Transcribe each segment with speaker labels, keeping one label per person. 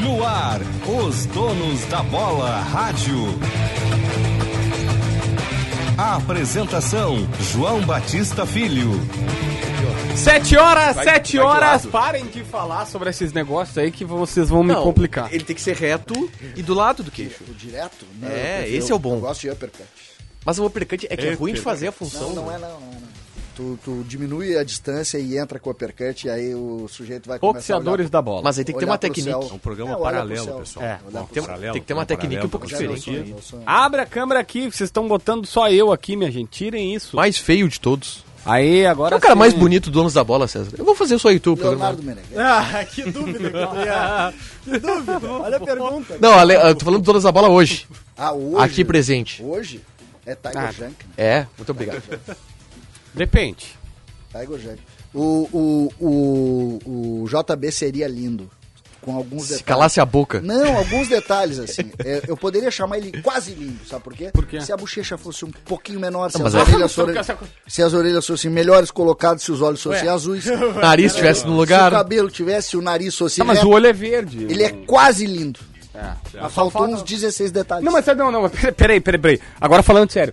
Speaker 1: No ar, os donos da bola rádio. A apresentação, João Batista Filho.
Speaker 2: Sete horas,
Speaker 3: Vai-
Speaker 2: sete
Speaker 3: vai de
Speaker 2: horas.
Speaker 3: lado.
Speaker 2: Parem de falar sobre esses negócios aí que vocês vão me complicar.
Speaker 3: Ele tem que ser reto e do lado do queixo.
Speaker 4: O direto? Não,
Speaker 3: É,
Speaker 4: eu prefiro-
Speaker 3: esse é o bom.
Speaker 4: Eu gosto de uppercut.
Speaker 3: Mas o uppercut é que é ruim de fazer a função. né?
Speaker 4: Não, não é não, não, é, não. Tu, tu diminui a distância e entra com o uppercut e aí o sujeito vai começar a olhar
Speaker 2: Boxeadores da bola.
Speaker 3: Mas aí tem que ter uma
Speaker 4: olhar pro
Speaker 3: técnica.
Speaker 4: céu.
Speaker 1: É um programa
Speaker 4: É, olha pro
Speaker 1: paralelo,
Speaker 4: céu.
Speaker 1: pessoal.
Speaker 4: É,
Speaker 1: Um
Speaker 4: olha pro
Speaker 1: tem-
Speaker 4: céu.
Speaker 1: paralelo,
Speaker 3: tem que ter
Speaker 1: um
Speaker 3: uma
Speaker 1: assim. paralelo
Speaker 3: técnica um
Speaker 4: pro
Speaker 3: pouco
Speaker 4: céu.
Speaker 3: diferente. Ah,
Speaker 4: Já não sou- não sou-
Speaker 2: Abre a câmera aqui, vocês estão botando só eu aqui, minha gente. Tirem isso.
Speaker 3: Mais feio de todos.
Speaker 2: Aí,
Speaker 3: Você
Speaker 2: agora.
Speaker 3: é o cara
Speaker 2: sim.
Speaker 3: mais bonito do donos da bola, César. Eu vou fazer só YouTube. Programa.
Speaker 4: Leonardo Meneghetti.
Speaker 5: Ah, que dúvida que tu ia. Que dúvida. Olha a pergunta.
Speaker 3: Não, Ale, eu tô falando do donos da bola hoje.
Speaker 4: Ah, hoje.
Speaker 3: Aqui presente.
Speaker 4: Hoje é Tiger Junk. né?
Speaker 3: É, muito obrigado.
Speaker 2: Depende.
Speaker 4: Tiger Junk. O, o, o, o JB seria lindo. Com alguns
Speaker 3: Se
Speaker 4: detalhes.
Speaker 3: calasse a boca.
Speaker 4: Não, alguns detalhes, assim. É, eu poderia chamar ele quase lindo, sabe por quê?
Speaker 2: Por quê?
Speaker 4: Se a bochecha fosse um pouquinho menor, se,
Speaker 3: mas
Speaker 4: as,
Speaker 3: é-
Speaker 4: orelhas forem, se as orelhas fossem melhores colocadas, se os olhos fossem azuis, se
Speaker 3: O nariz estivesse no
Speaker 4: o
Speaker 3: lugar.
Speaker 4: cabelo tivesse o nariz fosse
Speaker 2: Tá, mas
Speaker 4: reto,
Speaker 2: o olho é verde.
Speaker 4: ele é quase lindo.
Speaker 2: É.
Speaker 4: Mas faltou uns 16 detalhes.
Speaker 2: Não, mas não, não, mas peraí, peraí, peraí. Agora falando sério.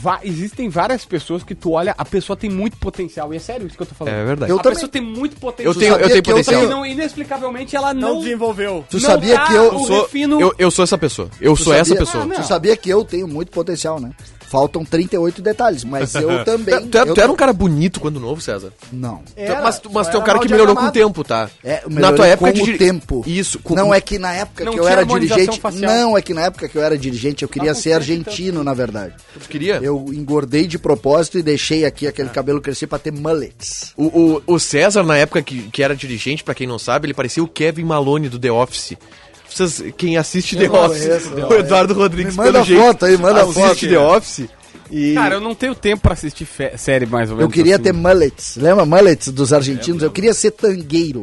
Speaker 2: Va- existem várias pessoas que tu olha, a pessoa tem muito potencial. E é sério isso que eu tô falando.
Speaker 3: É verdade.
Speaker 4: Eu
Speaker 2: a
Speaker 4: também.
Speaker 2: pessoa tem muito potencial.
Speaker 3: Eu tenho, eu
Speaker 4: sabia
Speaker 3: tenho
Speaker 4: que eu
Speaker 3: potencial.
Speaker 2: E não, inexplicavelmente ela não.
Speaker 5: Não desenvolveu.
Speaker 4: Tu sabia que eu
Speaker 2: o
Speaker 3: sou-
Speaker 2: refino-
Speaker 3: eu, eu sou essa pessoa. Eu
Speaker 4: tu
Speaker 3: sou essa
Speaker 4: sabia-
Speaker 3: pessoa.
Speaker 2: Ah, não.
Speaker 4: Tu sabia que eu tenho muito potencial, né? Faltam 38 detalhes, mas eu também.
Speaker 3: Tu, é-
Speaker 4: eu
Speaker 3: tu era
Speaker 4: tô-
Speaker 3: um cara bonito quando novo, César.
Speaker 4: Não.
Speaker 5: Era,
Speaker 3: mas tu- mas
Speaker 5: só
Speaker 3: tu é um
Speaker 5: era
Speaker 3: cara
Speaker 5: mal
Speaker 3: que melhorou com o
Speaker 5: diagramado.
Speaker 3: tempo, tá?
Speaker 4: É,
Speaker 3: Na tua época
Speaker 4: com
Speaker 3: de
Speaker 4: o
Speaker 3: dir-
Speaker 4: tempo.
Speaker 3: Isso. com-
Speaker 4: Não é que na época
Speaker 2: Não
Speaker 4: que eu
Speaker 2: tinha
Speaker 4: era
Speaker 2: harmonização
Speaker 4: dirigente.
Speaker 2: facial.
Speaker 4: Não é que na época que eu era dirigente, eu queria
Speaker 2: com
Speaker 4: ser
Speaker 2: 30 e tantos.
Speaker 4: argentino, na verdade.
Speaker 3: Tu
Speaker 2: É.
Speaker 3: queria?
Speaker 4: Eu engordei de propósito e deixei aqui aquele cabelo crescer pra ter mullets.
Speaker 3: O, o, o César, na época que, que era dirigente, pra quem não sabe, ele parecia o Kevin Malone do The Office. Vocês, quem assiste The
Speaker 4: não
Speaker 3: Office,
Speaker 4: conheço,
Speaker 3: o Eduardo Rodrigues,
Speaker 4: Me manda foto aí, manda
Speaker 3: assiste
Speaker 4: foto.
Speaker 3: The Office e...
Speaker 2: Cara, eu não tenho tempo pra assistir fe- série mais ou
Speaker 4: Eu
Speaker 2: menos.
Speaker 4: queria
Speaker 2: assim.
Speaker 4: ter mullets. Lembra mullets dos argentinos? Eu queria ser tangueiro.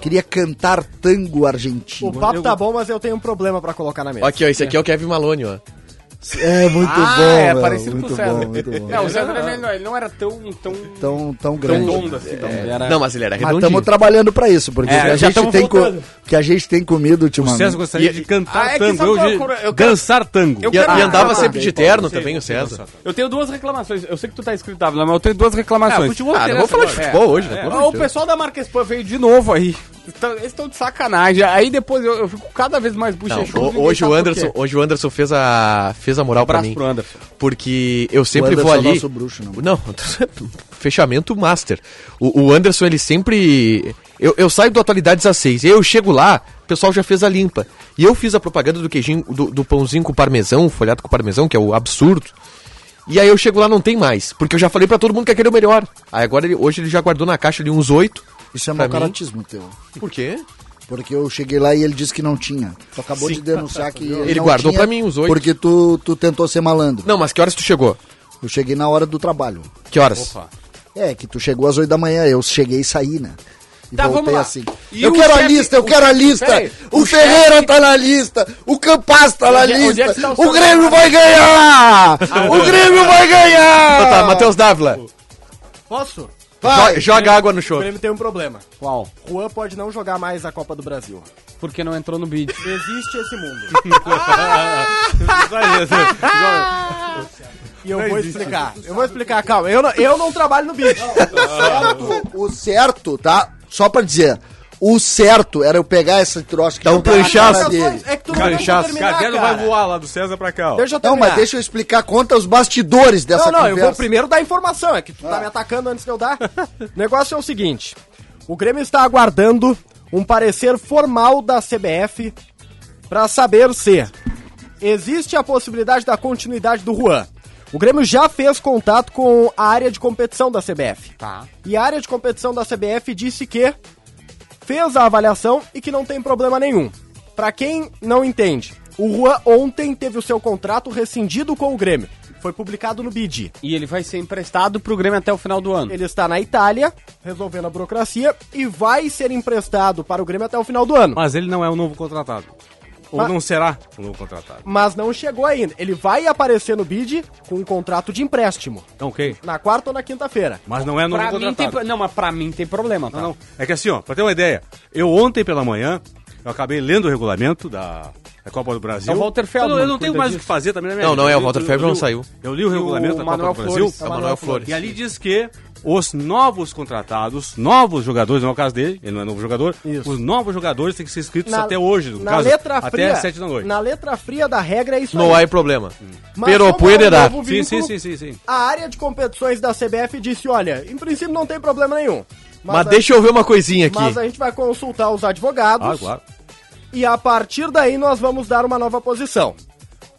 Speaker 4: Queria cantar tango argentino.
Speaker 5: O papo tá bom, mas eu tenho um problema pra colocar na mesa.
Speaker 3: Aqui, ó, esse aqui é o Kevin Malone, ó.
Speaker 4: É muito
Speaker 2: Ah,
Speaker 4: bom.
Speaker 2: é,
Speaker 4: meu,
Speaker 2: parecido com o
Speaker 4: muito
Speaker 2: César.
Speaker 4: bom, muito bom.
Speaker 2: É, o César ele não, ele não era tão, tão,
Speaker 4: Tão, tão
Speaker 2: tão
Speaker 4: grande.
Speaker 2: dondo assim. Não, ele era...
Speaker 3: Não, mas ele era
Speaker 4: Mas
Speaker 3: redondinho.
Speaker 4: estamos trabalhando pra isso, porque
Speaker 2: É,
Speaker 4: o que a
Speaker 2: já
Speaker 4: gente
Speaker 2: tamo
Speaker 4: tem co-
Speaker 2: voltando.
Speaker 4: que a gente tem comido ultimamente.
Speaker 6: César gostaria
Speaker 3: E-
Speaker 6: de cantar
Speaker 2: Ah, é que
Speaker 6: tango,
Speaker 2: sabe
Speaker 6: eu
Speaker 2: qual é
Speaker 6: de
Speaker 2: o coro- eu quero-
Speaker 6: dançar tango.
Speaker 2: Eu
Speaker 3: E,
Speaker 2: quero-
Speaker 3: e andava
Speaker 2: Ah,
Speaker 3: sempre
Speaker 2: tá.
Speaker 3: de terno também, o César.
Speaker 2: Eu tenho duas reclamações. Eu sei que tu tá escrito, Dávila, mas eu tenho duas reclamações.
Speaker 3: Ah, não vou falar de futebol hoje, né?
Speaker 2: É,
Speaker 3: Pelo amor
Speaker 2: o
Speaker 3: de Deus.
Speaker 2: pessoal da Marquespan veio de novo aí. Tá- Eles estão de sacanagem. Aí depois eu, eu fico cada vez mais
Speaker 3: Não,
Speaker 2: bochechudo.
Speaker 3: o-
Speaker 2: ninguém
Speaker 3: hoje,
Speaker 2: sabe
Speaker 3: o
Speaker 2: por
Speaker 3: Anderson,
Speaker 2: quê.
Speaker 3: hoje o Anderson fez a, fez a moral pra
Speaker 2: Abraço
Speaker 3: mim.
Speaker 2: pro Anderson.
Speaker 3: Porque eu sempre
Speaker 4: Anderson
Speaker 3: vou
Speaker 4: é o
Speaker 3: ali.
Speaker 4: nosso bruxo, não.
Speaker 3: não, fechamento master. O, o Anderson, ele sempre. Eu, eu saio do Atualidades às seis. E aí eu chego lá, o pessoal já fez a limpa. E eu fiz a propaganda do queijinho, do, do pãozinho com parmesão, folhado com parmesão, que é o absurdo. E aí eu chego lá, não tem mais. Porque eu já falei pra todo mundo que aquele é o melhor. Aí agora, ele, hoje ele já guardou na caixa ali uns oito.
Speaker 4: Isso é
Speaker 3: Pra
Speaker 4: mau caratismo teu.
Speaker 3: Por quê?
Speaker 4: Porque eu cheguei lá e ele disse que não tinha. Tu acabou de denunciar que. Ele, não
Speaker 3: guardou
Speaker 4: tinha
Speaker 3: pra mim os oito.
Speaker 4: Porque tu, tu tentou ser malandro.
Speaker 3: Não, mas que horas tu chegou?
Speaker 4: Eu cheguei na hora do trabalho.
Speaker 3: Que horas?
Speaker 4: É, que tu chegou às 8 da manhã, eu cheguei e saí, né? E
Speaker 2: Tá, vamos
Speaker 4: voltei
Speaker 2: lá.
Speaker 4: assim.
Speaker 2: E
Speaker 4: eu
Speaker 2: o
Speaker 4: quero a
Speaker 2: chefe-
Speaker 4: lista, eu quero a lista!
Speaker 2: Peraí,
Speaker 4: o, Ferreira tá na lista! O Campas tá na
Speaker 2: Onde é- onde é
Speaker 4: lista!
Speaker 2: que está o
Speaker 4: o
Speaker 2: seu
Speaker 4: Grêmio vai ganhar! o Grêmio vai ganhar!
Speaker 3: Então tá, Matheus Dávila.
Speaker 5: Posso?
Speaker 3: jo- Joga água no
Speaker 5: O
Speaker 3: show.
Speaker 5: Grêmio tem um problema.
Speaker 2: Qual?
Speaker 5: Juan pode não jogar mais a Copa do Brasil.
Speaker 2: Porque não entrou no bid.
Speaker 5: Existe esse mundo. E eu vou explicar. Eu vou explicar, calma. Eu não, eu não trabalho no bicho.
Speaker 4: O certo, tá? Só pra dizer, o certo era eu pegar esse troço que
Speaker 3: Dá um
Speaker 4: jogar na
Speaker 3: pranchaço.
Speaker 4: cara dele.
Speaker 5: É que tu não deixa eu
Speaker 6: Canchaço.
Speaker 5: terminar,
Speaker 6: Caderno
Speaker 5: cara.
Speaker 6: vai voar lá do César pra cá, ó.
Speaker 5: Deixa eu
Speaker 4: Não,
Speaker 5: terminar.
Speaker 4: mas deixa eu explicar conta os bastidores dessa
Speaker 5: Não, não, eu
Speaker 4: conversa.
Speaker 5: vou primeiro dar informação, é que tu tá me atacando antes de eu dar. o negócio é o seguinte: o Grêmio está aguardando um parecer formal da CBF para saber se existe a possibilidade da continuidade do Juan. O Grêmio já fez contato com a área de competição da CBF.
Speaker 2: Tá.
Speaker 5: E a área de competição da CBF disse que fez a avaliação e que não tem problema nenhum. Pra quem não entende, o Juan ontem teve o seu contrato rescindido com o Grêmio. Foi publicado no BID.
Speaker 2: E ele vai ser emprestado pro Grêmio até o final do ano.
Speaker 5: Ele está na Itália, resolvendo a burocracia, e vai ser emprestado para o Grêmio até o final do ano.
Speaker 6: Mas ele não é o novo contratado. Ou
Speaker 5: Mas-
Speaker 6: não será o novo contratado.
Speaker 5: Mas não chegou ainda. Ele vai aparecer no BID com um contrato de empréstimo.
Speaker 6: Então, ok.
Speaker 5: Na quarta ou na quinta-feira.
Speaker 6: Mas não é o novo
Speaker 2: Pra mim
Speaker 6: contratado.
Speaker 2: tem... pro- Não, mas pra mim tem problema, tá?
Speaker 6: Não, não. É que assim, ó, pra ter uma ideia, eu ontem pela manhã Eu acabei lendo o regulamento da, da Copa do Brasil.
Speaker 2: É o Walter Feldman,
Speaker 6: Eu, não- eu não tenho
Speaker 2: cuida
Speaker 6: mais o
Speaker 2: disso.
Speaker 6: que fazer também na minha
Speaker 3: Não,
Speaker 6: vida.
Speaker 3: não é,
Speaker 6: Eu
Speaker 3: o Walter
Speaker 6: li-
Speaker 3: Feldman
Speaker 6: eu li-
Speaker 3: saiu.
Speaker 6: Eu li o regulamento da Copa
Speaker 2: Manuel
Speaker 6: do Brasil.
Speaker 2: Flores,
Speaker 3: É o
Speaker 2: Manuel
Speaker 3: Manuel
Speaker 2: Flores.
Speaker 3: Flores.
Speaker 6: E ali diz que os novos contratados, novos jogadores, não é o caso dele, ele não é novo jogador,
Speaker 5: Isso.
Speaker 6: os novos jogadores têm que ser inscritos até hoje, no
Speaker 5: na
Speaker 6: caso,
Speaker 5: letra fria,
Speaker 6: até às 7 da noite.
Speaker 5: Na letra fria da regra é isso
Speaker 3: Não
Speaker 5: aí.
Speaker 3: há problema.
Speaker 5: Mas
Speaker 3: Pero
Speaker 5: como é um
Speaker 3: puederá.
Speaker 5: novo
Speaker 6: Sim,
Speaker 5: vínculo,
Speaker 6: sim, sim, sim, sim.
Speaker 5: A área de competições da CBF disse, olha, em princípio não tem problema nenhum.
Speaker 3: Mas
Speaker 5: a-
Speaker 3: deixa eu ver uma coisinha aqui.
Speaker 5: Mas a gente vai consultar os advogados
Speaker 6: Ah, claro.
Speaker 5: e a partir daí nós vamos dar uma nova posição.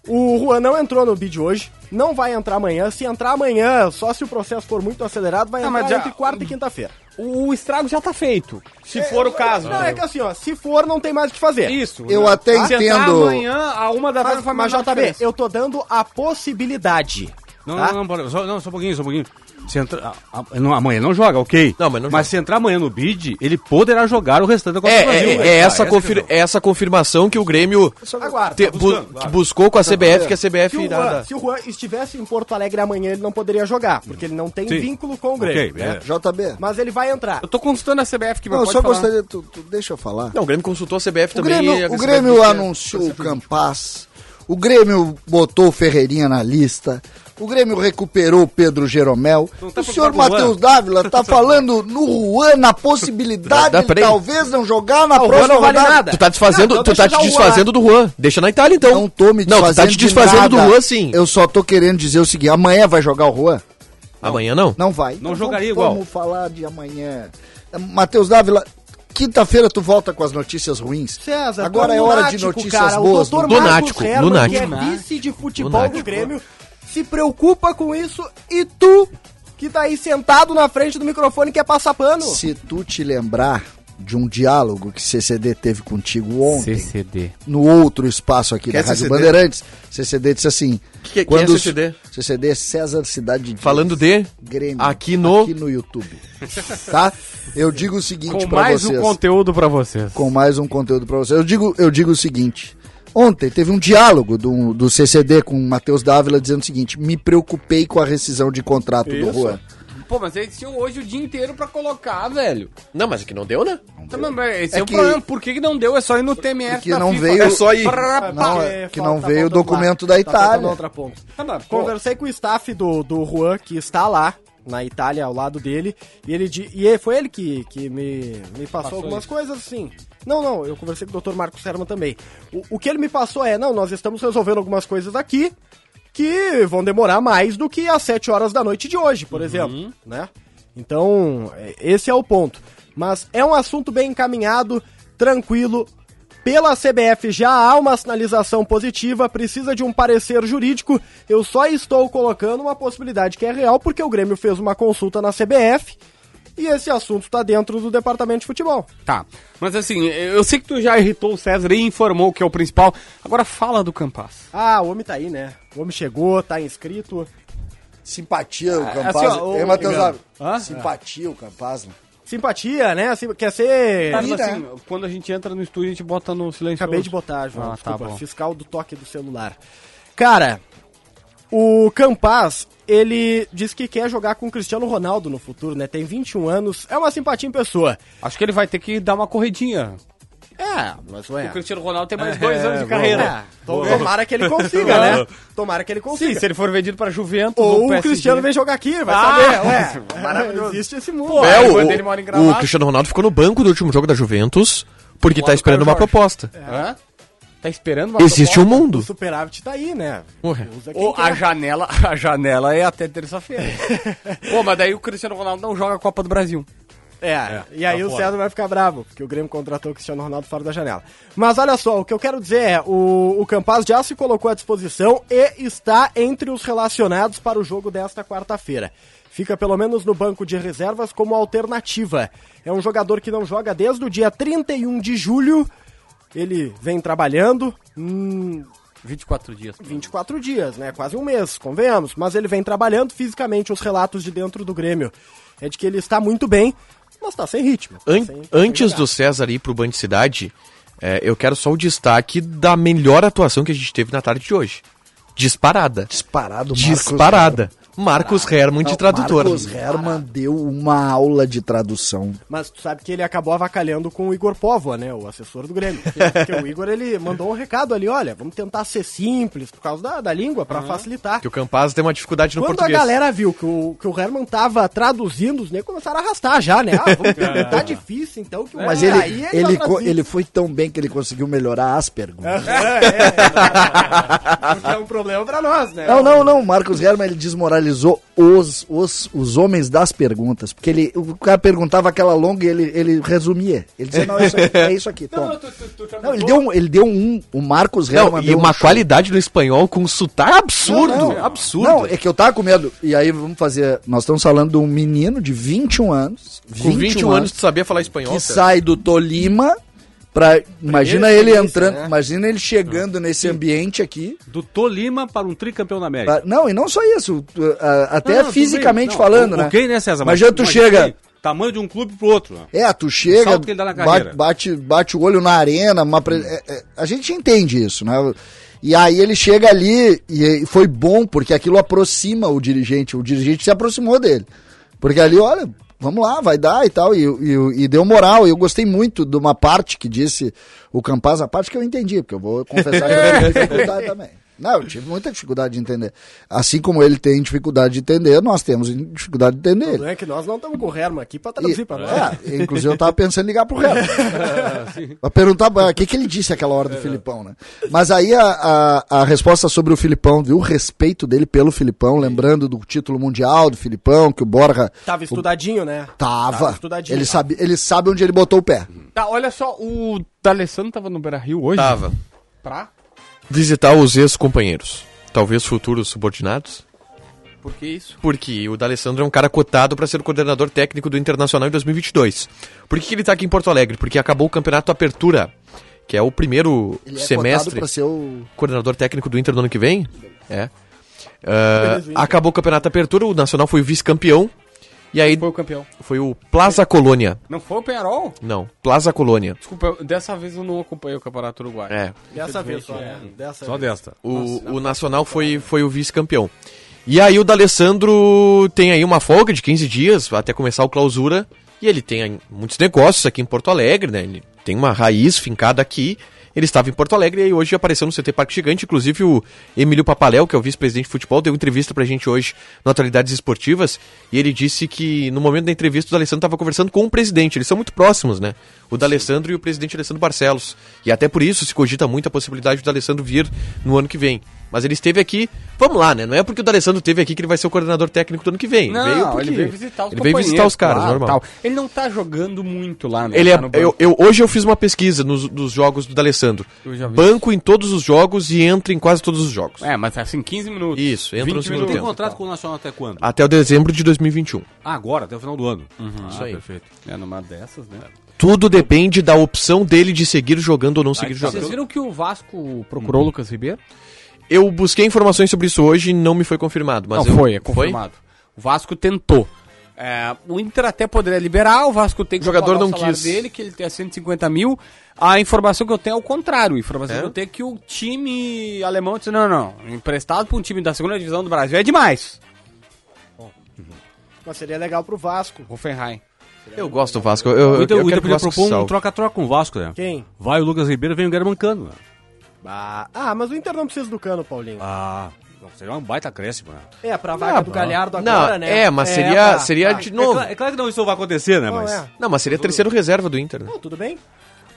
Speaker 5: O Juan não entrou no bid hoje, não vai entrar amanhã. Se entrar amanhã, só se o processo for muito acelerado, vai entrar
Speaker 2: mas já-
Speaker 5: entre quarta e quinta-feira.
Speaker 2: O estrago já tá feito. Se for o caso. né?
Speaker 5: Não, é que assim, ó, se for, não tem mais o que fazer. Tá,
Speaker 2: Isso.
Speaker 4: Eu
Speaker 2: né?
Speaker 4: até
Speaker 2: Se
Speaker 4: entendo.
Speaker 2: entrar amanhã, a uma da tarde
Speaker 5: Mas,
Speaker 2: vai
Speaker 5: mas
Speaker 2: mais
Speaker 5: JB, eu tô dando a possibilidade.
Speaker 6: Não,
Speaker 5: tá?
Speaker 6: não, não, bora, só, não, só um pouquinho, só um pouquinho. Se entra, a- a- não, amanhã não joga, ok.
Speaker 3: Não, mas não joga.
Speaker 6: se entrar amanhã no bid, ele poderá jogar o restante da Copa
Speaker 3: É,
Speaker 6: do Brasil.
Speaker 3: é, é
Speaker 1: né?
Speaker 6: Aí tá,
Speaker 1: Ah,
Speaker 3: essa,
Speaker 6: que
Speaker 3: confir-
Speaker 6: é a questão.
Speaker 3: é essa confirmação que o Grêmio
Speaker 5: Aguarda.
Speaker 3: te- bu- que buscou com a CBF, que a
Speaker 5: Se
Speaker 3: CBF
Speaker 5: o,
Speaker 3: irá
Speaker 5: Juan,
Speaker 3: dar.
Speaker 5: se o Juan estivesse em Porto Alegre amanhã, ele não poderia jogar, porque ele não tem
Speaker 6: Sim.
Speaker 5: vínculo com o
Speaker 6: Ok, é.
Speaker 5: Grêmio.
Speaker 3: É,
Speaker 5: né?
Speaker 6: beleza.
Speaker 4: JB.
Speaker 5: Mas ele vai entrar.
Speaker 2: Eu tô consultando a CBF que
Speaker 4: Não,
Speaker 2: vai
Speaker 4: eu
Speaker 2: pode
Speaker 4: só
Speaker 2: falar.
Speaker 4: gostaria. Tu, tu- deixa eu falar.
Speaker 3: Não, o Grêmio consultou a CBF
Speaker 4: O
Speaker 3: também. e a
Speaker 4: Grêmio, o
Speaker 3: CBF
Speaker 4: Grêmio
Speaker 3: disse- é.
Speaker 4: anunciou o Campas. O Grêmio botou o Ferreirinha na lista. O Grêmio recuperou o Pedro Jeromel.
Speaker 6: Não tá
Speaker 4: o senhor
Speaker 6: preocupado com o
Speaker 4: Matheus
Speaker 6: Juan.
Speaker 4: Dávila tá falando no Juan na possibilidade
Speaker 3: Dá- dá
Speaker 4: de
Speaker 3: pra ele.
Speaker 4: talvez não jogar na
Speaker 5: Juan
Speaker 4: próxima
Speaker 5: não vale
Speaker 4: rodada.
Speaker 5: nada.
Speaker 3: Tu tá desfazendo,
Speaker 5: Não, então
Speaker 3: tu tá
Speaker 5: deixa
Speaker 3: te
Speaker 5: já o Juan lá.
Speaker 3: desfazendo do Juan. Deixa na Itália então.
Speaker 4: Não tô me desfazendo
Speaker 3: Não, tu tá te
Speaker 4: de
Speaker 3: desfazendo do
Speaker 4: nada.
Speaker 3: Juan sim.
Speaker 4: Eu só tô querendo dizer o seguinte, amanhã vai jogar o Juan?
Speaker 3: Amanhã não.
Speaker 4: Não vai. Então
Speaker 6: jogaria
Speaker 4: vamos,
Speaker 6: igual.
Speaker 4: Vamos falar de amanhã. É, Matheus Dávila, quinta-feira tu volta com as notícias ruins.
Speaker 5: César,
Speaker 4: Agora
Speaker 5: tô
Speaker 4: é hora de
Speaker 5: lunático,
Speaker 4: notícias
Speaker 5: cara.
Speaker 4: boas.
Speaker 5: O doutor
Speaker 3: Lunático,
Speaker 5: Marcos Herman,
Speaker 3: lunático.
Speaker 5: que é vice de futebol do
Speaker 3: Lunático.
Speaker 5: Grêmio, se preocupa com isso e tu, que tá aí sentado na frente do microfone, quer passar pano.
Speaker 4: Se tu te lembrar de um diálogo que CCD teve contigo ontem,
Speaker 2: CCD.
Speaker 4: no outro espaço aqui
Speaker 3: Que
Speaker 4: da
Speaker 3: é
Speaker 4: Rádio
Speaker 3: CCD?
Speaker 4: Bandeirantes, CCD disse assim...
Speaker 3: Que- que é
Speaker 4: quando os-
Speaker 3: CCD?
Speaker 4: CCD é César Cidade de Deus.
Speaker 3: Falando de
Speaker 4: Grêmio.
Speaker 3: aqui no-
Speaker 4: Aqui no YouTube. tá? Eu digo o seguinte
Speaker 2: Com
Speaker 4: Tipo, pra
Speaker 2: mais
Speaker 4: vocês.
Speaker 2: um conteúdo pra vocês.
Speaker 4: com mais um conteúdo pra vocês. Eu digo, eu digo o seguinte: ontem teve um diálogo do, do CCD com o Matheus Dávila dizendo o seguinte: me preocupei com a rescisão de contrato do Juan.
Speaker 2: Pô, mas eles tinham hoje o dia inteiro pra colocar, velho.
Speaker 3: Não, mas aqui não deu, né?
Speaker 2: Tá, mas esse é,
Speaker 4: É
Speaker 2: o
Speaker 4: que-
Speaker 2: problema. Por que, que não deu? É só ir no TMF
Speaker 4: Porque
Speaker 2: da
Speaker 4: não
Speaker 2: FIFA.
Speaker 4: veio- É
Speaker 3: só ir.
Speaker 2: Prá, pá.
Speaker 4: Não,
Speaker 5: É,
Speaker 4: que
Speaker 5: falta-
Speaker 4: não veio o
Speaker 5: faltando
Speaker 4: documento
Speaker 5: lá.
Speaker 4: da
Speaker 5: Tá faltando
Speaker 4: Itália.
Speaker 5: outra ponta.
Speaker 2: Tá, mas, pô,
Speaker 5: Conversei com o staff do, do Juan, que está lá na Itália, ao lado dele, e ele di- e ele- foi ele que, que me, me passou, algumas coisas assim. Não, não, eu conversei com o Dr. Marcos Herman também. O, o que ele me passou é, não, nós estamos resolvendo algumas coisas aqui que vão demorar mais do que as 7 horas da noite de hoje, por exemplo, né? Então, é- esse é o ponto. Mas é um assunto bem encaminhado, tranquilo, pela CBF já há uma sinalização positiva, precisa de um parecer jurídico. Eu só estou colocando uma possibilidade que é real, porque o Grêmio fez uma consulta na CBF e esse assunto está dentro do departamento de futebol.
Speaker 2: Tá. Mas assim, eu sei que tu já irritou o César e informou que é o principal. Agora fala do Campas.
Speaker 5: Ah, o homem tá aí, né? O homem chegou, tá inscrito.
Speaker 4: Simpatia, o Campaz.
Speaker 2: assim, ó, o-
Speaker 4: Ei, Matheus
Speaker 2: Obrigado.
Speaker 4: Dávila. Simpatia, o Campaz. né?
Speaker 5: Simpatia, né? Sim- Quer ser.
Speaker 2: Tá, mas, assim, quando a gente entra no estúdio, a gente bota no silêncio.
Speaker 5: Acabei de botar, João.
Speaker 2: Ah,
Speaker 5: desculpa.
Speaker 2: tá bom.
Speaker 5: Fiscal do toque do celular. Cara, o Campaz, ele diz que quer jogar com o Cristiano Ronaldo no futuro, né? Tem 21 anos, é uma simpatia em pessoa.
Speaker 2: Acho que ele vai ter que dar uma corridinha. É,
Speaker 5: É, mas ué.
Speaker 2: O Cristiano Ronaldo tem mais dois anos de carreira.
Speaker 5: É, to- tomara que ele consiga, né? Tomara que ele
Speaker 2: Sim,
Speaker 5: consiga.
Speaker 2: se ele for vendido pra Juventus
Speaker 5: Ou
Speaker 2: ou
Speaker 5: o
Speaker 2: PSG.
Speaker 5: Cristiano vem jogar aqui, vai
Speaker 2: Ah,
Speaker 5: saber. Ué, maravilhoso. Existe esse mundo.
Speaker 3: É,
Speaker 2: Aí
Speaker 3: o,
Speaker 2: quando ele mora em
Speaker 3: o,
Speaker 2: Gramado-
Speaker 3: Cristiano Ronaldo ficou no banco do último jogo da Juventus porque
Speaker 2: Bota
Speaker 3: tá
Speaker 2: o
Speaker 3: esperando
Speaker 2: Caio
Speaker 3: uma
Speaker 2: Jorge.
Speaker 3: proposta.
Speaker 2: Hã? Tá esperando uma
Speaker 3: Existe um
Speaker 2: proposta?
Speaker 5: o
Speaker 3: mundo.
Speaker 5: superávit tá aí, né?
Speaker 3: Ué.
Speaker 5: Usa quem
Speaker 2: Ou
Speaker 5: quer.
Speaker 2: a janela, a janela é até terça-feira. Pô, mas daí o Cristiano Ronaldo não joga a Copa do Brasil.
Speaker 5: É, e aí o César vai ficar bravo, porque o Grêmio contratou o Cristiano Ronaldo fora da janela. Mas olha só, o que eu quero dizer é, o, o Campaz já se colocou à disposição e está entre os relacionados para o jogo desta quarta-feira. Fica pelo menos no banco de reservas como alternativa. É um jogador que não joga desde o dia 31 de julho. Ele vem trabalhando, hum,
Speaker 2: 24 dias.
Speaker 5: 24 dias, né? Quase um mês, convenhamos. Mas ele vem trabalhando fisicamente. Os relatos de dentro do Grêmio é de que ele está muito bem, mas está sem ritmo. tá
Speaker 3: An-
Speaker 5: sem- sem
Speaker 3: antes
Speaker 5: jogar.
Speaker 3: do César ir pro Band Cidade, é, eu quero só o destaque da melhor atuação que a gente teve na tarde de hoje. Disparada.
Speaker 4: Disparado, Marcos
Speaker 3: Disparada. Marcos Herman de tradutor.
Speaker 4: Marcos Herman deu uma aula de tradução.
Speaker 5: Mas tu sabe que ele acabou avacalhando com o Igor Póvoa, né? O assessor do Grêmio. Porque o Igor, ele mandou um recado ali, olha, vamos tentar ser simples por causa da, da língua, pra facilitar.
Speaker 3: Que o Campaz tem uma dificuldade no
Speaker 5: Quando
Speaker 3: português.
Speaker 5: a galera viu que o, que o Herman tava traduzindo, os negros começaram a arrastar já, né? Ah, vamos ver, tá difícil, então. Que o
Speaker 4: Mas
Speaker 5: Igor
Speaker 4: ele,
Speaker 5: aí,
Speaker 4: ele,
Speaker 5: vai
Speaker 4: co-
Speaker 5: traduzir.
Speaker 4: ele foi tão bem que ele conseguiu melhorar as perguntas.
Speaker 5: Porque é um problema pra nós, né?
Speaker 4: Não, não, não. Marcos Herman ele desmoralizou os, os, os homens das perguntas. Porque ele, o cara perguntava aquela longa e ele, ele resumia. Ele dizia, não, é isso aqui, é isso aqui toma. Não, ele, deu um, ele deu um. O Marcos
Speaker 3: Não,
Speaker 4: Herman
Speaker 3: e
Speaker 4: deu um
Speaker 3: uma
Speaker 4: show.
Speaker 3: qualidade no espanhol com um sotaque absurdo.
Speaker 4: Não, não.
Speaker 3: Absurdo.
Speaker 4: Não, é que eu tava com medo. E aí vamos fazer. Nós estamos falando de um menino de 21 anos.
Speaker 3: com 21, anos tu sabia falar espanhol,
Speaker 4: que
Speaker 3: cara?
Speaker 4: sai do Tolima pra. Imagina ele
Speaker 6: experiência,
Speaker 4: entrando.
Speaker 6: né?
Speaker 4: Imagina ele chegando nesse ambiente aqui.
Speaker 6: Do Tolima para um tricampeão da América.
Speaker 4: pra- Ah, não, e não só isso. tu, ah, Até
Speaker 6: Não, não, tudo
Speaker 4: fisicamente
Speaker 6: bem. Não,
Speaker 4: falando,
Speaker 6: o-
Speaker 4: né?
Speaker 6: Ok, né, César?
Speaker 4: Imagina tu chega.
Speaker 6: Tamanho de um clube pro outro. né?
Speaker 4: É, tu chega,
Speaker 6: salto que ele dá na
Speaker 4: bate,
Speaker 6: carreira.
Speaker 4: bate, bate o olho na arena, uma pre- é, é, a gente entende isso, né? E aí ele chega ali e foi bom porque aquilo aproxima o dirigente, o dirigente se aproximou dele. Porque ali, olha, vamos lá, vai dar e tal, e, e- e deu moral. Eu gostei muito de uma parte que disse o Campaz, a parte que eu entendi, porque eu vou confessar que eu tive dificuldade também. Não, eu tive muita dificuldade de entender. Assim como ele tem dificuldade de entender, nós temos dificuldade de
Speaker 5: O
Speaker 4: entender.
Speaker 5: problema é que nós não estamos com o Herman aqui pra
Speaker 4: E-
Speaker 5: traduzir pra nós.
Speaker 4: é, inclusive eu tava pensando em ligar pro Renan. pra perguntar ah, o que, que ele disse aquela hora do Filipão, né? Mas aí a, a, a resposta sobre o Filipão, viu? O respeito dele pelo Filipão, lembrando do título mundial do Filipão, que o Borja
Speaker 5: Tava estudadinho, né? Tava
Speaker 4: tava.
Speaker 5: estudadinho.
Speaker 4: ele, sabe, ele sabe onde ele botou o pé.
Speaker 2: Tá, olha só, o D'Alessandro tava no Beira-Rio hoje?
Speaker 3: Tava.
Speaker 2: Pra?
Speaker 3: Visitar os ex-companheiros. Talvez futuros subordinados.
Speaker 2: Por que isso?
Speaker 3: Porque o D'Alessandro é um cara cotado para ser o coordenador técnico do Internacional em 2022. Por que, que ele tá aqui em Porto Alegre? Porque acabou o Campeonato Apertura, que é o primeiro
Speaker 4: Ele
Speaker 3: semestre.
Speaker 4: pra ser o...
Speaker 3: coordenador técnico do Inter no ano que vem? É. Ah, acabou o campeonato apertura, o Nacional foi o vice-campeão. E aí
Speaker 2: Foi o campeão.
Speaker 3: foi o Plaza Colônia.
Speaker 2: Não foi o Penarol?
Speaker 3: Não, Plaza Colônia.
Speaker 2: Desculpa, eu- dessa vez eu não acompanhei o Campeonato Uruguai.
Speaker 3: É.
Speaker 5: Dessa vez só, né?
Speaker 2: é.
Speaker 5: Dessa
Speaker 6: Só
Speaker 5: vez.
Speaker 6: desta.
Speaker 3: O, o Nacional foi, foi o vice-campeão. E aí o D'Alessandro tem aí uma folga de 15 dias até começar o clausura. E ele tem aí muitos negócios aqui em Porto Alegre, né? Ele tem uma raiz fincada aqui. Ele estava em Porto Alegre e aí hoje apareceu no CT Parque Gigante. Inclusive o Emílio Papaléu, que é o vice-presidente de futebol, deu entrevista pra gente hoje no Atualidades Esportivas. E ele disse que no momento da entrevista o D'Alessandro estava conversando com o presidente. Eles são muito próximos, né? O D'Alessandro e o presidente Alessandro Barcelos. E até por isso se cogita muito a possibilidade do D'Alessandro vir no ano que vem. Mas ele esteve aqui, vamos lá, né? Não é porque o D'Alessandro esteve aqui que ele vai ser o coordenador técnico do ano que vem.
Speaker 2: Não,
Speaker 3: ele veio porque...
Speaker 2: ele veio visitar os
Speaker 3: Ele veio visitar
Speaker 2: companheiros,
Speaker 3: os caras,
Speaker 2: claro,
Speaker 3: normal.
Speaker 2: tal. Ele não tá jogando muito lá, né?
Speaker 3: Ele é-
Speaker 2: Tá no banco.
Speaker 3: eu, eu- hoje eu fiz uma pesquisa nos, dos jogos do D'Alessandro.
Speaker 2: Eu já vi
Speaker 3: Banco em todos os jogos e entra em quase todos os jogos.
Speaker 2: É, mas assim, 15 minutos.
Speaker 3: Isso, entra no
Speaker 2: 20
Speaker 3: segundo
Speaker 2: minutos.
Speaker 6: Tem
Speaker 3: tempo.
Speaker 6: contrato com o Nacional até quando?
Speaker 3: Até o dezembro de 2021.
Speaker 6: Ah, agora, até o final do ano. Ah,
Speaker 3: Isso aí.
Speaker 2: É, numa dessas, né?
Speaker 3: Tudo depende da opção dele de seguir jogando ou não seguir
Speaker 2: Vocês
Speaker 3: jogando.
Speaker 2: viram que tá o Vasco procurou o
Speaker 3: Uhum.
Speaker 2: Lucas Ribeiro?
Speaker 3: Eu busquei informações sobre isso hoje e não me foi confirmado. Mas
Speaker 2: não,
Speaker 3: eu-
Speaker 2: foi, é confirmado. O Vasco tentou. É, o Inter até poderia liberar, o Vasco tem que
Speaker 3: O jogador
Speaker 2: pagar
Speaker 3: não
Speaker 2: salário
Speaker 3: quis.
Speaker 2: dele, que ele tem 150 mil. A informação que eu tenho é o contrário. A informação
Speaker 3: É?
Speaker 2: que eu tenho é que o time alemão disse: não, não, não, emprestado para um time da segunda divisão do Brasil é demais.
Speaker 5: Mas seria legal pro Vasco.
Speaker 2: Hoffenheim.
Speaker 3: Eu gosto do Vasco. Eu, eu,
Speaker 6: O Inter,
Speaker 3: eu quero
Speaker 6: o Inter
Speaker 3: que o
Speaker 6: podia
Speaker 3: Vasco
Speaker 6: propor um
Speaker 3: salve.
Speaker 6: troca-troca com o Vasco, né?
Speaker 5: Quem?
Speaker 6: Vai o Lucas Ribeiro, vem o Guilherme Cano. Né?
Speaker 5: Ah, ah, mas o Inter não precisa do cano, Paulinho.
Speaker 6: Ah, não,
Speaker 2: é
Speaker 6: seria um baita acréscimo, né?
Speaker 5: É, pra
Speaker 2: Ah,
Speaker 5: vaga do Galhardo agora,
Speaker 3: Não,
Speaker 5: né?
Speaker 3: é, mas seria,
Speaker 5: pra-
Speaker 3: seria de
Speaker 6: É,
Speaker 3: novo.
Speaker 6: cla- é claro que não isso não vai acontecer, né?
Speaker 5: Não,
Speaker 6: Mas...
Speaker 5: é.
Speaker 3: Não, mas seria terceiro reserva do Inter, né?
Speaker 5: Não, tudo bem?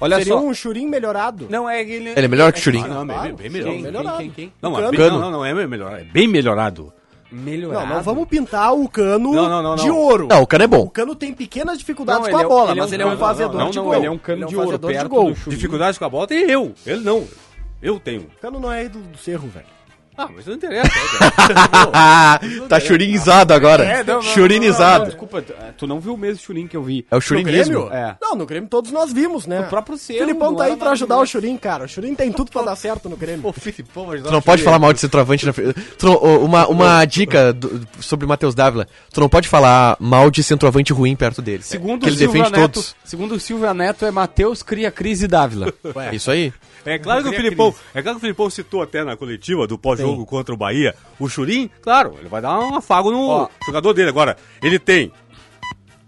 Speaker 2: Olha
Speaker 5: seria
Speaker 2: só.
Speaker 5: um churim melhorado.
Speaker 2: Não é ele.
Speaker 3: Ele é melhor que o Churinho.
Speaker 6: Não, bem, bem melhor.
Speaker 5: Sim, melhorado.
Speaker 2: Quem, quem, quem?
Speaker 6: Não, mas bem-
Speaker 3: Cano.
Speaker 6: não, não, não, é melhor, é bem melhorado.
Speaker 2: Melhorado.
Speaker 5: Não, não vamos pintar o cano
Speaker 6: Não, não, não,
Speaker 5: de
Speaker 6: não.
Speaker 5: ouro.
Speaker 3: Não, o Cano é
Speaker 5: O
Speaker 3: bom.
Speaker 5: cano tem pequenas dificuldades
Speaker 2: Não,
Speaker 5: com
Speaker 2: ele
Speaker 5: a
Speaker 2: é-
Speaker 5: bola,
Speaker 2: ele é
Speaker 5: mas
Speaker 2: um-
Speaker 5: ele é um
Speaker 2: não,
Speaker 5: fazedor
Speaker 2: não,
Speaker 5: de
Speaker 2: não,
Speaker 5: gol.
Speaker 2: ele é um cano de ouro,
Speaker 5: fazedor
Speaker 2: perto
Speaker 5: gol.
Speaker 2: do chu-
Speaker 6: Dificuldade com a bola tem eu, ele não. Eu tenho.
Speaker 5: O cano não é ídolo do Cerro, velho.
Speaker 6: Ah, mas não interessa. né, cara?
Speaker 3: Ah, tá churinizado agora. churinizado.
Speaker 2: Desculpa,
Speaker 6: é,
Speaker 2: tu não viu o mesmo Churinho que eu vi.
Speaker 3: É o churinismo.
Speaker 2: Grêmio? É.
Speaker 5: Não, no Grêmio todos nós vimos, né?
Speaker 2: O próprio Cerro,
Speaker 5: O Filipão tá
Speaker 2: lá
Speaker 5: aí
Speaker 2: na
Speaker 5: pra ajudar o
Speaker 2: Maravilha.
Speaker 5: Churim, cara. O Churim tem tudo pra dar certo no Grêmio.
Speaker 3: Tu não pode falar mal de centroavante na frente. Tu não- ô, Uma, uma dica do- sobre o Matheus Dávila. Tu não pode falar mal de centroavante ruim perto dele.
Speaker 2: Segundo
Speaker 3: Que
Speaker 2: o
Speaker 3: ele defende
Speaker 2: Silvia Neto,
Speaker 3: todos.
Speaker 2: segundo o Silvia Neto é Matheus cria crise Dávila.
Speaker 3: Isso aí.
Speaker 6: É claro que o Filipão, é claro que o Filipão citou até na coletiva do pós-jogo jogo contra o Bahia, o Churim, claro, ele vai dar um afago no
Speaker 2: Ó.
Speaker 6: jogador dele. Agora, ele tem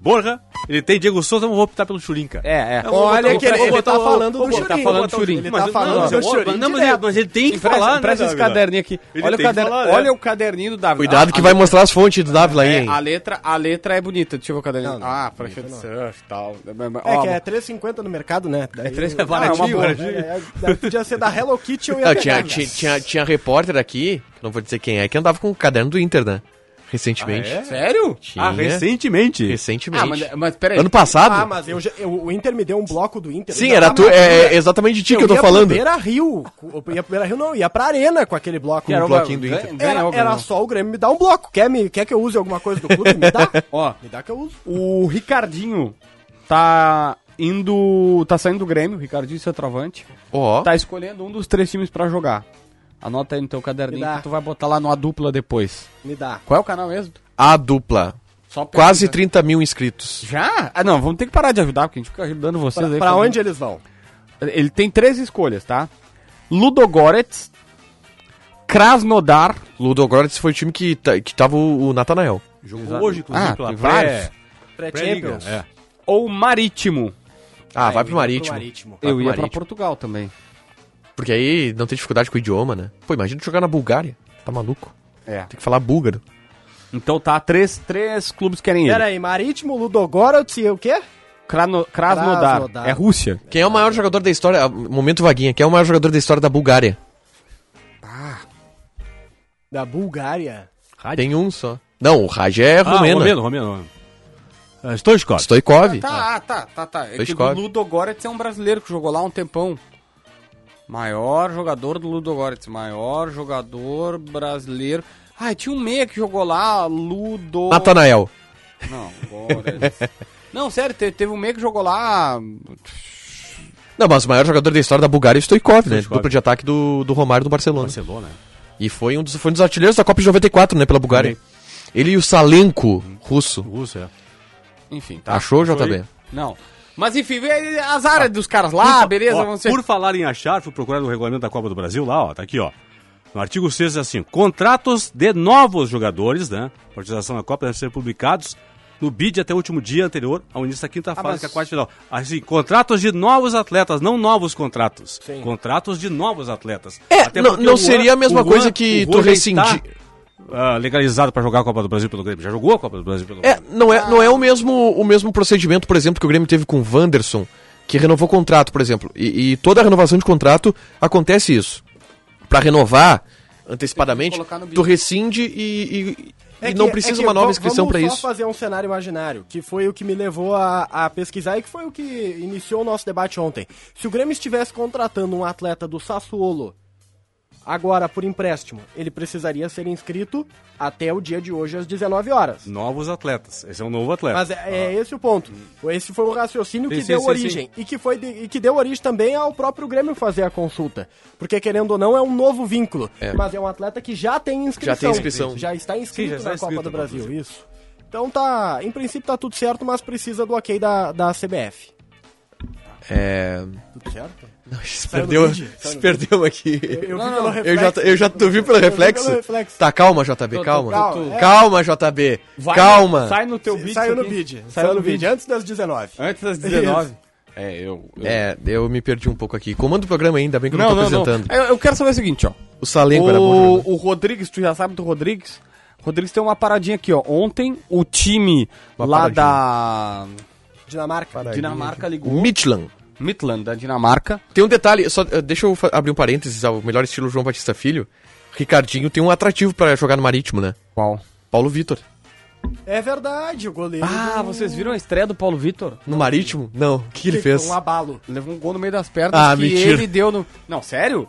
Speaker 6: Borja, ele tem Diego Souza, eu vou optar pelo Churim, cara.
Speaker 2: É, é.
Speaker 6: Eu vou
Speaker 5: Olha
Speaker 6: botar o-
Speaker 5: que ele-
Speaker 6: vou
Speaker 5: ele
Speaker 6: botar
Speaker 5: tá
Speaker 6: o-
Speaker 5: falando
Speaker 6: vou
Speaker 5: do
Speaker 6: botar-
Speaker 2: Churim. Tá
Speaker 6: vou botar
Speaker 2: falando do Churim.
Speaker 6: Ele
Speaker 5: Ele
Speaker 6: tá
Speaker 5: tá falando
Speaker 6: falando
Speaker 5: do Churim
Speaker 6: Não, mas ele,
Speaker 5: direto.
Speaker 6: mas ele tem que
Speaker 2: Empresta,
Speaker 6: falar, né,
Speaker 2: empresta esse
Speaker 6: Dávila?
Speaker 2: caderninho aqui.
Speaker 6: Ele
Speaker 2: Olha o,
Speaker 6: tem que
Speaker 2: caderno,
Speaker 6: falar, né?
Speaker 2: olha o caderninho do Davi.
Speaker 3: Cuidado
Speaker 2: A-
Speaker 3: que
Speaker 2: a
Speaker 3: vai mostrar as fontes do Dávila aí,
Speaker 2: Ah, É,
Speaker 3: hein?
Speaker 2: a letra, a letra é bonita. Deixa eu ver o caderninho. ah, prancha de surf e tal.
Speaker 5: É
Speaker 2: Ó,
Speaker 5: que é 3,50 no mercado, né? Daí-
Speaker 2: três- é
Speaker 5: Ah,
Speaker 2: baratinho,
Speaker 5: uma boa.
Speaker 2: baratinho.
Speaker 5: É, é, Podia ser da Hello Kitty eu ia
Speaker 3: Ah,
Speaker 5: pegar,
Speaker 3: né? tinha,
Speaker 5: cara.
Speaker 3: tinha, tinha, tinha repórter aqui, que não vou dizer quem é, que andava com o caderno do Inter, né? Recentemente.
Speaker 2: É. Sério?
Speaker 3: Tinha.
Speaker 6: Ah, recentemente.
Speaker 3: é? Recentemente.
Speaker 2: Ah, mas, mas peraí.
Speaker 3: Ano passado?
Speaker 5: Ah, mas eu já- eu- o Inter me deu um bloco do Inter.
Speaker 3: Sim,
Speaker 5: Eu
Speaker 3: era
Speaker 5: tava
Speaker 3: tu,
Speaker 5: maluco,
Speaker 3: é,
Speaker 5: né?
Speaker 3: é exatamente de ti que eu tô
Speaker 5: ia
Speaker 3: falando.
Speaker 5: Pro Beira Rio. Eu ia pro Beira Rio, não, ia pra Arena com aquele bloco.
Speaker 3: era
Speaker 5: Um
Speaker 3: o
Speaker 5: bloco.
Speaker 3: bloquinho do
Speaker 2: Ganha-
Speaker 3: Inter.
Speaker 5: Era,
Speaker 2: ganhou,
Speaker 5: era
Speaker 2: ganhou.
Speaker 5: só o Grêmio me dar um bloco. Quer, me, quer que eu use alguma coisa do clube? Me dá.
Speaker 2: Ó,
Speaker 5: me dá que eu uso.
Speaker 2: o Ricardinho tá indo. tá saindo do Grêmio, o Ricardinho centroavante.
Speaker 3: Ó,
Speaker 2: Tá escolhendo um dos três times pra jogar. Anota aí no teu
Speaker 5: Me
Speaker 2: caderninho
Speaker 5: dá.
Speaker 2: que tu vai botar lá no A dupla depois.
Speaker 5: Me dá.
Speaker 2: Qual é o canal mesmo?
Speaker 3: a dupla.
Speaker 2: Só pesquisa.
Speaker 3: Quase 30 mil inscritos.
Speaker 2: Já? Ah, não, vamos ter que parar de ajudar, porque a gente fica ajudando vocês
Speaker 5: Pra,
Speaker 2: aí.
Speaker 5: pra
Speaker 3: tá
Speaker 2: falando.
Speaker 5: onde eles vão?
Speaker 2: Ele tem três escolhas, tá? Ludogorets, Krasnodar.
Speaker 3: Ludogorets foi o time que, ta- que tava o, o Natanael.
Speaker 6: Jogou hoje, inclusive,
Speaker 2: Ah,
Speaker 6: pela
Speaker 2: tem
Speaker 6: pré-
Speaker 2: vários.
Speaker 6: pré-liga.
Speaker 5: Pré-Champions.
Speaker 6: É.
Speaker 2: ou Marítimo.
Speaker 3: Ah, vai
Speaker 5: eu
Speaker 3: pro
Speaker 5: ia
Speaker 3: Marítimo. Vai
Speaker 2: eu
Speaker 3: pro
Speaker 2: ia
Speaker 3: Marítimo.
Speaker 2: pra Portugal também.
Speaker 3: Porque aí não tem dificuldade com o idioma, né? Pô, imagina tu jogar na Bulgária. Tá maluco?
Speaker 2: É.
Speaker 3: Tem que falar búlgaro.
Speaker 2: Então tá, três, três clubes querem ele.
Speaker 5: Pera aí, Marítimo, Ludogorets e o quê?
Speaker 2: Crano, Krasnodar.
Speaker 5: Krasnodar.
Speaker 2: É Rússia.
Speaker 3: Quem é o maior jogador da história? ah, Momento vaguinha. Quem é o maior jogador da história da Bulgária?
Speaker 5: Da Bulgária.
Speaker 3: Tem um só. Não, o Raj é
Speaker 6: Ah,
Speaker 3: romeno.
Speaker 6: Romeno, Romeno. Ah, Stoichkov. Ah,
Speaker 3: Stoikov.
Speaker 2: Tá, tá, tá, tá. É
Speaker 3: Dois
Speaker 2: que o
Speaker 3: quadros.
Speaker 2: Ludogorets é um brasileiro que jogou lá há um tempão. Maior jogador do Ludogorets, maior jogador brasileiro. Ah, tinha um meia que jogou lá, Ludo...
Speaker 3: Ah, Natanael.
Speaker 2: Não, Gorets. Não, sério, te- teve um meia que jogou lá...
Speaker 3: Não, mas o maior jogador da história da Bulgária é o Stoikov, né?
Speaker 6: Stoichkov.
Speaker 3: Dupla de ataque do, do Romário do Barcelona.
Speaker 6: Barcelona. é.
Speaker 3: E foi um, dos, foi um dos artilheiros da Copa de 94, né? Pela Bulgária. Ele e o Salenko, russo.
Speaker 6: Russo, é.
Speaker 2: Enfim, tá.
Speaker 3: Achou,
Speaker 6: Foi.
Speaker 3: JB?
Speaker 2: Não. Mas enfim, vê as áreas dos caras
Speaker 3: Ah,
Speaker 2: lá, beleza,
Speaker 6: Ó,
Speaker 2: vamos ser...
Speaker 6: Por falar em achar, fui procurar no regulamento da Copa do Brasil, lá, ó, tá aqui, ó. No artigo 6 diz assim: contratos de novos jogadores, né? Participação na Copa devem ser publicados no BID até o último dia anterior ao início da
Speaker 3: Ah,
Speaker 6: quinta fase,
Speaker 2: mas-
Speaker 6: que é a quarta final. Assim, contratos de novos atletas, não novos contratos. Contratos de novos atletas.
Speaker 3: É, não-
Speaker 6: porque
Speaker 3: não
Speaker 6: o
Speaker 3: seria a mesma
Speaker 6: o
Speaker 3: coisa que tu
Speaker 6: o Juan já
Speaker 3: rescindir.
Speaker 6: tá, ah, legalizado pra jogar a Copa do Brasil pelo Grêmio. Já jogou a Copa do Brasil pelo Grêmio?
Speaker 3: É, não é,
Speaker 2: Ah.
Speaker 3: não é o, mesmo, o mesmo procedimento, por exemplo, que o Grêmio teve com o Wanderson, que renovou o contrato, por exemplo. E, e toda a renovação de contrato acontece isso. Pra renovar antecipadamente,
Speaker 2: colocar no bid.
Speaker 3: tu rescinde e, e-
Speaker 5: É
Speaker 3: e
Speaker 5: que-
Speaker 3: não
Speaker 5: é
Speaker 3: precisa
Speaker 5: que
Speaker 3: uma nova
Speaker 5: va-
Speaker 3: inscrição pra
Speaker 5: Vamos
Speaker 3: isso.
Speaker 5: só fazer um cenário imaginário, que foi o que me levou a, a pesquisar e que foi o que iniciou o nosso debate ontem. Se o Grêmio estivesse contratando um atleta do Sassuolo agora por empréstimo, ele precisaria ser inscrito até o dia de hoje às 19 horas.
Speaker 6: Novos atletas. Esse é um novo atleta.
Speaker 5: Mas é, é esse o ponto. Esse foi o raciocínio
Speaker 6: Sim,
Speaker 5: que
Speaker 6: sim,
Speaker 5: deu
Speaker 6: sim,
Speaker 5: origem. E, que foi de- e que deu origem também ao próprio Grêmio fazer a consulta. Porque, querendo ou não, é um novo vínculo. Mas é um atleta que já tem inscrição.
Speaker 3: Já tem inscrição.
Speaker 5: Já está inscrito
Speaker 6: Sim, já está
Speaker 5: na Copa
Speaker 6: inscrito
Speaker 5: do
Speaker 6: na
Speaker 5: Brasil.
Speaker 6: Brasil.
Speaker 5: Isso. Então tá. Em princípio tá tudo certo, mas precisa do ok da, da CBF.
Speaker 3: É...
Speaker 5: Tudo certo?
Speaker 3: Se
Speaker 5: Saiu no
Speaker 3: perdeu,
Speaker 5: vídeo, saiu
Speaker 3: se
Speaker 5: no
Speaker 3: perdeu aqui.
Speaker 5: Eu, vi pelo
Speaker 3: Eu já, eu já tu viu pelo
Speaker 5: Eu vi
Speaker 3: reflexo?
Speaker 5: pelo reflexo.
Speaker 3: Tá, calma, JB, calma.
Speaker 5: calma, é.
Speaker 3: Calma, JB.
Speaker 2: Vai,
Speaker 3: calma.
Speaker 2: Sai no teu vídeo.
Speaker 5: Saiu
Speaker 2: isso
Speaker 5: no
Speaker 2: aqui.
Speaker 5: bid.
Speaker 2: Saiu no vídeo.
Speaker 5: Antes das 19.
Speaker 2: Antes das 19. É, eu... eu-
Speaker 3: É, eu me perdi um pouco aqui. Comando o programa ainda, bem que eu não, tô apresentando.
Speaker 2: Eu, eu quero saber o seguinte, ó.
Speaker 3: O Salenco era bom jogador.
Speaker 2: O, o Rodrigues, tu já sabe do Rodrigues? Rodrigues tem uma paradinha aqui, ó. Ontem o time
Speaker 3: Uma
Speaker 2: lá
Speaker 3: paradinha.
Speaker 2: da
Speaker 5: Dinamarca.
Speaker 2: Dinamarca ligou.
Speaker 3: O Midland.
Speaker 2: Midland da Dinamarca.
Speaker 3: Tem um detalhe, só, eh, deixa eu fa- abrir um parênteses ao melhor estilo João Batista Filho. Ricardinho tem um atrativo pra jogar no Marítimo, né?
Speaker 2: Qual?
Speaker 3: Paulo Vitor.
Speaker 5: É verdade, o goleiro.
Speaker 2: Ah,
Speaker 5: do-
Speaker 2: vocês viram a estreia do Paulo Vitor?
Speaker 3: No Marítimo? Não. O que ele fez?
Speaker 5: Um abalo.
Speaker 2: Levou um gol no meio das pernas
Speaker 3: Ah,
Speaker 2: que
Speaker 3: mentira.
Speaker 2: ele deu no. Não, sério?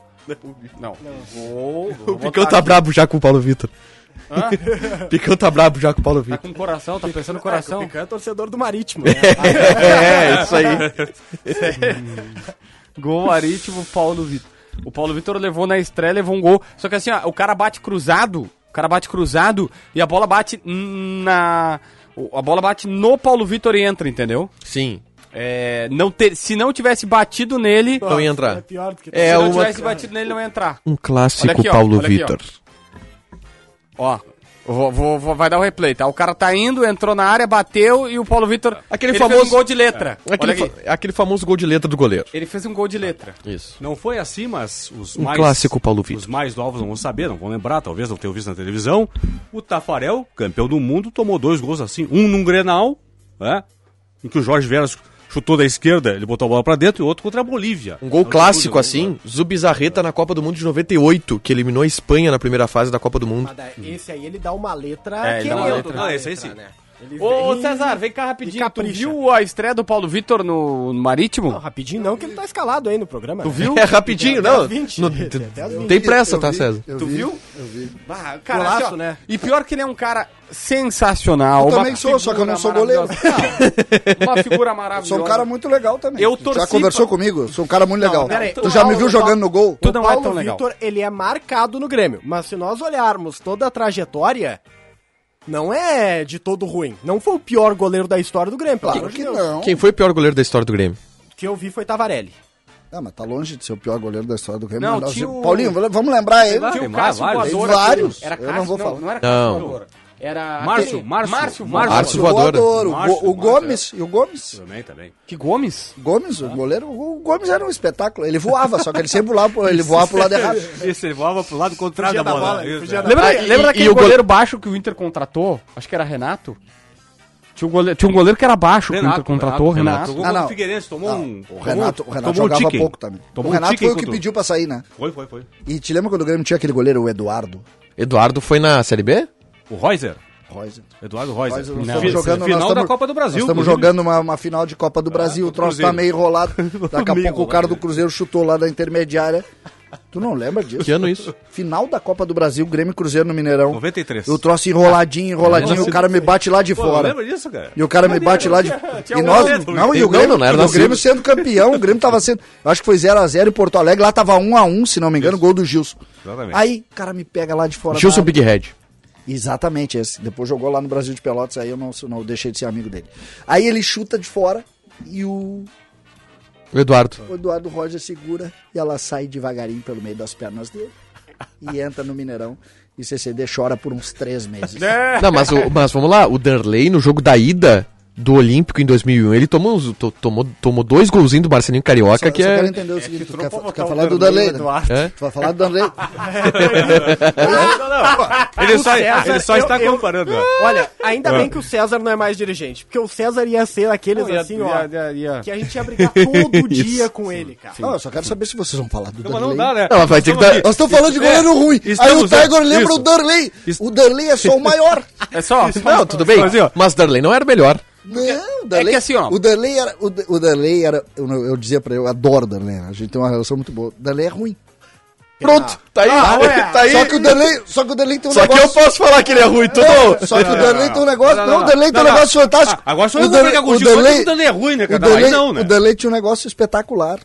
Speaker 2: Não. Gol.
Speaker 3: O Picão tá brabo já com o Paulo Vitor. Picão tá brabo já com o Paulo
Speaker 2: Tá
Speaker 3: Vitor.
Speaker 2: com coração, tá pensando no
Speaker 5: É, que o
Speaker 2: coração.
Speaker 5: Pican é torcedor do Marítimo. né?
Speaker 3: É, isso aí.
Speaker 2: Gol marítimo, Paulo Vitor. O Paulo Vitor levou na estreia, levou um gol. Só que assim, ó, o cara bate cruzado. O cara bate cruzado e a bola bate na. o- A bola bate no Paulo Vitor e entra, entendeu?
Speaker 3: Sim.
Speaker 2: É, não ter, se não tivesse batido nele.
Speaker 3: Então ia entrar.
Speaker 5: É pior do que
Speaker 3: É,
Speaker 2: se não
Speaker 3: uma-
Speaker 2: tivesse batido nele, não ia entrar.
Speaker 3: Um clássico
Speaker 2: Olha aqui, ó,
Speaker 3: Paulo
Speaker 2: olha aqui, ó.
Speaker 3: Vitor.
Speaker 2: Ó, vou- vou- vou- vai dar o replay, tá? O cara tá indo, entrou na área, bateu e o Paulo Vitor.
Speaker 3: Aquele
Speaker 2: ele
Speaker 3: famoso- É.
Speaker 2: fez um gol de letra.
Speaker 3: Aquele,
Speaker 2: Olha aqui.
Speaker 3: fa- aquele famoso gol de letra do goleiro.
Speaker 2: Ele fez um gol de letra.
Speaker 3: Isso.
Speaker 6: Não foi assim, mas os
Speaker 3: Um
Speaker 6: mais.
Speaker 3: clássico, Paulo Vitor.
Speaker 6: Os mais novos não vão saber, não vão lembrar, talvez não tenham visto na televisão. O Tafarel, campeão do mundo, tomou dois gols assim. Um num grenal, né? Em que o Jorge Veras chutou da esquerda, ele botou a bola pra dentro, e outro contra a Bolívia.
Speaker 3: Um
Speaker 2: É
Speaker 3: gol
Speaker 6: Não,
Speaker 3: clássico
Speaker 6: gol,
Speaker 3: assim, Zubizarreta na Copa do Mundo de 98, que eliminou a Espanha na primeira fase da Copa do Mundo.
Speaker 5: Nada, Esse aí ele dá uma letra.
Speaker 2: É, ele dá uma
Speaker 5: querendo
Speaker 2: letra.
Speaker 5: dar
Speaker 6: Não, esse aí
Speaker 5: letra,
Speaker 6: sim.
Speaker 5: né? Ele
Speaker 2: Ô,
Speaker 5: vem-
Speaker 2: César, vem cá
Speaker 5: e
Speaker 2: rapidinho. Tu
Speaker 5: capricha.
Speaker 2: viu a estreia do Paulo Vitor no, no Marítimo?
Speaker 5: Não, rapidinho não, que ele tá escalado aí no programa. Tu
Speaker 3: Viu? É rapidinho,
Speaker 5: Até
Speaker 3: não.
Speaker 5: as 20.
Speaker 3: Não,
Speaker 5: Até as
Speaker 3: não
Speaker 5: 20.
Speaker 3: tem pressa,
Speaker 4: Eu
Speaker 3: tá,
Speaker 4: vi,
Speaker 3: César?
Speaker 4: eu
Speaker 2: Tu
Speaker 4: vi,
Speaker 2: viu?
Speaker 4: Eu vi.
Speaker 2: Bah,
Speaker 5: Golaço,
Speaker 2: assim, ó,
Speaker 5: né?
Speaker 2: E pior que ele é um cara sensacional.
Speaker 4: Eu
Speaker 2: uma
Speaker 4: também sou, só que eu não
Speaker 2: figura
Speaker 4: sou goleiro.
Speaker 2: maravilhosa. Não, uma figura maravilhosa.
Speaker 4: Sou um cara muito legal também.
Speaker 2: Eu
Speaker 4: Tu
Speaker 2: torci
Speaker 4: já conversou
Speaker 2: pra-
Speaker 4: comigo? Sou um cara muito legal.
Speaker 5: pera aí,
Speaker 4: tu um
Speaker 5: o
Speaker 4: já me
Speaker 5: Paulo-
Speaker 4: viu jogando no gol?
Speaker 2: Tu
Speaker 5: o
Speaker 2: não é
Speaker 5: Paulo
Speaker 2: tão legal.
Speaker 5: Vitor, ele é marcado no Grêmio, mas se nós olharmos toda a trajetória, não é de todo ruim. Não foi o pior goleiro da história do Grêmio, pelo
Speaker 4: Claro
Speaker 5: amor de
Speaker 4: que
Speaker 5: Deus.
Speaker 4: não.
Speaker 3: Quem foi o pior goleiro da história do Grêmio?
Speaker 5: O que eu vi foi Tavarelli.
Speaker 4: Ah, mas tá longe de ser o pior goleiro da história do Grêmio.
Speaker 2: Não,
Speaker 4: Nós-
Speaker 2: tinha o-
Speaker 4: Paulinho, vamos lembrar ele.
Speaker 2: Tinha o
Speaker 6: Tem vários,
Speaker 2: Cássio
Speaker 6: vários.
Speaker 2: Voador.
Speaker 4: Tem vários.
Speaker 2: Era
Speaker 4: Eu não
Speaker 2: Cássio,
Speaker 4: vou
Speaker 2: não,
Speaker 4: falar.
Speaker 2: não era
Speaker 3: Não.
Speaker 2: Cássio Voador. Era...
Speaker 6: Márcio,
Speaker 2: aquele-
Speaker 6: Márcio,
Speaker 2: Márcio,
Speaker 6: Márcio.
Speaker 2: Márcio.
Speaker 3: Márcio.
Speaker 4: Voadora.
Speaker 3: Voadora.
Speaker 4: O, o Gomes, e o Gomes?
Speaker 6: Também, também.
Speaker 2: Que Gomes?
Speaker 4: Gomes, o goleiro, o Gomes era um espetáculo. Ele voava, só que ele sempre pulava, ele voava pro lado errado.
Speaker 6: Esse ele voava pro lado contrário
Speaker 5: Fugia
Speaker 6: da
Speaker 5: da
Speaker 6: bola.
Speaker 5: bola, ele
Speaker 6: Isso,
Speaker 5: fugia
Speaker 6: é.
Speaker 5: da-
Speaker 2: Lembra,
Speaker 3: Ah, e-
Speaker 2: lembra
Speaker 3: e
Speaker 2: daquele
Speaker 3: o gole-
Speaker 2: goleiro baixo que o Inter contratou? Acho que era Renato. Tinha um goleiro, tinha um goleiro que era baixo que o Inter contratou, Renato.
Speaker 6: Jogou
Speaker 4: Ah,
Speaker 6: contra
Speaker 4: não.
Speaker 6: o Figueirense, tomou um.
Speaker 4: Não, o Renato, o
Speaker 6: tomou
Speaker 4: Renato
Speaker 6: um
Speaker 4: jogava
Speaker 6: tiquinho.
Speaker 4: pouco também.
Speaker 6: Tomou
Speaker 4: o
Speaker 6: um
Speaker 4: Renato
Speaker 6: tiquinho
Speaker 4: foi o que
Speaker 6: contra-
Speaker 4: pediu pra sair, né?
Speaker 6: Foi, foi, foi.
Speaker 4: E te lembra quando o Grêmio tinha aquele goleiro, o Eduardo?
Speaker 3: Eduardo foi na Série B?
Speaker 6: O Reuser.
Speaker 4: Reuser.
Speaker 6: Eduardo Reuser.
Speaker 4: Nós estamos
Speaker 6: Fi-
Speaker 4: jogando- nós
Speaker 6: final da
Speaker 4: estamos-
Speaker 6: Copa do Brasil.
Speaker 4: Nós estamos
Speaker 6: inclusive.
Speaker 4: jogando uma, uma final de Copa do Brasil, o
Speaker 6: do
Speaker 4: troço tá
Speaker 6: Cruzeiro.
Speaker 4: meio enrolado. Daqui a
Speaker 6: Meio
Speaker 4: pouco o cara
Speaker 6: enrolado.
Speaker 4: do Cruzeiro chutou lá da intermediária. Tu não lembra disso?
Speaker 3: Que ano isso?
Speaker 4: Final da Copa do Brasil, Grêmio e Cruzeiro no Mineirão.
Speaker 6: 93.
Speaker 4: Eu troço enroladinho, enroladinho, o cara me bate lá de
Speaker 6: É. Pô,
Speaker 4: fora.
Speaker 6: Lembra disso, cara?
Speaker 4: E o cara me bate lá de.
Speaker 6: tinha
Speaker 4: E
Speaker 6: um
Speaker 4: nós.
Speaker 6: goleiro,
Speaker 4: Não, e
Speaker 3: Não,
Speaker 4: o Grêmio,
Speaker 3: não era assim.
Speaker 4: e o
Speaker 3: nascido.
Speaker 4: Grêmio sendo campeão, o Grêmio tava sendo. eu Acho que foi 0x0 em Porto Alegre, lá tava 1x1, se não me engano, gol do Gilson.
Speaker 6: Exatamente.
Speaker 4: Aí, o cara me pega lá de fora. da
Speaker 3: Gilson
Speaker 4: área.
Speaker 3: Big Head.
Speaker 4: Exatamente esse. Depois jogou lá no Brasil de Pelotas, aí eu não, não deixei de ser amigo dele. Aí ele chuta de fora e o
Speaker 3: O Eduardo.
Speaker 4: o Eduardo Roger segura e ela sai devagarinho pelo meio das pernas dele e entra no Mineirão. E CCD chora por uns três meses.
Speaker 6: Né?
Speaker 3: Não, mas, o- mas vamos lá, o Darley no jogo da ida do Olímpico em 2001, ele tomou, uns- to- tomou, tomou dois golzinhos do Marcelinho Carioca,
Speaker 4: Só,
Speaker 3: que
Speaker 4: só quero
Speaker 3: é...
Speaker 4: entender o seguinte, tu quer, fa- tu quer
Speaker 6: um
Speaker 4: falar do Danley, né?
Speaker 3: É?
Speaker 4: Tu vai falar do Danley?
Speaker 5: É
Speaker 6: Ele só,
Speaker 5: Ah, César,
Speaker 6: ele só
Speaker 5: eu-
Speaker 6: está
Speaker 5: eu-
Speaker 6: comparando. ó. Ah.
Speaker 5: Olha, ainda bem que o César não é mais dirigente, porque o César ia ser aqueles assim, ó, que a gente ia brigar todo dia com ele, cara.
Speaker 4: Não, eu só quero saber se vocês vão falar do
Speaker 6: Não, mas não
Speaker 4: Danley.
Speaker 6: dá, né? É,
Speaker 3: Não, mas vai ter que dar-
Speaker 4: Nós estamos falando de goleiro ruim. Aí o
Speaker 6: estamos- é,
Speaker 4: Tiger lembra
Speaker 6: isso.
Speaker 4: o Danley.
Speaker 6: Isso.
Speaker 4: O Danley é só o maior.
Speaker 2: É só.
Speaker 3: Não, tudo bem,
Speaker 6: Mas, ó,
Speaker 3: mas Darley não era o melhor.
Speaker 4: Não, o Darley,
Speaker 2: é que assim, ó.
Speaker 4: O Darley era. O, D- o Darley era. Eu, não- eu dizia pra ele, eu adoro o Darley. né? A gente tem uma relação muito boa. O Darley é ruim.
Speaker 3: Pronto, tá aí, tá aí.
Speaker 4: Ah, Só que o Darley, só que o Darley tem um
Speaker 3: Só que
Speaker 4: negócio.
Speaker 3: eu posso falar que ele é ruim, tudo.
Speaker 4: Só que o Darley tem um negócio.
Speaker 6: Não,
Speaker 4: Não,
Speaker 6: não,
Speaker 4: o Darley tem um
Speaker 6: não, não.
Speaker 4: negócio fantástico.
Speaker 6: Ah, agora só
Speaker 4: O
Speaker 6: eu vou
Speaker 4: Darley-
Speaker 6: brigar com o
Speaker 4: o
Speaker 6: Gil, só
Speaker 4: Darley-
Speaker 6: que o Darley é ruim, né,
Speaker 4: O
Speaker 6: cara? Aí
Speaker 4: Darley-
Speaker 6: não, né?
Speaker 4: O Darley tinha um negócio espetacular.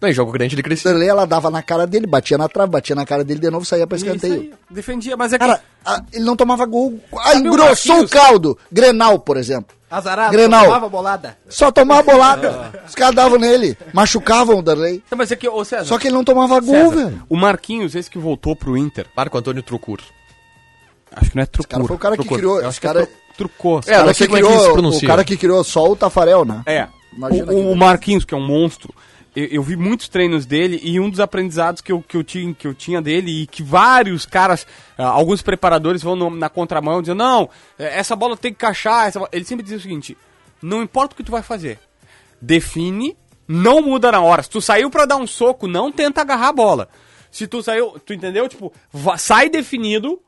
Speaker 3: Não, em jogo grande ele
Speaker 4: O
Speaker 3: cresceu.
Speaker 4: Darley, ela dava na cara dele, batia na trave, batia na cara dele de novo, saía pra escanteio.
Speaker 2: Defendia, mas é que.
Speaker 4: Cara, a- ele não tomava gol. Ah,
Speaker 2: Sabe o
Speaker 4: engrossou o
Speaker 2: Marquinhos?
Speaker 4: caldo. Grenal, por exemplo.
Speaker 6: Ah.
Speaker 5: Azarado,
Speaker 4: Grenal.
Speaker 5: tomava bolada.
Speaker 4: Só tomava bolada. Os caras davam nele. Machucavam o Darley.
Speaker 2: Não, mas é que, ô César.
Speaker 4: Só que ele não tomava gol,
Speaker 2: César,
Speaker 4: velho.
Speaker 2: o Marquinhos, esse que voltou pro Inter.
Speaker 3: Marco Antônio Trucur.
Speaker 2: Acho que não é
Speaker 4: O cara
Speaker 2: Trucur.
Speaker 4: foi o cara que
Speaker 3: procura.
Speaker 4: criou.
Speaker 2: Eu
Speaker 4: Os
Speaker 2: acho que
Speaker 4: cara,
Speaker 2: é tru- Trucou.
Speaker 3: É,
Speaker 4: cara
Speaker 3: não
Speaker 4: que
Speaker 3: sei como é que
Speaker 4: criou-
Speaker 3: se pronuncia.
Speaker 4: o cara que criou só o Tafarel, né?
Speaker 2: É.
Speaker 4: Imagina
Speaker 2: o,
Speaker 4: que-
Speaker 2: o Marquinhos, que é um monstro, eu, eu vi muitos treinos dele e um dos aprendizados que eu, que eu, tinha, que eu tinha dele e que vários caras, ah, alguns preparadores vão no- na contramão dizendo, não, eh, essa bola tem que encaixar. essa bola-" Ele sempre dizia o seguinte, não importa o que tu vai fazer, define, não muda na hora. Se tu saiu pra dar um soco, não tenta agarrar a bola. Se tu saiu, tu entendeu? Tipo, va- sai definido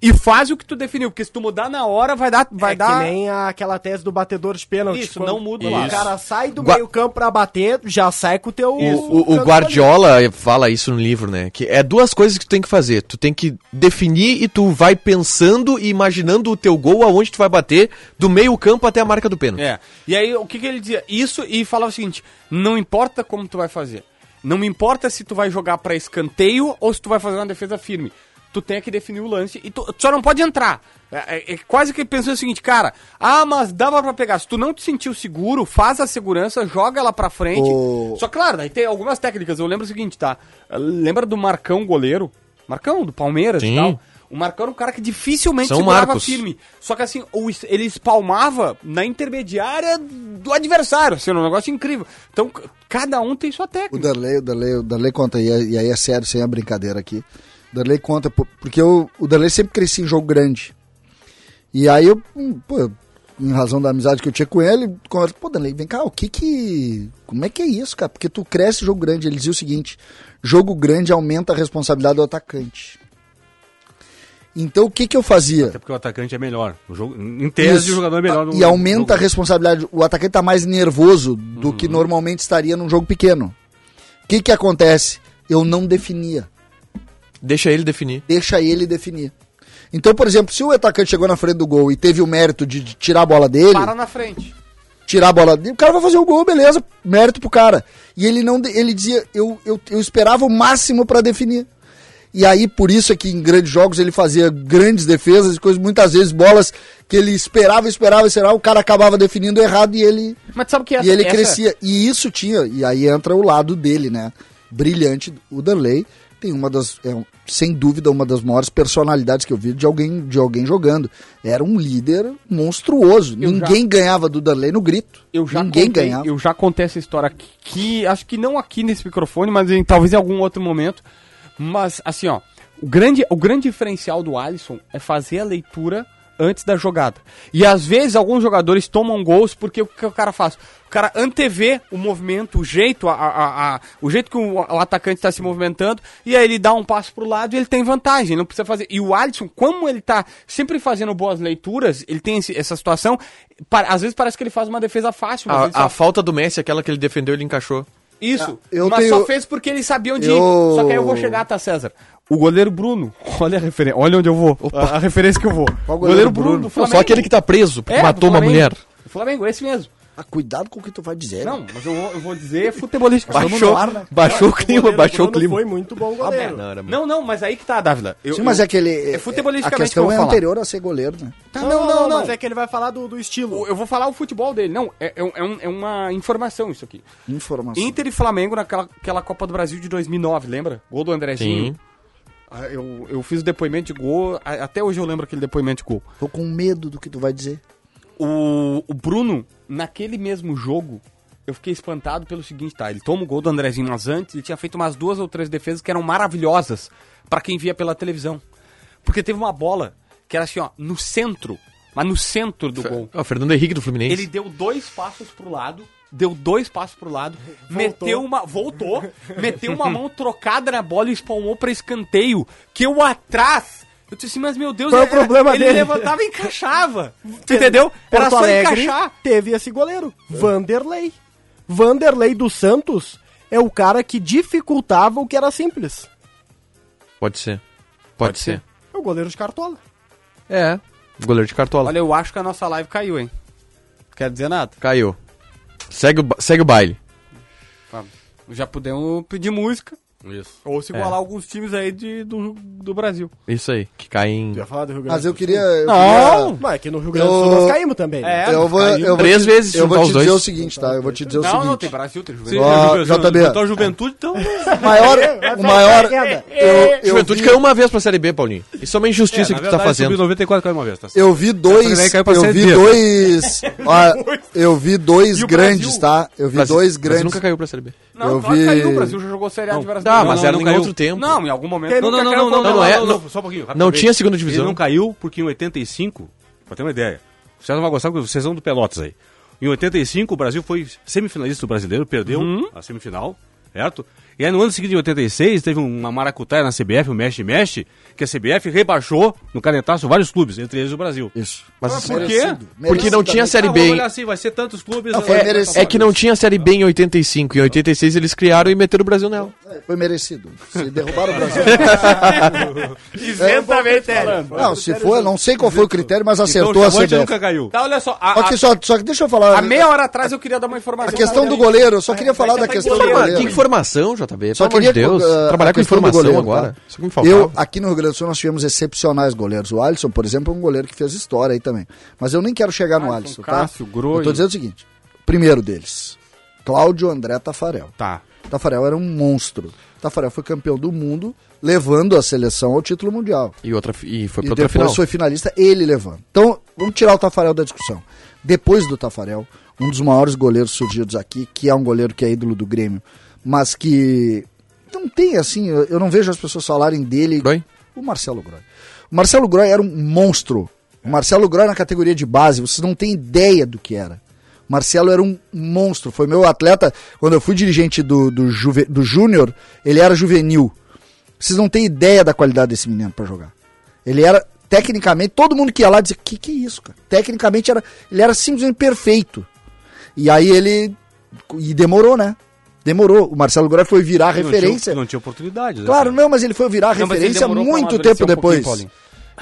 Speaker 2: e faz o que tu definiu, porque se tu mudar na hora vai dar... Vai
Speaker 5: é
Speaker 2: dar...
Speaker 5: que nem a- aquela tese do batedor de pênalti.
Speaker 2: Isso,
Speaker 5: quando
Speaker 2: não muda o
Speaker 5: O
Speaker 2: lado.
Speaker 5: cara sai do
Speaker 3: Gua-
Speaker 5: meio campo pra bater, já sai com o teu...
Speaker 3: O, o- o Guardiola fala isso no livro, né? Que é duas coisas que tu tem que fazer. Tu tem que definir e tu vai pensando e imaginando o teu gol aonde tu vai bater, do meio campo até a marca do pênalti.
Speaker 2: É. E aí, o que, que ele dizia? Isso e falava o seguinte: não importa como tu vai fazer. Não me importa se tu vai jogar pra escanteio ou se tu vai fazer uma defesa firme. Tu tem que definir o lance e tu, tu só não pode entrar. É, é- é quase que ele pensou o seguinte, cara. Ah, mas dava pra pegar. Se tu não te sentiu seguro, faz a segurança, joga ela pra frente.
Speaker 4: O-
Speaker 2: Só claro, daí tem Ah, algumas técnicas. Eu lembro o seguinte, tá? Lembra do Marcão goleiro? Marcão, do Palmeiras
Speaker 3: Sim.
Speaker 2: e tal. O Marcão era um cara que dificilmente
Speaker 3: São
Speaker 2: segurava
Speaker 3: Marcos.
Speaker 2: firme. Só que assim, o es- ele espalmava na intermediária do adversário. Assim, era um negócio incrível. Então, c- cada um tem sua
Speaker 4: O
Speaker 2: técnica.
Speaker 4: Darley, o Darley, o Darley conta, e aí e aí é sério, sem a brincadeira aqui. O Darley conta, por- porque eu, o Darley sempre cresci em jogo grande. E aí eu, hum, pô, em razão da amizade que eu tinha com ele, conversa, pô, Darley, vem cá, o que que. Como é que é isso, cara? Porque tu cresce em jogo grande. Ele dizia o seguinte: jogo grande aumenta a responsabilidade do atacante. Então o que que eu fazia?
Speaker 6: Até porque o atacante é melhor. O jogo, em tese,
Speaker 4: Isso. Ah,
Speaker 6: o jogador é
Speaker 3: Ah,
Speaker 6: melhor no
Speaker 4: E aumenta a
Speaker 6: no-
Speaker 4: responsabilidade. O atacante tá mais nervoso do
Speaker 6: Uhum.
Speaker 4: que normalmente estaria num jogo pequeno. O que que acontece? Eu não definia.
Speaker 3: Deixa ele definir.
Speaker 4: Deixa ele definir. Então, por exemplo, se o atacante chegou na frente do gol e teve o mérito de de tirar a bola dele,
Speaker 2: Para na frente.
Speaker 4: tirar a bola dele, o cara vai fazer o gol, beleza, mérito pro cara. E ele não, de- ele dizia, eu, eu, eu esperava o máximo pra definir. E aí, por isso é que em grandes jogos ele fazia grandes defesas e coisas, muitas vezes bolas que ele esperava, esperava, esperava, o cara acabava definindo errado e ele
Speaker 2: Mas sabe o que é
Speaker 4: e ele crescia. E isso tinha. E aí entra o lado dele, né? Brilhante. O Danley tem uma das. É, um- sem dúvida, uma das maiores personalidades que eu vi de alguém, de alguém jogando. Era um líder monstruoso.
Speaker 2: Eu já-
Speaker 4: Ninguém ganhava do Danley no grito.
Speaker 2: Eu já,
Speaker 4: Ninguém
Speaker 2: contei,
Speaker 4: ganhava.
Speaker 2: eu já contei essa história aqui, que acho que não aqui nesse microfone, mas em, talvez em algum outro momento. Mas, assim, ó, o grande, o grande diferencial do Alisson é fazer a leitura antes da jogada. E às vezes alguns jogadores tomam gols porque o que o cara faz? O cara antevê o movimento, o jeito, a, a- a- a- o jeito que o, o atacante está se movimentando, e aí ele dá um passo pro lado e ele tem vantagem, não precisa fazer. E o Alisson, como ele tá sempre fazendo boas leituras, ele tem esse- essa situação, pa- às vezes parece que ele faz uma defesa fácil, mas é um ele
Speaker 3: A,
Speaker 2: só
Speaker 3: a falta do Messi, aquela que ele defendeu, ele encaixou.
Speaker 2: isso.
Speaker 4: Ah, Eu
Speaker 2: mas
Speaker 4: tenho-
Speaker 2: só fez porque ele sabia onde
Speaker 4: Eu-
Speaker 2: ir. Só que aí eu vou chegar, tá, César? O goleiro Bruno. Olha a referência. Olha onde eu vou. A, a referência que eu vou.
Speaker 4: Ah. Qual
Speaker 2: o goleiro
Speaker 4: goleiro Bruno?
Speaker 2: Bruno,
Speaker 4: Não,
Speaker 2: do
Speaker 3: Não,
Speaker 2: Flamengo.
Speaker 3: só aquele que tá preso, porque
Speaker 2: É, do
Speaker 3: matou uma
Speaker 2: Flamengo.
Speaker 3: mulher.
Speaker 2: Do Flamengo, esse mesmo.
Speaker 4: Ah, cuidado com o que tu vai dizer. né?
Speaker 2: Não, mas eu vou, eu vou dizer futebolístico.
Speaker 3: Baixou,
Speaker 2: né?
Speaker 3: baixou o clima, baixou o clima.
Speaker 5: Foi muito
Speaker 4: Ah,
Speaker 5: bom goleiro.
Speaker 3: Não, era
Speaker 2: Não, não, mas aí que tá, Dávila. Eu-
Speaker 4: Sim, mas
Speaker 2: eu-
Speaker 4: é aquele.
Speaker 2: É futebolisticamente
Speaker 4: A questão
Speaker 2: que eu vou
Speaker 4: é
Speaker 2: falar.
Speaker 4: anterior a ser goleiro, né?
Speaker 2: Tá, não, não, não.
Speaker 5: Mas é que ele vai falar do, do estilo.
Speaker 2: Eu- Eu vou falar o futebol dele. Não, é, é, um- é um- é uma informação isso aqui.
Speaker 4: Informação.
Speaker 2: Inter e Flamengo naquela aquela Copa do Brasil de 2009, lembra? Gol do Andrezinho.
Speaker 3: Sim.
Speaker 2: Ah, Eu, eu fiz o depoimento de gol, a- até hoje eu lembro aquele depoimento de gol.
Speaker 4: Tô com medo do que tu vai dizer.
Speaker 2: O, o Bruno, naquele mesmo jogo, eu fiquei espantado pelo seguinte, tá? Ele toma o gol do Andrezinho, mas antes ele tinha feito umas duas ou três defesas que eram maravilhosas pra quem via pela televisão. Porque teve uma bola que era assim, ó, no centro, mas no centro do gol.
Speaker 3: Ah, o Fernando Henrique do Fluminense.
Speaker 2: Ele deu dois passos pro lado, deu dois passos pro lado, meteu uma. Voltou, meteu uma mão trocada na bola e espalmou pra escanteio. Que eu atrás. Eu disse assim, mas meu Deus,
Speaker 5: Qual é o
Speaker 2: era-
Speaker 5: problema
Speaker 2: ele
Speaker 5: dele?
Speaker 2: levantava e encaixava. Tu entendeu?
Speaker 5: Porto
Speaker 2: Era só
Speaker 5: Alegre
Speaker 2: encaixar.
Speaker 5: teve esse goleiro, Vanderlei. Vanderlei dos Santos é o cara que dificultava o que era simples.
Speaker 3: Pode ser. Pode, ser.
Speaker 5: É o goleiro de cartola.
Speaker 3: É. Goleiro de cartola.
Speaker 2: Olha, eu acho que a nossa live caiu, hein? Quer dizer nada.
Speaker 3: Caiu. Segue o, ba- segue o baile.
Speaker 2: Já podemos pedir música. É. Isso. Ou se igualar alguns times aí de, do, do Brasil.
Speaker 3: Isso aí. Que cai em
Speaker 5: falar do Rio
Speaker 4: Mas eu queria. eu queria-
Speaker 5: Mas é que no Rio Grande do Sul
Speaker 4: Eu-
Speaker 5: nós caímos também. né?
Speaker 2: É,
Speaker 4: eu vou, eu vou
Speaker 3: três
Speaker 4: te,
Speaker 3: vezes,
Speaker 4: Eu vou
Speaker 3: juntar
Speaker 4: te
Speaker 3: os
Speaker 4: dizer
Speaker 3: dois.
Speaker 4: o seguinte, tá? Eu vou te dizer o
Speaker 2: não, não,
Speaker 4: seguinte.
Speaker 2: tem Brasil, tem Juventude.
Speaker 6: Sim,
Speaker 4: Ó,
Speaker 6: ju- ju-
Speaker 4: JB.
Speaker 6: juntou a juventude, então.
Speaker 4: maior,
Speaker 2: É,
Speaker 4: o maior.
Speaker 5: queda.
Speaker 4: Eu, eu
Speaker 3: Juventude
Speaker 4: vi,
Speaker 3: caiu uma vez pra Série B, Paulinho. Isso é uma injustiça que tu tá fazendo.
Speaker 6: subiu 94 caiu uma vez, tá certo?
Speaker 4: eu vi
Speaker 6: Essa daí
Speaker 4: dois.
Speaker 6: caiu pra
Speaker 4: Eu
Speaker 6: Série
Speaker 4: vi
Speaker 6: D.
Speaker 4: dois. ó, eu vi dois
Speaker 2: E o
Speaker 4: grandes,
Speaker 2: Brasil?
Speaker 4: tá? Eu vi
Speaker 3: Brasil-
Speaker 4: dois
Speaker 3: Brasil
Speaker 4: grandes.
Speaker 3: nunca caiu pra Série B.
Speaker 2: Não,
Speaker 4: eu
Speaker 2: claro que
Speaker 4: vi-
Speaker 2: caiu. O Brasil já jogou Série A de Brasil.
Speaker 3: Tá,
Speaker 6: não,
Speaker 3: mas
Speaker 6: não,
Speaker 3: era
Speaker 6: não
Speaker 3: em
Speaker 6: caiu.
Speaker 3: outro tempo.
Speaker 2: Não, em algum momento.
Speaker 5: Ele
Speaker 2: Não,
Speaker 5: nunca
Speaker 2: não,
Speaker 5: caiu
Speaker 2: não, não,
Speaker 5: pra
Speaker 2: não,
Speaker 3: Não,
Speaker 2: não,
Speaker 3: é-
Speaker 2: não,
Speaker 3: não-
Speaker 2: não, só um pouquinho.
Speaker 3: Não tinha segunda
Speaker 6: Ele
Speaker 3: divisão.
Speaker 6: não caiu porque em 85, pra ter uma ideia, vocês não vão gostar porque vocês são do Pelotas aí. Em 85, o Brasil foi semifinalista do brasileiro, perdeu
Speaker 3: Uhum.
Speaker 6: a semifinal, certo? E aí no ano seguinte, em 86, teve um, uma maracutaia na CBF, o Mexe Mexe, um que a CBF rebaixou no canetaço vários clubes, entre eles o Brasil.
Speaker 4: Isso.
Speaker 3: Mas
Speaker 2: Ah,
Speaker 3: isso-
Speaker 2: por quê?
Speaker 4: assim, é Merecido,
Speaker 3: Porque não
Speaker 4: merecido
Speaker 3: tinha
Speaker 4: também.
Speaker 3: Série B.
Speaker 6: Ah, vamos
Speaker 3: hein?
Speaker 6: olhar assim, vai ser tantos clubes.
Speaker 4: Não, foi
Speaker 6: ah,
Speaker 4: merecido.
Speaker 3: É que não tinha Série B em 85. Em 86 eles criaram e meteram o Brasil nela.
Speaker 4: Foi merecido. Se derrubaram o Brasil.
Speaker 2: Isentamente é.
Speaker 4: não, se for, não sei qual foi o critério, mas acertou a
Speaker 6: o Chavante
Speaker 4: CBF.
Speaker 6: nunca caiu.
Speaker 2: Tá, olha só. A,
Speaker 4: Só que, só, só que deixa eu falar.
Speaker 2: a- a meia hora atrás eu queria dar uma informação.
Speaker 4: A questão do goleiro, eu só queria falar da
Speaker 2: tá
Speaker 4: questão do
Speaker 2: goleiro.
Speaker 3: Informa- Que
Speaker 4: goleiro.
Speaker 3: informação, JB.
Speaker 4: Só
Speaker 3: Pelo amor
Speaker 4: queria
Speaker 3: de Deus.
Speaker 4: uh, a
Speaker 3: Trabalhar com
Speaker 4: questão do
Speaker 3: informação
Speaker 4: goleiro,
Speaker 3: agora.
Speaker 4: tá?
Speaker 3: Isso é que me faltava.
Speaker 4: Eu, aqui no Rio Grande do Sul, nós tivemos excepcionais goleiros. O Alisson, por exemplo, é um goleiro que fez história aí também. Mas eu nem quero chegar no
Speaker 2: Alisson,
Speaker 4: Alisson,
Speaker 2: Cássio,
Speaker 4: tá?
Speaker 2: Grohe.
Speaker 4: Eu tô dizendo o seguinte. Primeiro deles, Cláudio André Tafarel.
Speaker 2: Tá.
Speaker 4: Tafarel era um monstro. Tafarel foi campeão do mundo, levando a seleção ao título mundial.
Speaker 3: E, outra, fi- e foi
Speaker 4: e
Speaker 3: pra outra
Speaker 4: depois
Speaker 3: final.
Speaker 4: foi finalista, ele levando. Então, vamos tirar o Tafarel da discussão. Depois do Tafarel, um dos maiores goleiros surgidos aqui, que é um goleiro que é ídolo do Grêmio, mas que não tem assim, eu eu não vejo as pessoas falarem dele.
Speaker 3: Groy?
Speaker 4: O Marcelo Groy. O Marcelo Groy era um monstro. O Marcelo Groy na categoria de base, vocês não têm ideia do que era. O Marcelo era um monstro, foi meu atleta. Quando eu fui dirigente do, do, juve- do Júnior, ele era juvenil. Vocês não têm ideia da qualidade desse menino pra jogar. Ele era, tecnicamente, todo mundo que ia lá dizia, que que é isso, cara? Tecnicamente, era, ele era simplesmente perfeito. E aí ele, e demorou, né? Demorou. O Marcelo Groy foi virar
Speaker 6: Não tinha-
Speaker 4: referência.
Speaker 6: Não tinha oportunidade, né?
Speaker 4: Claro,
Speaker 6: cara?
Speaker 4: não, mas ele foi virar
Speaker 2: Não, mas ele
Speaker 4: referência
Speaker 2: demorou pra
Speaker 4: muito
Speaker 2: amadurecer
Speaker 4: tempo
Speaker 2: um
Speaker 4: depois.
Speaker 2: pouquinho,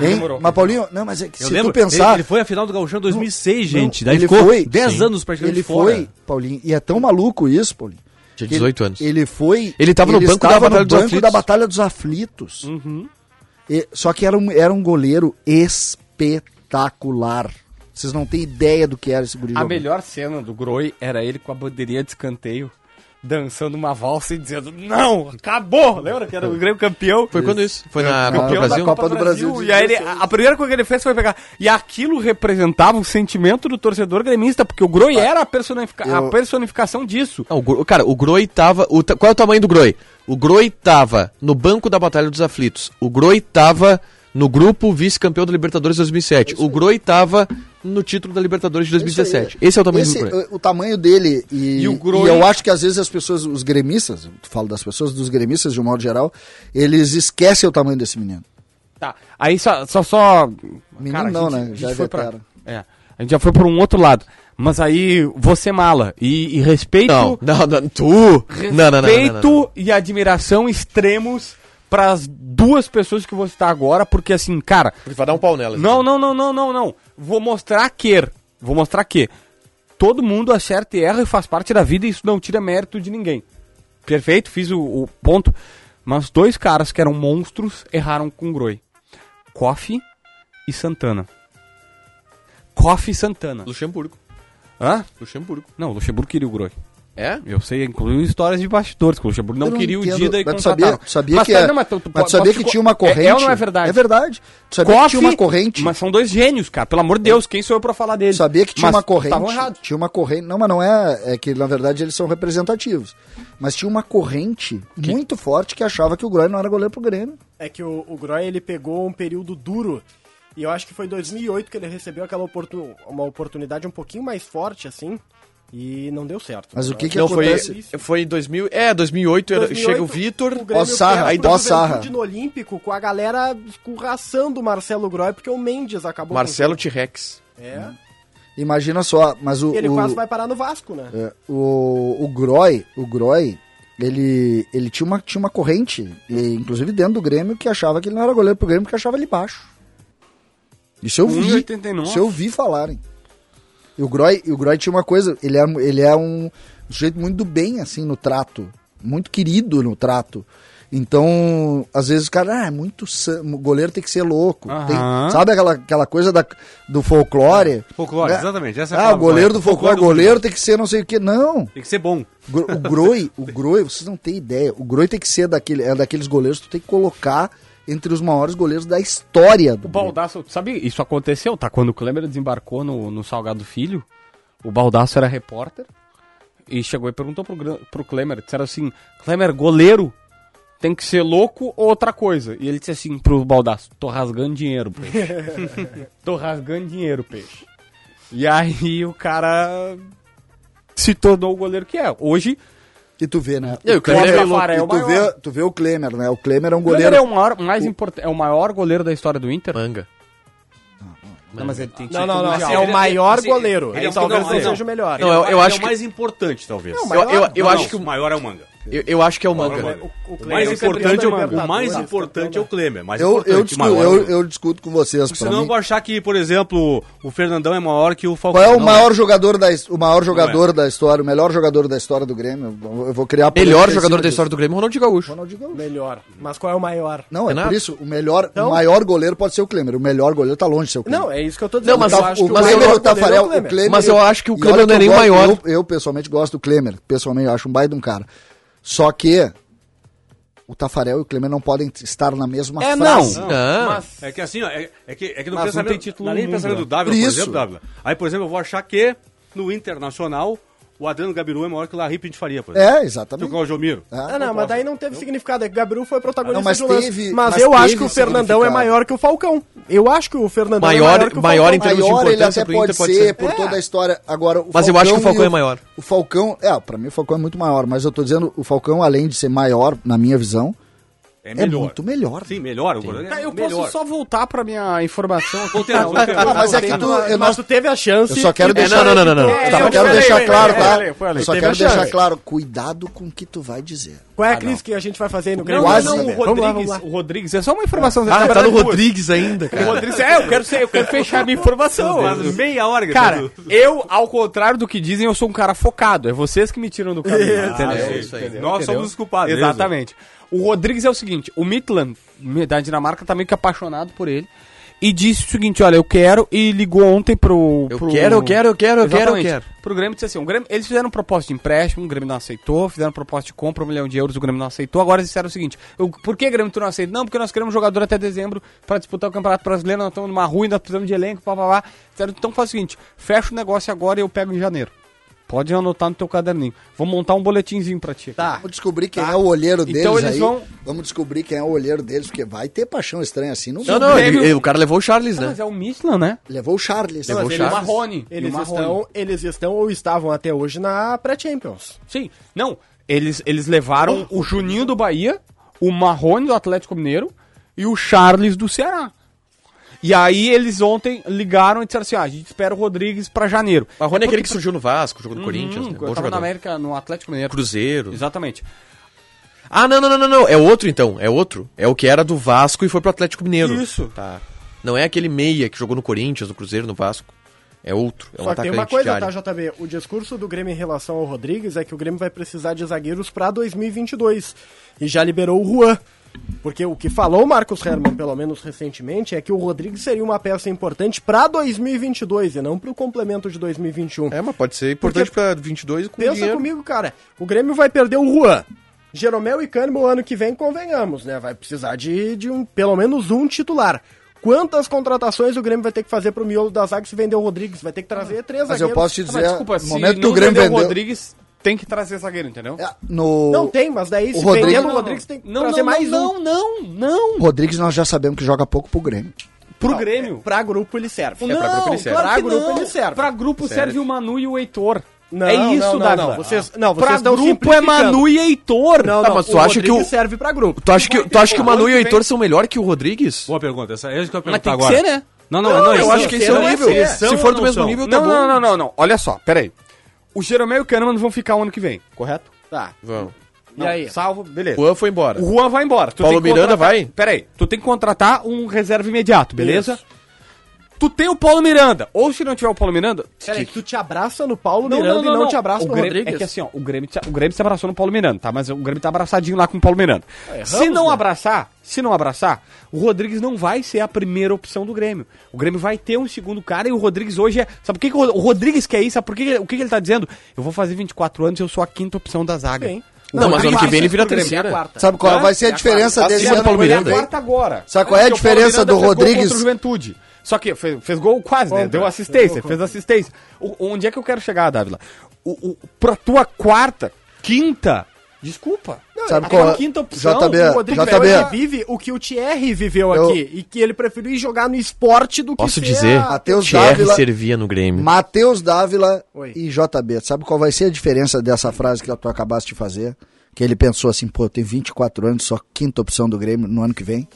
Speaker 4: Hein?
Speaker 2: Demorou.
Speaker 4: mas Paulinho, não, mas é que
Speaker 6: Eu
Speaker 4: se
Speaker 6: lembro,
Speaker 4: tu pensar.
Speaker 6: ele, ele foi à final do Gauchão em 2006, gente. Daí
Speaker 4: ele
Speaker 6: ficou
Speaker 4: foi-
Speaker 6: 10
Speaker 4: Sim.
Speaker 6: anos praticamente
Speaker 4: ele
Speaker 6: fora.
Speaker 4: foi, Paulinho, e é tão maluco isso, Paulinho.
Speaker 3: Tinha
Speaker 4: que
Speaker 3: 18
Speaker 4: ele-
Speaker 3: anos.
Speaker 4: Ele foi.
Speaker 3: Ele tava no banco da
Speaker 4: estava
Speaker 3: Batalha dos
Speaker 4: banco
Speaker 3: Aflitos.
Speaker 4: da Batalha dos Aflitos. E- só que era um, era um goleiro espetacular. Vocês não têm ideia do que era esse guri
Speaker 2: A
Speaker 4: jogando.
Speaker 2: melhor cena do Groi era ele com a bandeirinha de escanteio, dançando uma valsa e dizendo, não, acabou! Lembra que era o Grêmio campeão?
Speaker 3: Foi quando isso? Foi na
Speaker 4: Campeão
Speaker 3: Copa do
Speaker 4: da
Speaker 3: Brasil?
Speaker 4: Copa- do Brasil de
Speaker 2: E aí ele- a primeira coisa que ele fez foi pegar. E aquilo representava o sentimento do torcedor gremista, porque o Groi era a, personifica- a
Speaker 4: Tá. eu-
Speaker 2: personificação disso.
Speaker 3: Não, o Gro- cara, o Groi tava. o ta- qual é o tamanho do Groi? O Groi tava no banco da Batalha dos Aflitos. O Groi tava no grupo vice-campeão da Libertadores 2007. O Groi tava no título da Libertadores de 2017. Esse é o tamanho
Speaker 4: Esse-
Speaker 3: do Groi.
Speaker 4: o, o tamanho dele e,
Speaker 2: E o Groen-
Speaker 4: e eu acho que às vezes as pessoas, os gremistas, eu falo das pessoas, dos gremistas de um modo geral, eles esquecem o tamanho desse menino.
Speaker 2: Tá. Aí só. só, só
Speaker 4: Menino
Speaker 2: a
Speaker 4: não,
Speaker 2: gente-
Speaker 4: né?
Speaker 2: a gente
Speaker 4: Já é
Speaker 2: foi pra-
Speaker 4: veterano.
Speaker 2: É. A gente já foi por um outro lado. Mas aí você é mala. E, e respeito.
Speaker 3: Não, não, não, tu. Não, não, não, não, não, não,
Speaker 2: Respeito
Speaker 3: não.
Speaker 2: e admiração extremos para as duas pessoas que vou citar agora, porque assim, cara,
Speaker 3: Porque vai dar um pau nela.
Speaker 2: Não, não, não, não, não, não. Vou mostrar que. Vou mostrar que. Todo mundo acerta e erra e faz parte da vida e isso não tira mérito de ninguém. Perfeito, fiz o, o ponto. Mas dois caras que eram monstros erraram com o Groi. Coffee e Santana. Coffee e Santana.
Speaker 3: assim. Luxemburgo.
Speaker 2: Hã?
Speaker 3: Luxemburgo.
Speaker 2: Não, o Luxemburgo queria o Groi.
Speaker 3: É?
Speaker 2: Eu sei, incluiu histórias de bastidores, que o Luxemburgo não,
Speaker 4: Eu
Speaker 2: queria
Speaker 4: entendo,
Speaker 2: o Dida e
Speaker 4: mas tu sabia,
Speaker 2: contrataram.
Speaker 4: tu sabia
Speaker 2: mas,
Speaker 4: que,
Speaker 2: tá,
Speaker 4: é-
Speaker 2: não, mas tu- tu
Speaker 4: mas
Speaker 2: po-
Speaker 4: tu sabia
Speaker 2: pode
Speaker 4: que
Speaker 2: te-
Speaker 4: tinha uma corrente.
Speaker 2: É, é ou não é verdade?
Speaker 4: É verdade. Tu sabia que
Speaker 2: Coffee,
Speaker 4: tinha uma corrente.
Speaker 2: Mas são dois gênios, cara. Pelo amor de Deus, quem sou eu pra falar dele?
Speaker 4: Tu sabia que tinha
Speaker 2: Mas
Speaker 4: uma corrente.
Speaker 2: Estavam errados.
Speaker 4: Tinha uma corrente. Não, mas não é. É que na verdade eles são representativos. Mas tinha uma corrente muito forte que achava que o Groy não era goleiro pro Grêmio.
Speaker 5: É que o, o Groy, ele pegou um período duro. E eu acho que foi em 2008 que ele recebeu aquela oportu uma oportunidade um pouquinho mais forte, assim. E não deu certo.
Speaker 4: Mas o que que
Speaker 3: Não, foi,
Speaker 4: acontece?
Speaker 3: foi em 2000. É, 2008, era- chega o Vitor.
Speaker 4: Ó Sarra, aí dá
Speaker 5: dá
Speaker 4: ó Sarra.
Speaker 5: no Olímpico com a galera escorraçando o Marcelo Groy, porque o Mendes acabou com-
Speaker 3: Marcelo T-Rex.
Speaker 5: É.
Speaker 4: Imagina só, mas o.
Speaker 5: E ele
Speaker 4: o-
Speaker 5: quase vai parar no Vasco, né?
Speaker 4: É, o, o Groy, o Groy, ele, ele tinha, uma, tinha uma corrente, e, inclusive dentro do Grêmio, que achava que ele não era goleiro pro Grêmio, porque achava ele baixo. Isso eu
Speaker 5: Um
Speaker 4: vi.
Speaker 2: 1,89.
Speaker 4: Isso eu vi falarem. E o Groy, e o Groy tinha uma coisa, ele é, ele é um sujeito muito do bem, assim, no trato. Muito querido no trato. Então, às vezes o cara, ah, é muito. san- O goleiro tem que ser louco.
Speaker 2: Aham.
Speaker 4: tem- sabe aquela, aquela coisa da, do folclore?
Speaker 6: É, Folclore,
Speaker 4: Né?
Speaker 6: exatamente. Essa é a
Speaker 4: Ah, o
Speaker 6: palavra
Speaker 4: goleiro
Speaker 6: correta.
Speaker 4: do folclore,
Speaker 6: Folclore do
Speaker 4: goleiro tem que ser não sei o que. Não.
Speaker 6: Tem que ser bom.
Speaker 4: Gro- O Groi, o Groi, vocês não têm ideia. O Groi tem que ser daquele, é daqueles goleiros que tu tem que colocar entre os maiores goleiros da história do
Speaker 2: O Baldaço, sabe, isso aconteceu, tá? Quando o Kleber desembarcou no, no Salgado Filho, o Baldaço era repórter e chegou e perguntou pro, Gran- pro Klemer, disseram assim, Klemer, goleiro tem que ser louco ou outra coisa? E ele disse assim pro Baldaço, tô rasgando dinheiro, peixe. tô rasgando dinheiro, peixe. E aí o cara se tornou o goleiro que é. Hoje,
Speaker 4: E tu vê, né?
Speaker 3: E aí, o Klemer
Speaker 4: Klemer-
Speaker 3: é louco.
Speaker 4: e tu, vê, tu vê o Klemer, né? O Klemer é um
Speaker 2: o Klemer é
Speaker 4: goleiro.
Speaker 2: o maior, mais importan- é o maior goleiro da história do Inter.
Speaker 3: Manga.
Speaker 2: Não, mas ele tem
Speaker 5: Não, não, não.
Speaker 2: mundial.
Speaker 5: é o
Speaker 6: ele-
Speaker 5: maior
Speaker 6: assim,
Speaker 5: goleiro.
Speaker 6: ele é um-
Speaker 5: talvez
Speaker 6: não,
Speaker 5: não,
Speaker 6: não.
Speaker 5: seja o melhor.
Speaker 3: Não, eu- eu
Speaker 6: Ele
Speaker 3: acho
Speaker 6: é o
Speaker 3: que-
Speaker 6: mais importante, talvez.
Speaker 5: Não,
Speaker 3: Eu,
Speaker 5: maior-
Speaker 3: eu, eu
Speaker 6: Não,
Speaker 3: acho que.
Speaker 6: o maior é o manga.
Speaker 3: Eu, eu acho que é o manga.
Speaker 6: Maior é o
Speaker 5: O-
Speaker 6: manga.
Speaker 5: o
Speaker 6: O
Speaker 5: Kleber
Speaker 6: mais
Speaker 5: é campeão
Speaker 6: importante é
Speaker 5: da
Speaker 6: o- o
Speaker 5: Libertadores,
Speaker 6: mais
Speaker 5: campeão
Speaker 6: importante
Speaker 5: da-
Speaker 6: é o Klemer. Mais
Speaker 4: Eu, eu,
Speaker 6: importante,
Speaker 4: discuto,
Speaker 6: maior é o
Speaker 4: eu,
Speaker 6: Klemer.
Speaker 4: eu discuto com vocês. Pra
Speaker 6: Senão eu
Speaker 4: mim,
Speaker 6: vou achar que, por exemplo, o Fernandão é maior que o Falcão.
Speaker 4: qual é o
Speaker 6: Não,
Speaker 4: maior jogador, da, his- o maior jogador da história, o melhor jogador da história do Grêmio? Eu vou criar
Speaker 3: é. Melhor jogador da história do Grêmio, Ronaldinho Gaúcho.
Speaker 4: Grêmio.
Speaker 5: Melhor. Mas qual é o maior?
Speaker 4: Não, é
Speaker 3: Renato?
Speaker 4: por isso, o melhor,
Speaker 5: Então-
Speaker 4: o maior goleiro pode ser o Klemer. O melhor goleiro tá longe de ser o Klemer.
Speaker 5: Não, é isso que eu tô dizendo.
Speaker 3: Não, mas
Speaker 5: eu
Speaker 3: o-
Speaker 4: Tá,
Speaker 5: acho
Speaker 4: o
Speaker 5: que maior
Speaker 4: Klemer
Speaker 5: goleiro
Speaker 4: o Tafarel,
Speaker 5: é o Klemer.
Speaker 3: Mas eu acho que o
Speaker 4: e
Speaker 3: Klemer
Speaker 4: olha
Speaker 3: não é
Speaker 4: eu
Speaker 3: nem
Speaker 4: gosto-
Speaker 3: maior.
Speaker 4: Eu, eu, pessoalmente gosto do Klemer. Pessoalmente eu acho um baita de um cara. Só que o Tafarel e o Clemente não podem estar na mesma
Speaker 2: É,
Speaker 4: frase.
Speaker 2: não.
Speaker 3: Não.
Speaker 2: Mas-
Speaker 6: É que assim, ó, é, é que, é que no
Speaker 2: Mas não
Speaker 6: pensamento,
Speaker 2: tem título
Speaker 6: na
Speaker 2: no
Speaker 6: linha de
Speaker 2: mundo,
Speaker 6: pensamento
Speaker 2: né?
Speaker 6: do Dávila, por
Speaker 4: Isso.
Speaker 6: exemplo, Dávila. Aí, por exemplo, eu vou achar que no Internacional o Adriano Gabiru é maior que o Larry Pintifaria, por exemplo.
Speaker 4: É,
Speaker 6: Tu
Speaker 4: exatamente.
Speaker 6: com o Jomiro.
Speaker 5: Ah, não, mas daí não teve significado. É que o Gabriel foi protagonista
Speaker 4: Não, mas
Speaker 5: de um lance.
Speaker 4: teve-
Speaker 5: mas,
Speaker 4: mas
Speaker 5: eu acho
Speaker 4: teve
Speaker 5: que o Fernandão é
Speaker 4: significado.
Speaker 5: maior que o Falcão. Eu acho que o Fernandão
Speaker 3: Maior-
Speaker 5: é maior que o
Speaker 3: maior em
Speaker 5: Falcão.
Speaker 3: termos de
Speaker 4: maior ele
Speaker 3: importância
Speaker 4: até
Speaker 3: pro
Speaker 4: pode,
Speaker 3: Inter, pode
Speaker 4: ser,
Speaker 3: ser.
Speaker 4: por
Speaker 5: É.
Speaker 4: toda a história. Agora, o
Speaker 3: Mas eu acho que o Falcão
Speaker 4: e
Speaker 3: é maior.
Speaker 4: O Falcão, é, pra mim o Falcão é muito maior, mas eu tô dizendo, o Falcão, além de ser maior, na minha visão,
Speaker 6: É,
Speaker 4: muito melhor.
Speaker 6: Sim, melhor. O
Speaker 2: Tá,
Speaker 6: é
Speaker 2: eu
Speaker 6: melhor.
Speaker 2: posso só voltar pra minha informação aqui.
Speaker 6: Voltei, voltei.
Speaker 4: Ah, mas
Speaker 5: tá
Speaker 4: é que tu. eu não-
Speaker 5: Mas tu teve a chance.
Speaker 4: Eu só quero
Speaker 5: e tu-
Speaker 4: deixar.
Speaker 3: não, não, não, não, não.
Speaker 2: É,
Speaker 4: Tá, eu
Speaker 2: eu
Speaker 4: quero
Speaker 2: falei,
Speaker 4: deixar
Speaker 2: eu
Speaker 4: claro,
Speaker 2: falei, eu
Speaker 4: tá?
Speaker 2: falei, eu falei.
Speaker 4: Eu só
Speaker 5: Teve
Speaker 4: quero
Speaker 5: a chance.
Speaker 4: deixar claro, cuidado com o que tu vai dizer.
Speaker 5: Qual é a crise que a gente vai fazer aí no
Speaker 2: Não,
Speaker 5: Grêmio?
Speaker 2: não,
Speaker 4: Ah, Quase,
Speaker 2: não, o
Speaker 4: né?
Speaker 5: Vamos lá,
Speaker 2: Rodrigues,
Speaker 5: vamos lá.
Speaker 2: o Rodrigues, é só uma informação. na
Speaker 3: Ah, tá
Speaker 2: verdade,
Speaker 3: no
Speaker 2: duas.
Speaker 3: Rodrigues ainda,
Speaker 2: O
Speaker 3: cara.
Speaker 2: Rodrigues, é, eu quero, ser, eu quero fechar a minha informação.
Speaker 6: Mas
Speaker 2: Mas,
Speaker 6: meia hora,
Speaker 2: cara,
Speaker 6: Gabiru.
Speaker 2: eu, ao contrário do que dizem, eu sou um cara focado. É vocês que me tiram do caminho. entendeu?
Speaker 3: é isso aí.
Speaker 2: Entendeu?
Speaker 6: Nós
Speaker 2: Entendeu?
Speaker 6: somos os culpados.
Speaker 2: Exatamente. O Rodrigues é o seguinte, o Midland da Dinamarca tá meio que apaixonado por ele. E disse o seguinte, olha, eu quero, e ligou ontem pro...
Speaker 3: Eu
Speaker 2: pro-
Speaker 3: quero, eu quero, eu quero, eu quero, eu
Speaker 2: Exatamente.
Speaker 3: quero.
Speaker 2: Pro Grêmio disse assim, o Grêmio, eles fizeram proposta de empréstimo, o Grêmio não aceitou, fizeram proposta de compra, um milhão de euros, o Grêmio não aceitou. Agora eles disseram o seguinte, eu- por que Grêmio tu não aceita? Não, porque nós queremos jogador até dezembro pra disputar o Campeonato Brasileiro, nós estamos numa rua, nós precisamos de elenco, papapá. Disseram, então faz o seguinte, fecha o negócio agora e eu pego em janeiro. Pode anotar no teu caderninho. Vou montar um boletinzinho pra ti. Tá.
Speaker 4: Vamos descobrir quem é o olheiro deles
Speaker 2: Então eles
Speaker 4: aí.
Speaker 2: vão-
Speaker 4: Vamos descobrir quem é o olheiro deles, porque vai ter paixão estranha assim. Não,
Speaker 3: Não,
Speaker 4: vai.
Speaker 3: não, ele- ele- o cara levou o Charles, né?
Speaker 2: Mas é o Michelin, né?
Speaker 4: Levou o Charles.
Speaker 3: Levou o
Speaker 2: Ele e o
Speaker 3: Charles.
Speaker 2: Marrone. E o
Speaker 5: Eles
Speaker 2: Marrone.
Speaker 5: estão, eles estão ou estavam até hoje na pré-Champions.
Speaker 2: Sim. Não, eles, eles levaram o Juninho do Bahia, o Marrone do Atlético Mineiro e o Charles do Ceará. E aí eles ontem ligaram e disseram assim, ah, a gente espera o Rodrigues pra janeiro.
Speaker 3: Marrone é aquele que
Speaker 2: Porque-
Speaker 3: surgiu no Vasco, jogou no Corinthians,
Speaker 2: Hum,
Speaker 3: né?
Speaker 2: eu tava
Speaker 3: Bom
Speaker 2: na
Speaker 3: jogador. É
Speaker 2: América, no Atlético Mineiro.
Speaker 3: Cruzeiro.
Speaker 2: Exatamente.
Speaker 3: Ah, não, não, não, não, não. É outro então, é outro. É o que era do Vasco e foi pro Atlético Mineiro.
Speaker 2: Isso.
Speaker 3: Tá. Não é aquele meia que jogou no Corinthians, no Cruzeiro, no Vasco. É outro. É um
Speaker 5: Só que
Speaker 3: atacante
Speaker 5: tem uma coisa,
Speaker 3: de
Speaker 5: tá,
Speaker 3: área.
Speaker 5: JB? O discurso do Grêmio em relação ao Rodrigues é que o Grêmio vai precisar de zagueiros pra 2022. E já liberou o Juan. Porque o que falou o Marcos Herman, pelo menos recentemente, é que o Rodrigues seria uma peça importante pra 2022 e não pro complemento de 2021.
Speaker 3: É, mas pode ser importante pra 22 com
Speaker 5: Pensa
Speaker 3: dinheiro.
Speaker 5: comigo, cara. O Grêmio vai perder o Juan. Jeromel e Cânimo ano que vem, convenhamos, né? Vai precisar de, de um, pelo menos um titular. Quantas contratações o Grêmio vai ter que fazer pro miolo da zaga se vender o Rodrigues? Vai ter que trazer três
Speaker 4: Mas eu posso te
Speaker 2: Ah,
Speaker 4: dizer,
Speaker 2: mas desculpa,
Speaker 4: no
Speaker 2: se
Speaker 4: É, momento que
Speaker 2: não
Speaker 4: o Grêmio
Speaker 2: vender
Speaker 4: vendeu...
Speaker 2: Rodrigues, tem que trazer zagueiro, entendeu?
Speaker 4: É, No...
Speaker 5: Não tem, mas daí se
Speaker 4: O Rodrigues-
Speaker 5: vendendo
Speaker 4: Não,
Speaker 5: o
Speaker 4: não,
Speaker 5: Rodrigues tem que trazer mais um.
Speaker 2: não, não, não.
Speaker 4: Rodrigues nós já sabemos que joga pouco pro Grêmio.
Speaker 2: Pro
Speaker 5: Não,
Speaker 2: Grêmio.
Speaker 5: é, Pra grupo ele serve. É,
Speaker 2: Não,
Speaker 3: pra grupo ele serve.
Speaker 2: Claro que
Speaker 5: Pra grupo
Speaker 2: não.
Speaker 5: ele serve.
Speaker 2: Pra grupo serve. o Manu e o Heitor.
Speaker 5: Não,
Speaker 2: é
Speaker 5: não,
Speaker 2: isso,
Speaker 5: não,
Speaker 2: Dávila.
Speaker 5: não, vocês- não, vocês
Speaker 2: pra
Speaker 5: estão
Speaker 2: grupo é Manu e Heitor.
Speaker 5: Não,
Speaker 3: Tá,
Speaker 5: não,
Speaker 3: mas tu acha que
Speaker 5: Rodrigues
Speaker 3: o-
Speaker 5: serve pra grupo.
Speaker 3: Tu acha que, tu acha que o Manu e o
Speaker 2: Rodrigues
Speaker 3: Heitor são melhor que o Rodrigues?
Speaker 6: Boa pergunta. Essa é isso que eu ia
Speaker 2: Mas
Speaker 6: perguntar
Speaker 2: tem que
Speaker 6: agora.
Speaker 2: ser, né?
Speaker 6: Não, não, não.
Speaker 3: eu
Speaker 6: eles
Speaker 3: acho
Speaker 6: são-
Speaker 3: que esse
Speaker 5: é o
Speaker 6: eles
Speaker 5: nível.
Speaker 6: eles
Speaker 5: Se
Speaker 6: são
Speaker 3: for do
Speaker 6: ou não
Speaker 3: mesmo
Speaker 6: são?
Speaker 3: nível,
Speaker 2: Não,
Speaker 3: tá
Speaker 2: não,
Speaker 3: bom.
Speaker 2: não, não, não. Olha só, peraí. O Jeromel e o Kahneman vão ficar o ano que vem, correto?
Speaker 5: Tá.
Speaker 3: Vamos.
Speaker 2: Não,
Speaker 5: aí?
Speaker 2: Salvo, beleza.
Speaker 3: O Juan foi embora.
Speaker 2: O Juan vai embora. Tu
Speaker 3: Paulo
Speaker 2: tem que
Speaker 3: Miranda
Speaker 2: contratar-
Speaker 3: vai?
Speaker 2: Peraí, tu tem que contratar um reserva imediato, beleza? Tu tem o Paulo Miranda. Ou se não tiver o Paulo Miranda,
Speaker 5: Peraí, tu te abraça no Paulo Miranda e não, te abraça
Speaker 2: o
Speaker 5: no
Speaker 2: Grêmio,
Speaker 5: Rodrigues.
Speaker 2: É que assim, ó, o Grêmio, te- o Grêmio se abraçou no Paulo Miranda, tá? Mas o Grêmio tá abraçadinho lá com o Paulo Miranda. se não abraçar, se não abraçar, o Rodrigues não vai ser a primeira opção do Grêmio. O Grêmio vai ter um segundo cara e o Rodrigues hoje é. Sabe por que, que o Rod- o Rodrigues quer isso? Sabe por que, que- o que, que ele tá dizendo? Eu vou fazer 24 anos e eu sou a quinta opção da zaga.
Speaker 5: Sim.
Speaker 2: O
Speaker 3: Não, mas
Speaker 2: Rodrigues
Speaker 3: ano que vem
Speaker 2: faz
Speaker 3: ele
Speaker 2: isso
Speaker 3: vira
Speaker 2: pro Grêmio.
Speaker 3: terceira.
Speaker 2: É a quarta.
Speaker 4: Sabe qual
Speaker 2: Há?
Speaker 4: vai ser a diferença
Speaker 3: Acima
Speaker 4: desse
Speaker 3: do
Speaker 4: ano?
Speaker 3: Paulo
Speaker 2: Ele é a
Speaker 3: Miranda aí.
Speaker 2: quarta agora.
Speaker 4: Sabe qual é a
Speaker 2: Porque o Paulo
Speaker 4: diferença
Speaker 2: Miranda
Speaker 4: do
Speaker 2: fez gol
Speaker 4: Rodrigues?
Speaker 2: contra o Juventude. Só que fez, fez gol quase, né? Deu assistência, fez assistência. O- onde é que eu quero chegar, Dávila? O, o, pra tua quarta, quinta, desculpa.
Speaker 4: Sabe
Speaker 2: a
Speaker 4: qual
Speaker 2: tua
Speaker 4: é?
Speaker 2: quinta opção,
Speaker 4: JB,
Speaker 2: o
Speaker 5: O Rodrigues
Speaker 4: JB.
Speaker 5: hoje vive o que o Thierry viveu
Speaker 4: Eu-
Speaker 5: aqui e que ele preferiu ir jogar no esporte do que
Speaker 3: Posso
Speaker 5: ser
Speaker 3: dizer,
Speaker 5: a-
Speaker 4: Matheus
Speaker 3: Thierry
Speaker 4: Dávila-
Speaker 3: servia no Grêmio.
Speaker 4: Matheus Dávila
Speaker 5: Oi.
Speaker 4: e JB. Sabe qual vai ser a diferença dessa frase que tu acabaste de fazer? Que ele pensou assim, pô, eu tenho 24 anos, sou a quinta opção do Grêmio no ano que vem.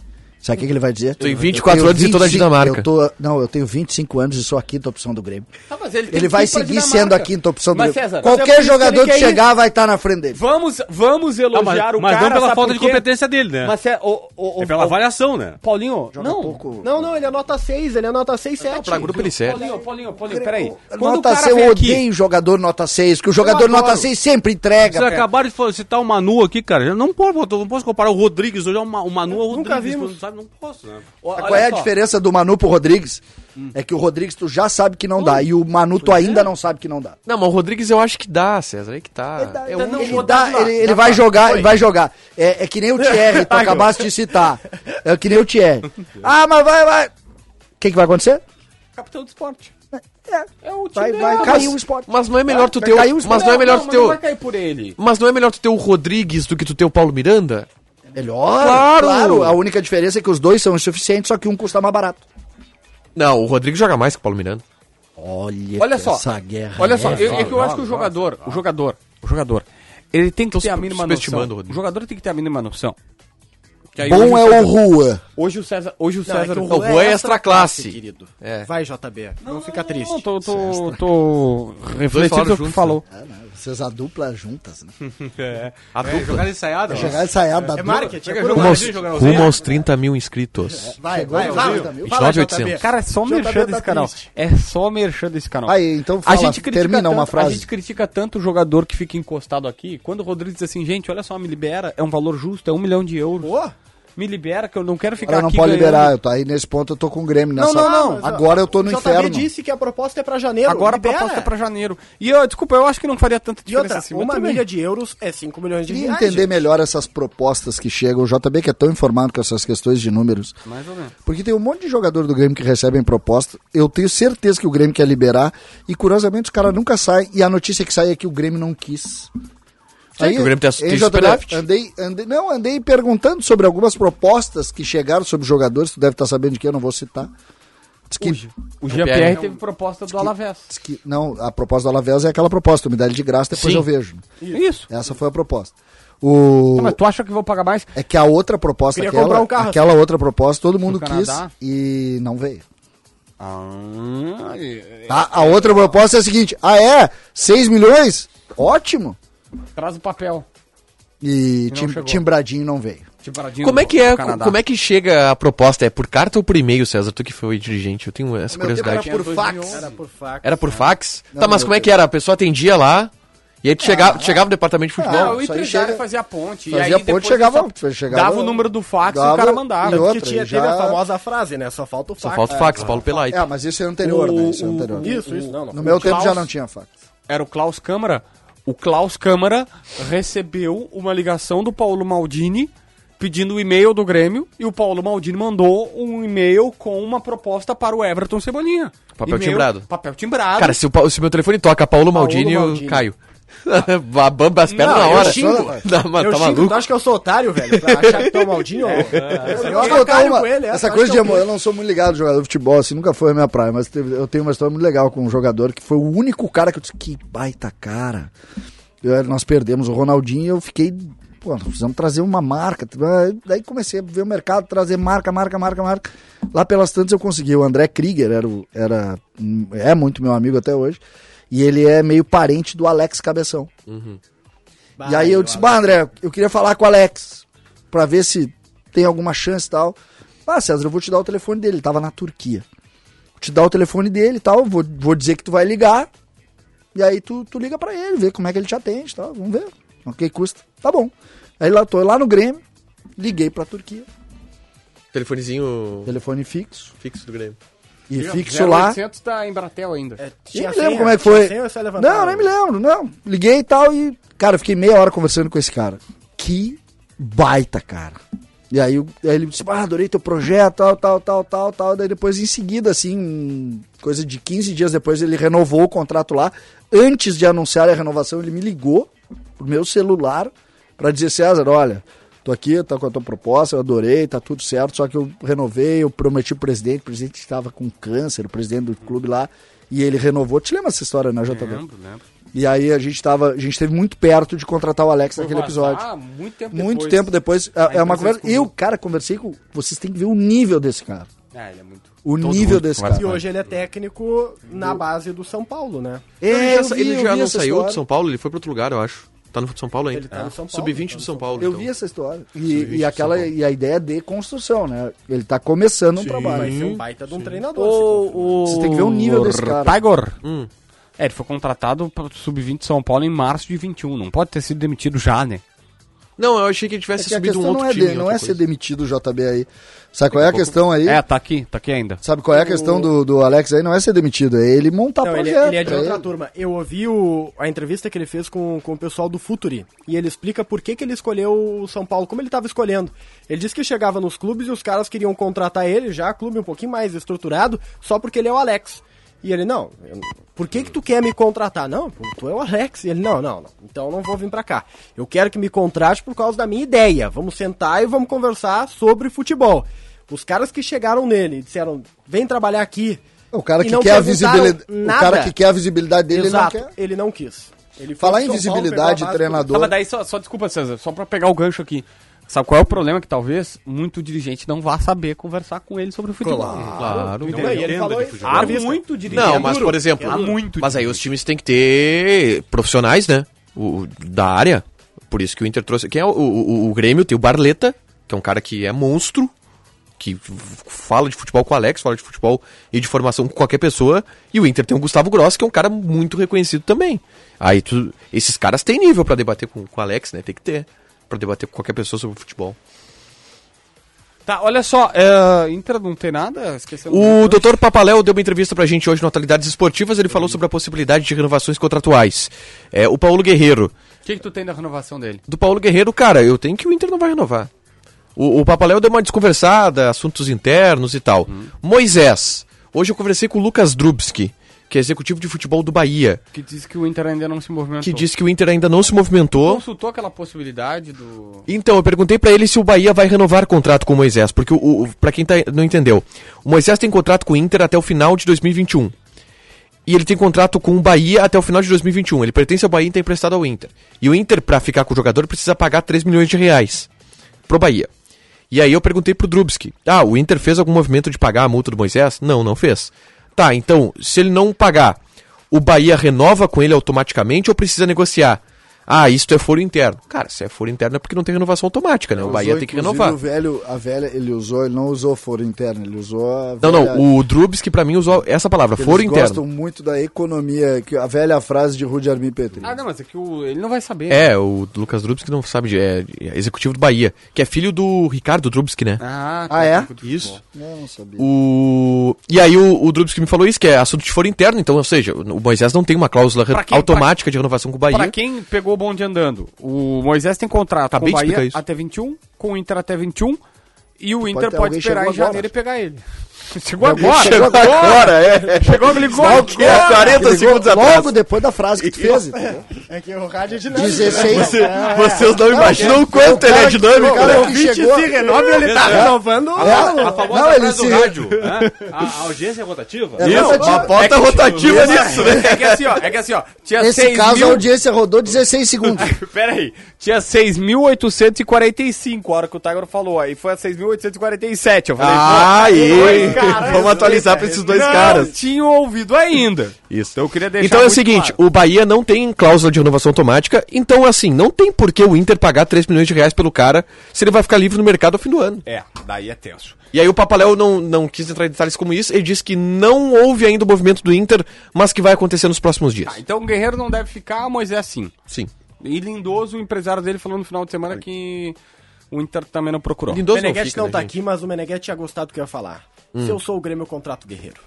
Speaker 4: Sabe o que, que ele vai dizer?
Speaker 3: Tenho 24
Speaker 4: Eu tenho
Speaker 3: anos e tô na
Speaker 4: 25
Speaker 3: Dinamarca.
Speaker 4: eu tô- não, eu tenho 25 anos e sou a quinta opção do Grêmio.
Speaker 2: Tá, mas ele, tem
Speaker 4: Ele
Speaker 2: que
Speaker 4: vai
Speaker 2: ir pra
Speaker 4: seguir
Speaker 2: Dinamarca.
Speaker 4: sendo a quinta opção do
Speaker 2: Mas,
Speaker 4: Grêmio.
Speaker 2: César, mas é
Speaker 4: Qualquer
Speaker 2: por isso
Speaker 4: jogador
Speaker 2: ele
Speaker 4: que
Speaker 2: quer ir.
Speaker 4: chegar vai estar na frente dele.
Speaker 2: Vamos, vamos elogiar
Speaker 6: Ah, mas,
Speaker 2: o
Speaker 6: mas
Speaker 2: cara.
Speaker 6: não pela
Speaker 2: sabe
Speaker 6: falta
Speaker 2: por
Speaker 6: de
Speaker 2: quê?
Speaker 6: competência dele, né?
Speaker 2: Mas é, o, o, o,
Speaker 6: É pela
Speaker 2: o-
Speaker 6: avaliação, né?
Speaker 2: Paulinho, não.
Speaker 4: pouco.
Speaker 5: Não, não, ele é nota 6, ele é nota 6, 7.
Speaker 3: Pra grupo ele serve.
Speaker 2: Paulinho, Paulinho, Paulinho, peraí.
Speaker 4: nota 6, eu odeio jogador nota 6, que o jogador
Speaker 5: adoro.
Speaker 4: nota 6 sempre entrega.
Speaker 6: Vocês
Speaker 4: cara.
Speaker 6: acabaram de fa- citar o Manu aqui, cara. Eu não posso, não posso comparar o Rodrigues hoje ao Ma- o Manu ao
Speaker 5: Nunca
Speaker 6: Rodrigues.
Speaker 5: vimos.
Speaker 6: Sabe? Não posso, né?
Speaker 4: é Qual é a diferença do Manu pro Rodrigues? É que o Rodrigues tu já sabe que não dá. E o Manu tu ainda não sabe que não dá.
Speaker 3: Não, mas o Rodrigues eu acho que dá, César. Aí que tá.
Speaker 4: É um- ele dá- ele- ele vai jogar, ele vai jogar. É, é que nem o Thierry, tu acabaste de citar. É que nem o Thierry. Ah, mas vai, vai. O que, que vai acontecer?
Speaker 2: Capitão do esporte.
Speaker 4: É,
Speaker 2: É
Speaker 4: Vai, vai cair o esporte.
Speaker 3: Mas não é melhor tu
Speaker 4: Vai
Speaker 3: ter. o-
Speaker 4: cair o
Speaker 3: Mas não é melhor tu
Speaker 2: mas
Speaker 3: ter.
Speaker 2: não
Speaker 3: o-
Speaker 2: vai cair por ele.
Speaker 3: Mas não é melhor tu ter o Rodrigues do que tu ter o Paulo Miranda?
Speaker 4: Melhor,
Speaker 3: Claro.
Speaker 4: claro. A única diferença é que os dois são insuficientes, só que um custa mais barato.
Speaker 3: Não, o Rodrigues joga mais que o Paulo Miranda.
Speaker 4: Olha,
Speaker 2: Olha só,
Speaker 4: guerra.
Speaker 2: Olha só, eu, é que eu acho que o jogador, o jogador, o jogador, ele tem que ter a mínima noção.
Speaker 3: subestimando o Rodrigo.
Speaker 2: O jogador tem que ter a mínima noção. Que aí
Speaker 4: Bom
Speaker 2: hoje,
Speaker 4: é o Rua.
Speaker 2: hoje o César, hoje o César,
Speaker 3: o Juan é extra classe.
Speaker 5: querido.
Speaker 3: É.
Speaker 5: Vai, JB. Não, fica triste.
Speaker 2: Não, tô, tô, tô refletindo sobre o
Speaker 3: falaram
Speaker 2: que tu
Speaker 3: juntos,
Speaker 2: falou.
Speaker 4: Vocês a dupla juntas, né?
Speaker 2: É.
Speaker 6: A
Speaker 4: É,
Speaker 6: dupla. jogar ensaiada.
Speaker 4: Chegar ensaiada
Speaker 5: É marketing. É
Speaker 3: Rumo aos,
Speaker 6: Rodrigues joga no
Speaker 3: rumo
Speaker 6: Zé?
Speaker 3: aos 30 mil inscritos.
Speaker 4: Vai,
Speaker 5: vai, vai.
Speaker 4: vai.
Speaker 5: Fala,
Speaker 3: 29.800.
Speaker 5: JB.
Speaker 2: Cara, é só
Speaker 4: JB
Speaker 2: merchan
Speaker 4: tá
Speaker 2: desse canal.
Speaker 4: triste.
Speaker 2: É só merchan desse canal.
Speaker 4: Aí, então fala,
Speaker 2: a gente critica
Speaker 4: termina
Speaker 2: tanto,
Speaker 4: uma
Speaker 2: A
Speaker 4: frase.
Speaker 2: gente critica tanto o jogador que fica encostado aqui. Quando o Rodrigues diz assim, gente, olha só, me libera, é um valor justo, é um milhão de euros. Me libera, que eu não quero ficar
Speaker 4: Agora não
Speaker 2: aqui
Speaker 4: pode
Speaker 2: ganhando.
Speaker 4: liberar, eu tô aí nesse ponto eu tô com o Grêmio nessa.
Speaker 5: Ah, mas, ó,
Speaker 4: Agora eu tô no
Speaker 5: o JB
Speaker 4: inferno.
Speaker 5: disse que a proposta é pra janeiro.
Speaker 2: Agora
Speaker 5: libera.
Speaker 2: a proposta é pra janeiro. E, ó, desculpa, eu acho que não faria tanta
Speaker 5: E
Speaker 2: diferença
Speaker 5: outra,
Speaker 2: assim. mas
Speaker 5: uma
Speaker 2: tudo bem.
Speaker 5: milha de euros é 5 milhões de
Speaker 4: Queria
Speaker 5: reais.
Speaker 4: entender melhor essas propostas que chegam. O JB que é tão informado com essas questões de números.
Speaker 2: Mais ou menos.
Speaker 4: Porque tem um monte de jogador do Grêmio que recebem proposta. Eu tenho certeza que o Grêmio quer liberar. E curiosamente os caras nunca saem. E a notícia que sai é que o Grêmio não quis. Aí,
Speaker 3: que o Grêmio tem- tem
Speaker 4: hein, JB?
Speaker 3: superávit.
Speaker 4: andei, andei, não, andei perguntando sobre algumas propostas que chegaram sobre jogadores. Tu deve estar sabendo de que eu não vou citar. Diz que,
Speaker 2: O GPR teve proposta do Alavés.
Speaker 4: diz que- não, a proposta do Alavés é aquela proposta. Tu me dá ele de graça, depois
Speaker 3: Sim.
Speaker 4: eu vejo.
Speaker 2: Isso.
Speaker 4: Essa foi a proposta. O...
Speaker 2: Mas tu acha que vou pagar mais?
Speaker 4: É que a outra proposta,
Speaker 5: Queria
Speaker 4: aquela,
Speaker 5: comprar um carro.
Speaker 4: aquela outra proposta, todo mundo
Speaker 2: Do
Speaker 4: quis
Speaker 2: Canadá?
Speaker 4: e não veio.
Speaker 2: Ah,
Speaker 4: Tá? A outra proposta é a seguinte: ah, é? 6 milhões? Ótimo!
Speaker 2: Traz o papel. Tipo,
Speaker 4: E
Speaker 2: não
Speaker 4: tim,
Speaker 2: chegou.
Speaker 4: Timbradinho não veio.
Speaker 3: Como é que é? Como é que chega a proposta? É por carta ou por e-mail, César? Tu que foi dirigente, eu tenho essa curiosidade.
Speaker 4: por fax.
Speaker 5: Era por fax.
Speaker 3: Era por fax?
Speaker 4: Não,
Speaker 3: tá, mas
Speaker 4: meu
Speaker 3: como é
Speaker 4: Deus.
Speaker 3: que era? A pessoa atendia lá, e aí tu chegava, tu chegava no departamento de
Speaker 4: Ah,
Speaker 3: futebol.
Speaker 2: o
Speaker 4: isso aí
Speaker 2: empresário
Speaker 4: chega-
Speaker 2: fazia a ponte.
Speaker 4: fazia
Speaker 2: e aí
Speaker 4: a ponte,
Speaker 2: depois
Speaker 4: chegava-
Speaker 2: ele só
Speaker 4: chegava-
Speaker 2: dava o número do fax e o
Speaker 4: dava-
Speaker 2: cara mandava.
Speaker 4: e
Speaker 5: Tanto
Speaker 4: outra,
Speaker 5: que tinha,
Speaker 4: e É, já-
Speaker 5: teve a famosa frase, né? Só falta o fax.
Speaker 3: Só falta o fax, Paulo Pelait.
Speaker 4: É, mas isso é anterior, né? Isso é anterior.
Speaker 5: Isso, isso. Não, não.
Speaker 4: No meu
Speaker 2: o
Speaker 4: tempo já
Speaker 2: Klaus-
Speaker 4: não tinha fax.
Speaker 2: Era o Klaus Câmara. O Klaus Câmara recebeu uma ligação do Paulo Maldini pedindo o e-mail do Grêmio e o Paulo Maldini mandou um e-mail com uma proposta para o Everton Cebolinha.
Speaker 3: Papel timbrado.
Speaker 2: Papel timbrado.
Speaker 3: Cara, se o, pa- se o meu telefone toca Paulo Maldini,
Speaker 5: Maldini.
Speaker 3: eu caio. Bamba as pernas
Speaker 5: Não,
Speaker 3: na
Speaker 5: eu
Speaker 3: hora.
Speaker 5: xingo.
Speaker 3: Não, mas
Speaker 5: eu
Speaker 3: tá
Speaker 5: xingo, tu
Speaker 3: maluco?
Speaker 5: acha que eu sou otário, velho? Pra achar que tu é o Maldinho?
Speaker 4: Eu vou contar uma-
Speaker 5: é,
Speaker 4: essa coisa de amor, eu não sou muito ligado ao jogador de futebol, assim, nunca foi a minha praia, mas teve- eu tenho uma história muito legal com um jogador que foi o único cara que eu disse, que baita cara. Eu era- nós perdemos o Ronaldinho e eu fiquei, pô, nós precisamos trazer uma marca. Daí comecei a ver o mercado, trazer marca, marca, marca, marca. Lá pelas tantas eu consegui, o André Krieger era, o- era um- é muito meu amigo até hoje, e ele é meio parente do Alex Cabeção. E aí eu disse, bah, André, eu queria falar com o Alex, pra ver se tem alguma chance e tal. Ah, César, eu vou te dar o telefone dele, ele tava na Turquia. Vou te dar o telefone dele e tal, vou, vou dizer que tu vai ligar, e aí tu, tu liga pra ele, vê como é que ele te atende e tal, vamos ver, o que custa. Tá bom. Aí lá, tô lá no Grêmio, liguei pra Turquia,
Speaker 3: Telefonezinho
Speaker 4: telefone fixo,
Speaker 3: fixo do Grêmio.
Speaker 4: e fixo lá... É,
Speaker 2: 0800 tá em Bratel ainda.
Speaker 4: Eu não me lembro como é que foi. Não, nem me lembro, não. Liguei e tal e, cara, eu fiquei meia hora conversando com esse cara. Que baita, cara. E aí, o- aí ele disse, ah, adorei teu projeto, tal, tal, tal, tal, tal. Daí depois, em seguida, assim, um- coisa de 15 dias depois, ele renovou o contrato lá. Antes de anunciar a renovação, ele me ligou pro meu celular pra dizer, César, olha, tô aqui, tá com a tua proposta, eu adorei, tá tudo certo, só que eu renovei, eu prometi pro presidente, o presidente estava com câncer, o presidente do clube lá, e ele renovou. Te lembra essa história, né, JB?
Speaker 2: lembro.
Speaker 4: E aí a gente tava, a gente esteve muito perto de contratar o Alex naquele episódio.
Speaker 2: Ah, muito tempo
Speaker 4: Muito tempo depois, é- é uma conversa. Eu, cara, conversei com. Vocês têm que ver o nível desse cara.
Speaker 2: Ah, ele é muito...
Speaker 4: O
Speaker 3: Todo
Speaker 4: nível
Speaker 3: mundo
Speaker 4: desse
Speaker 3: conversa
Speaker 4: cara.
Speaker 5: E hoje ele é técnico na base do São Paulo, né?
Speaker 4: É,
Speaker 3: ele já,
Speaker 4: eu
Speaker 3: sa-
Speaker 4: vi-
Speaker 3: ele
Speaker 4: eu
Speaker 3: já
Speaker 4: vi
Speaker 3: não
Speaker 4: essa
Speaker 3: saiu
Speaker 4: história.
Speaker 3: de São Paulo, ele foi pro outro lugar, eu acho. Tá no São Paulo ainda.
Speaker 5: Ele tá no São Paulo,
Speaker 3: Sub-20
Speaker 5: tá
Speaker 3: do
Speaker 5: no
Speaker 3: São Paulo.
Speaker 4: Eu
Speaker 3: então.
Speaker 4: vi essa história.
Speaker 3: Sub-20
Speaker 4: E,
Speaker 3: de
Speaker 4: e aquela
Speaker 3: São Paulo.
Speaker 4: e a ideia é de construção, né? Ele tá começando um
Speaker 5: Vai
Speaker 4: trabalho.
Speaker 5: ser um baita de um treinador. se confirmar.
Speaker 2: O, o...
Speaker 4: Vocês têm que ver o nível desse cara. Hum.
Speaker 2: Tiger. É, um. ele foi contratado pro Sub-20 de São Paulo em março de 21. Não pode ter sido demitido já, né?
Speaker 3: Não, eu achei que ele tivesse
Speaker 4: É que a
Speaker 3: subido
Speaker 4: questão
Speaker 3: um outro
Speaker 4: não é,
Speaker 3: time.
Speaker 4: de- não
Speaker 3: outra
Speaker 4: é
Speaker 3: coisa.
Speaker 4: ser demitido o JB aí. Sabe qual é a questão aí?
Speaker 2: É, tá aqui, tá aqui ainda.
Speaker 4: Sabe qual é a questão do, do Alex aí? Não é ser demitido, é ele montar
Speaker 5: Não, ele,
Speaker 4: projeto.
Speaker 5: ele é de
Speaker 4: é
Speaker 5: outra
Speaker 4: ele-
Speaker 5: turma. Eu ouvi o- a entrevista que ele fez com, com o pessoal do Futuri. E ele explica por que, que ele escolheu o São Paulo, como ele estava escolhendo. Ele disse que chegava nos clubes e os caras queriam contratar ele, já clube um pouquinho mais estruturado, só porque ele é o Alex. E ele, não, eu- por que que tu quer me contratar? Não, pô, tu é o Alex. E ele, não, não, não, então eu não vou vir pra cá. Eu quero que me contrate por causa da minha ideia. Vamos sentar e vamos conversar sobre futebol. Os caras que chegaram nele e disseram, vem trabalhar aqui.
Speaker 4: O cara
Speaker 5: e
Speaker 4: que
Speaker 5: não
Speaker 4: quer a
Speaker 5: perguntaram
Speaker 4: visibilidade. O cara
Speaker 5: nada.
Speaker 4: que quer a visibilidade dele,
Speaker 5: Exato,
Speaker 4: ele não quer.
Speaker 5: ele não quis. Ele foi
Speaker 4: Falar
Speaker 5: pro
Speaker 4: em
Speaker 5: São Paulo,
Speaker 4: visibilidade,
Speaker 5: pegou a base,
Speaker 4: treinador.
Speaker 2: Tá, mas daí só, só desculpa, César, só pra pegar o gancho aqui. Sabe qual é o problema que talvez muito dirigente não vá saber conversar com ele sobre o futebol?
Speaker 3: Claro.
Speaker 5: tudo. Não, e ele
Speaker 6: Entendo
Speaker 5: falou
Speaker 6: de
Speaker 5: isso.
Speaker 6: futebol.
Speaker 2: Há
Speaker 5: Entrevista.
Speaker 2: muito dirigente.
Speaker 3: Não, mas por exemplo,
Speaker 2: Há muito
Speaker 3: mas aí os times têm que ter profissionais, né? O, o- da área. Por isso que o Inter trouxe. Quem é o, o, o- o Grêmio? Tem o Barleta, que é um cara que é monstro, que f- fala de futebol com o Alex, fala de futebol e de formação com qualquer pessoa. E o Inter tem o Gustavo Gross, que é um cara muito reconhecido também. Aí tu- esses caras têm nível pra debater com, com o Alex, né? Tem que ter. Pra debater com qualquer pessoa sobre futebol.
Speaker 2: Tá, olha só, é, Inter não tem nada? Esqueceu
Speaker 3: O doutor Papaléu deu uma entrevista pra gente hoje no Atualidades Esportivas, ele falou sobre a possibilidade de renovações contratuais. É, o Paulo Guerreiro.
Speaker 2: O que, que tu tem da renovação dele?
Speaker 3: Do Paulo Guerreiro, cara, eu tenho que o Inter não vai renovar. O, o Papaléu deu uma desconversada, assuntos internos e tal. Moisés. Hoje eu conversei com o Lucas Drubski, que é executivo de futebol do Bahia,
Speaker 2: Que diz que o Inter ainda não se movimentou.
Speaker 3: que disse que o Inter ainda não se movimentou.
Speaker 2: Consultou aquela possibilidade do...
Speaker 3: Então, eu perguntei pra ele se o Bahia vai renovar contrato com o Moisés, porque o, o para quem tá, não entendeu, o Moisés tem contrato com o Inter até o final de 2021. E ele tem contrato com o Bahia até o final de 2021. Ele pertence ao Bahia e tá emprestado ao Inter. E o Inter, pra ficar com o jogador, precisa pagar 3 milhões de reais pro Bahia. E aí eu perguntei pro Drubski, ah, o Inter fez algum movimento de pagar a multa do Moisés? Não, não fez. Tá, então, se ele não pagar, o Bahia renova com ele automaticamente ou precisa negociar? Ah, isto é foro interno. Cara, se é foro interno é porque não tem renovação automática, né? O Bahia
Speaker 4: Usou,
Speaker 3: tem que
Speaker 4: inclusive,
Speaker 3: renovar.
Speaker 4: O velho, a velha, ele usou, ele não usou foro interno, ele usou a
Speaker 3: Não,
Speaker 4: velha-
Speaker 3: não, o Drubski pra mim usou essa palavra,
Speaker 4: Eles
Speaker 3: foro
Speaker 4: gostam
Speaker 3: interno.
Speaker 4: muito da economia, que a velha frase de Rudy Armin Petri.
Speaker 2: Ah, não, mas é que o... ele não vai saber.
Speaker 3: É, o Lucas Drubski não sabe, de- é é executivo do Bahia, que é filho do Ricardo Drubski, né?
Speaker 2: Ah,
Speaker 4: Ah, é?
Speaker 2: técnico do
Speaker 3: Isso.
Speaker 2: futebol.
Speaker 4: Não, não sabia.
Speaker 3: O... E aí o, o Drubsky me falou isso, que é assunto de foro interno, então, ou seja, o Moisés não tem uma cláusula re-
Speaker 2: Pra quem-
Speaker 3: automática de renovação com o Bahia.
Speaker 2: Pra quem pegou o bonde andando, o Moisés tem contrato com o
Speaker 3: Acabei de
Speaker 2: Bahia
Speaker 3: explicar isso.
Speaker 2: até 21, com o Inter até 21, e o Inter
Speaker 4: ter-
Speaker 2: pode
Speaker 4: alguém
Speaker 2: esperar em
Speaker 4: chegou agora.
Speaker 2: janeiro e pegar ele. Chegou agora!
Speaker 4: Chegou agora, é.
Speaker 2: Chegou, ligou
Speaker 3: é,
Speaker 2: agora.
Speaker 4: Ligou logo depois da frase que tu fez. entendeu?
Speaker 5: É que o rádio é dinâmico.
Speaker 4: 16.
Speaker 3: Vocês não imaginam o quanto ele é dinâmico,
Speaker 4: o cara
Speaker 3: né?
Speaker 4: que chegou-
Speaker 5: renova e ele tá renovando.
Speaker 4: É, não, ele se...
Speaker 6: né? A, a audiência é rotativa?
Speaker 4: É rotativa.
Speaker 3: Bota rotativa nisso, né?
Speaker 2: É que assim, ó, é que assim, ó, tinha
Speaker 4: Nesse
Speaker 2: 6
Speaker 4: caso, é
Speaker 2: mil...
Speaker 4: a audiência rodou 16 segundos.
Speaker 2: Pera aí, tinha 6.845 a hora que o Tiger falou, aí foi a 6.847, eu falei...
Speaker 3: Ah,
Speaker 2: dois
Speaker 3: aí!
Speaker 2: caras,
Speaker 3: Vamos atualizar pra esses
Speaker 2: pô,
Speaker 3: dois
Speaker 2: não
Speaker 3: caras.
Speaker 2: tinham ouvido ainda.
Speaker 3: Isso.
Speaker 2: Então eu queria deixar
Speaker 3: Então é o
Speaker 2: muito
Speaker 3: seguinte,
Speaker 2: claro.
Speaker 3: o Bahia não tem cláusula de renovação automática, então assim, não tem por que o Inter pagar 3 milhões de reais pelo cara se ele vai ficar livre no mercado ao fim do ano.
Speaker 2: É, daí é tenso.
Speaker 3: E aí o Papaléu não, não quis entrar em detalhes como isso, ele disse que não houve ainda o movimento do Inter, mas que vai acontecer nos próximos dias.
Speaker 2: Tá, então o Guerreiro não deve ficar, Moisés sim.
Speaker 3: Sim.
Speaker 2: E Lindoso, o empresário dele, falou no final de semana que o Inter também não procurou.
Speaker 5: O
Speaker 3: Lindoso não
Speaker 5: Meneghete
Speaker 3: fica,
Speaker 5: não
Speaker 3: né,
Speaker 5: tá
Speaker 3: gente?
Speaker 5: aqui, mas o Meneghete tinha gostado do que eu ia falar.
Speaker 4: Hum.
Speaker 5: Se eu sou o Grêmio, eu contrato o Guerreiro.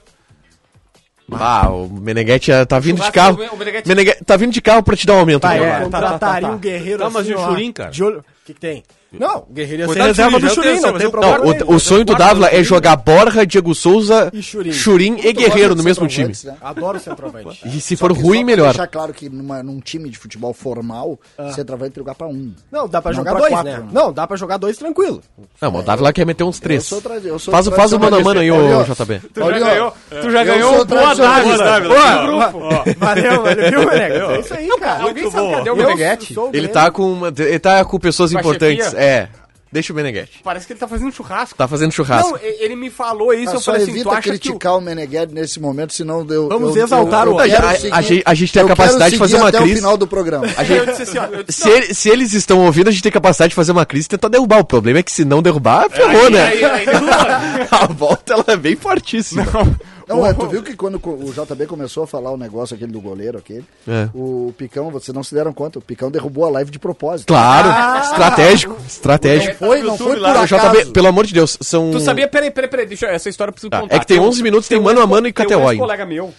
Speaker 3: Ah, o Meneghetti ah, tá vindo de
Speaker 2: Churrasco,
Speaker 3: carro.
Speaker 2: o Meneghetti-
Speaker 3: Meneghetti tá vindo de carro pra te dar um aumento.
Speaker 5: Tá,
Speaker 3: meu
Speaker 5: eu
Speaker 2: é,
Speaker 3: amado.
Speaker 2: tá,
Speaker 5: contrataria
Speaker 2: tá, tá, tá.
Speaker 5: o Guerreiro assim,
Speaker 6: Tá, mas e o
Speaker 5: ó,
Speaker 6: Churin, cara?
Speaker 5: de olho- O que que tem? Não, o Guerreiro ia ser
Speaker 6: Coitado do
Speaker 5: reserva do
Speaker 6: Churin, já
Speaker 5: Churin,
Speaker 6: atenção,
Speaker 5: não
Speaker 6: mas
Speaker 5: tem
Speaker 6: eu-
Speaker 5: problema.
Speaker 3: Não,
Speaker 6: Guarda
Speaker 3: o,
Speaker 6: aí,
Speaker 3: o sonho do
Speaker 6: guarda
Speaker 3: Dávila
Speaker 6: aí.
Speaker 3: é jogar Borra, Diego Souza,
Speaker 5: E Churin.
Speaker 3: Churin, e Guerreiro no mesmo time.
Speaker 4: Centroavantes, né?
Speaker 5: Adoro o centroavante.
Speaker 3: E se for
Speaker 4: Só que só
Speaker 3: ruim,
Speaker 4: pra
Speaker 3: melhor.
Speaker 4: deixar claro que numa- num time de futebol formal, você centroavante tem lugar pra um.
Speaker 5: Não, dá pra
Speaker 4: Não,
Speaker 5: jogar
Speaker 4: pra
Speaker 5: dois,
Speaker 4: quatro,
Speaker 5: né?
Speaker 4: né?
Speaker 5: Não, dá pra jogar dois tranquilo.
Speaker 3: Não, mas o Dávila quer meter uns três.
Speaker 4: sou tra- eu sou
Speaker 3: Faz, o- faz o mano a mano aí, ô
Speaker 4: tradicionalista.
Speaker 3: JB.
Speaker 2: Tu já
Speaker 4: Olha, ó,
Speaker 2: ganhou, tu já
Speaker 4: eu
Speaker 2: ganhou
Speaker 4: sou
Speaker 2: boa
Speaker 4: tradicionalista.
Speaker 2: tarde.
Speaker 5: Valeu, valeu, viu, Meneghete? É isso aí, cara.
Speaker 2: Alguém sabe cadê o
Speaker 5: Eu
Speaker 2: Meneghetti?
Speaker 5: sou o
Speaker 3: Ele
Speaker 5: Grêmio.
Speaker 3: tá com, uma- ele tá com pessoas
Speaker 2: Com a
Speaker 3: importantes.
Speaker 2: chefia?
Speaker 3: É, deixa o Meneghetti.
Speaker 2: Parece que ele tá fazendo churrasco.
Speaker 3: Tá fazendo churrasco.
Speaker 2: Não, e- ele me falou isso,
Speaker 4: Ah,
Speaker 2: eu
Speaker 4: só
Speaker 2: falei assim, tu
Speaker 4: evita
Speaker 2: acha que o...
Speaker 4: criticar o... Meneghetti nesse momento, senão deu.
Speaker 5: Vamos exaltar o-
Speaker 3: Não,
Speaker 4: quero
Speaker 3: a- a-
Speaker 4: seguir-
Speaker 3: a gente- a gente tem a
Speaker 4: eu quero
Speaker 3: capacidade de
Speaker 4: seguir
Speaker 3: fazer uma
Speaker 4: até
Speaker 3: crise.
Speaker 4: o final do programa.
Speaker 2: Eu disse assim, ó, eu disse,
Speaker 3: Se, ele- se eles estão ouvindo, a gente tem capacidade de fazer uma crise e tentar derrubar. O problema
Speaker 2: É,
Speaker 3: é que se não derrubar, ferrou, né?
Speaker 2: aí, aí, aí,
Speaker 3: a volta ela é bem fortíssima.
Speaker 2: não.
Speaker 4: Não, é, tu viu que quando co- o JB começou a falar o negócio aquele do goleiro, aquele,
Speaker 3: É.
Speaker 4: o Picão, vocês não se deram conta, o Picão derrubou a live de propósito.
Speaker 3: Claro,
Speaker 2: Ah,
Speaker 3: estratégico, estratégico.
Speaker 4: Foi, não foi por
Speaker 3: Cara,
Speaker 4: acaso.
Speaker 3: JB, pelo amor de Deus, são...
Speaker 2: Tu sabia? Peraí, peraí, peraí, deixa eu, essa história eu preciso
Speaker 3: Um- Tá,
Speaker 2: contar.
Speaker 3: é que tem 11 minutos, tem
Speaker 2: um
Speaker 3: mano a
Speaker 2: ex-
Speaker 3: mano e
Speaker 2: Tem um
Speaker 3: KTO, hein?
Speaker 2: ex-colega meu,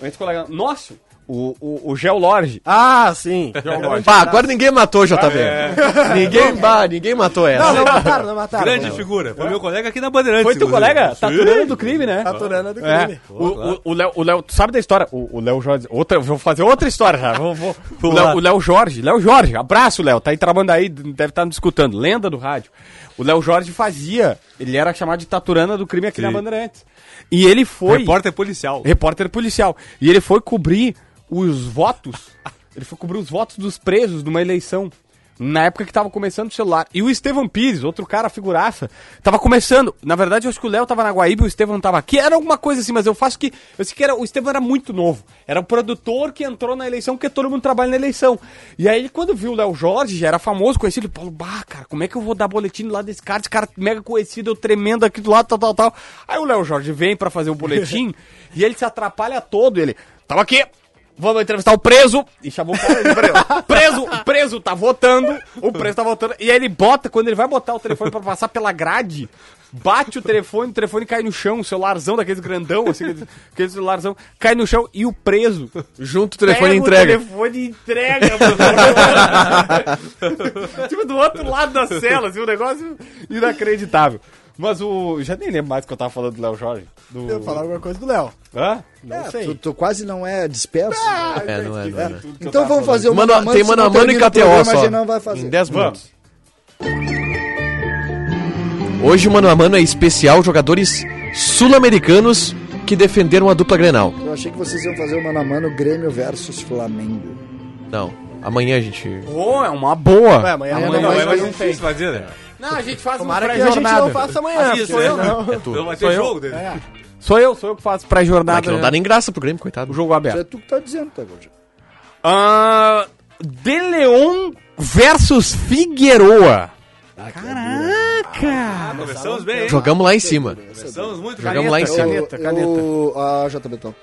Speaker 2: um ex-colega nosso, o, o, o Geolorge.
Speaker 5: Ah, sim.
Speaker 2: é?
Speaker 3: Pá, agora ninguém matou, JB. Ninguém, bah, ninguém matou essa.
Speaker 5: Não, não mataram, não mataram.
Speaker 6: Grande figura. Foi meu colega aqui na Bandeirantes.
Speaker 2: Foi teu
Speaker 6: inclusive.
Speaker 2: colega? Tá
Speaker 6: Sim.
Speaker 2: tudo do crime, né?
Speaker 5: Taturana Tá do
Speaker 2: É,
Speaker 5: crime.
Speaker 2: o- o- o Léo, o Léo- tu sabe da história? O, o Léo Jorge, outra, eu vou fazer outra história já. Vou, vou- o, Léo, o Léo Jorge, Léo Jorge, abraço, Léo, tá aí trabalhando aí, deve estar nos escutando, lenda do rádio. O Léo Jorge fazia, ele era chamado de Taturana do crime aqui na Bandeirantes. E ele foi
Speaker 6: Repórter policial.
Speaker 2: repórter policial. E ele foi cobrir os votos. Ele foi cobrir os votos dos presos numa eleição. Na época que tava começando o celular. E o Estevão Pires, outro cara figuraça, tava começando. Na verdade, eu acho que o Léo tava na Guaíba e o Estevão tava aqui. Era alguma coisa assim, mas eu faço que. Eu sei que era, o Estevão era muito novo. Era o produtor que entrou na eleição, porque todo mundo trabalha na eleição. E aí, quando viu o Léo Jorge, já era famoso, conhecido, ele falou: Bah, cara, como é que eu vou dar boletim lá desse cara? Esse cara mega conhecido, eu tremendo aqui do lado, tal, tal, tal. Aí o Léo Jorge vem pra fazer o boletim e ele se atrapalha todo. Ele, tava aqui, vamos entrevistar o preso. E chamou o preso. preso, o preso tá votando, o preso tá votando. E aí ele bota, quando ele vai botar o telefone pra passar pela grade, bate o telefone, o telefone cai no chão, o celularzão daqueles grandão, assim, aquele- aquele celularzão, cai no chão e o preso
Speaker 3: Junto o telefone e
Speaker 2: Pega
Speaker 3: entrega.
Speaker 2: O telefone e entrega pro- Tipo, do outro lado da cela, assim, um negócio inacreditável. Mas o. Já nem lembro mais o que eu tava falando do Léo Jorge. Do...
Speaker 5: Eu falar alguma coisa do Léo.
Speaker 2: Hã?
Speaker 5: Não sei.
Speaker 4: É,
Speaker 5: Ah,
Speaker 4: Tu, tu quase não é disperso.
Speaker 3: É, não é, não é, não é.
Speaker 4: então vamos fazer o
Speaker 3: Mano, tem mano a
Speaker 4: senão
Speaker 3: mano e
Speaker 4: termina o
Speaker 3: KTO
Speaker 4: programa,
Speaker 3: só.
Speaker 4: A gente não vai fazer.
Speaker 3: Em 10 minutos. Hoje o mano a mano é especial jogadores sul-americanos que defenderam a dupla Grenal.
Speaker 4: Eu achei que vocês iam fazer o mano a mano Grêmio versus Flamengo.
Speaker 3: Não, amanhã a gente
Speaker 2: Boa, é uma boa. é
Speaker 5: Ué, amanhã,
Speaker 4: Amanhã
Speaker 5: não,
Speaker 4: não
Speaker 5: vai,
Speaker 4: vai,
Speaker 5: vai,
Speaker 4: mas não
Speaker 6: difícil fazer, né?
Speaker 2: Não, a gente faz um
Speaker 5: Tomara que a gente não faça amanhã.
Speaker 6: Assim, sou eu, né?
Speaker 3: é tu.
Speaker 6: Não vai ter jogo dele.
Speaker 2: Sou eu, sou eu que faço
Speaker 3: Ah,
Speaker 2: pré-jornada. né?
Speaker 3: que não
Speaker 6: né?
Speaker 3: dá nem graça pro Grêmio, coitado.
Speaker 2: O jogo aberto.
Speaker 4: É tu que tá dizendo, tá, Gordinho?
Speaker 2: Ah, De Leon versus Figueroa. Caraca!
Speaker 6: Ah, Começamos bem, hein?
Speaker 3: Jogamos lá em cima.
Speaker 6: Começamos muito bem.
Speaker 3: Jogamos lá em
Speaker 4: Eu,
Speaker 3: cima.
Speaker 2: Caneta,
Speaker 4: eu, ah, J. Betão.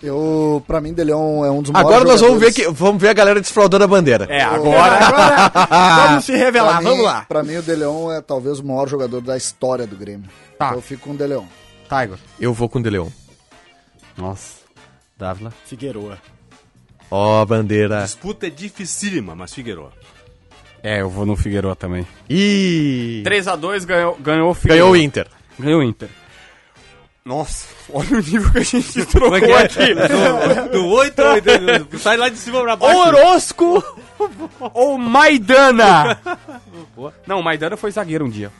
Speaker 4: Eu, pra mim, Deleon é um dos maiores
Speaker 3: Agora nós vamos ver
Speaker 4: jogadores.
Speaker 3: que vamos ver a galera desfraudando a bandeira.
Speaker 2: É, agora. Ah.
Speaker 5: Vamos se revelar,
Speaker 4: Pra mim-
Speaker 5: vamos lá.
Speaker 4: Pra mim, o Deleon é talvez o maior jogador da história do Grêmio.
Speaker 2: Tá.
Speaker 4: Então eu fico com o Deleon.
Speaker 2: Tiger.
Speaker 3: Eu vou com o De Leon.
Speaker 2: Nossa. Dávila.
Speaker 5: Figueroa.
Speaker 3: Ó, a bandeira.
Speaker 6: Disputa é dificílima, mas Figueiredo.
Speaker 2: É, eu vou no Figueroa também.
Speaker 3: E
Speaker 2: 3x2 ganhou, ganhou o
Speaker 3: ganhou o
Speaker 2: Inter.
Speaker 3: Inter.
Speaker 2: Ganhou o Inter. Nossa, olha o nível que a gente trocou
Speaker 6: Como é que é?
Speaker 2: aqui.
Speaker 6: Do, do 8 ao 80. Sai lá de cima pra baixo.
Speaker 2: Orosco ou Maidana? Não, o Maidana foi zagueiro um dia.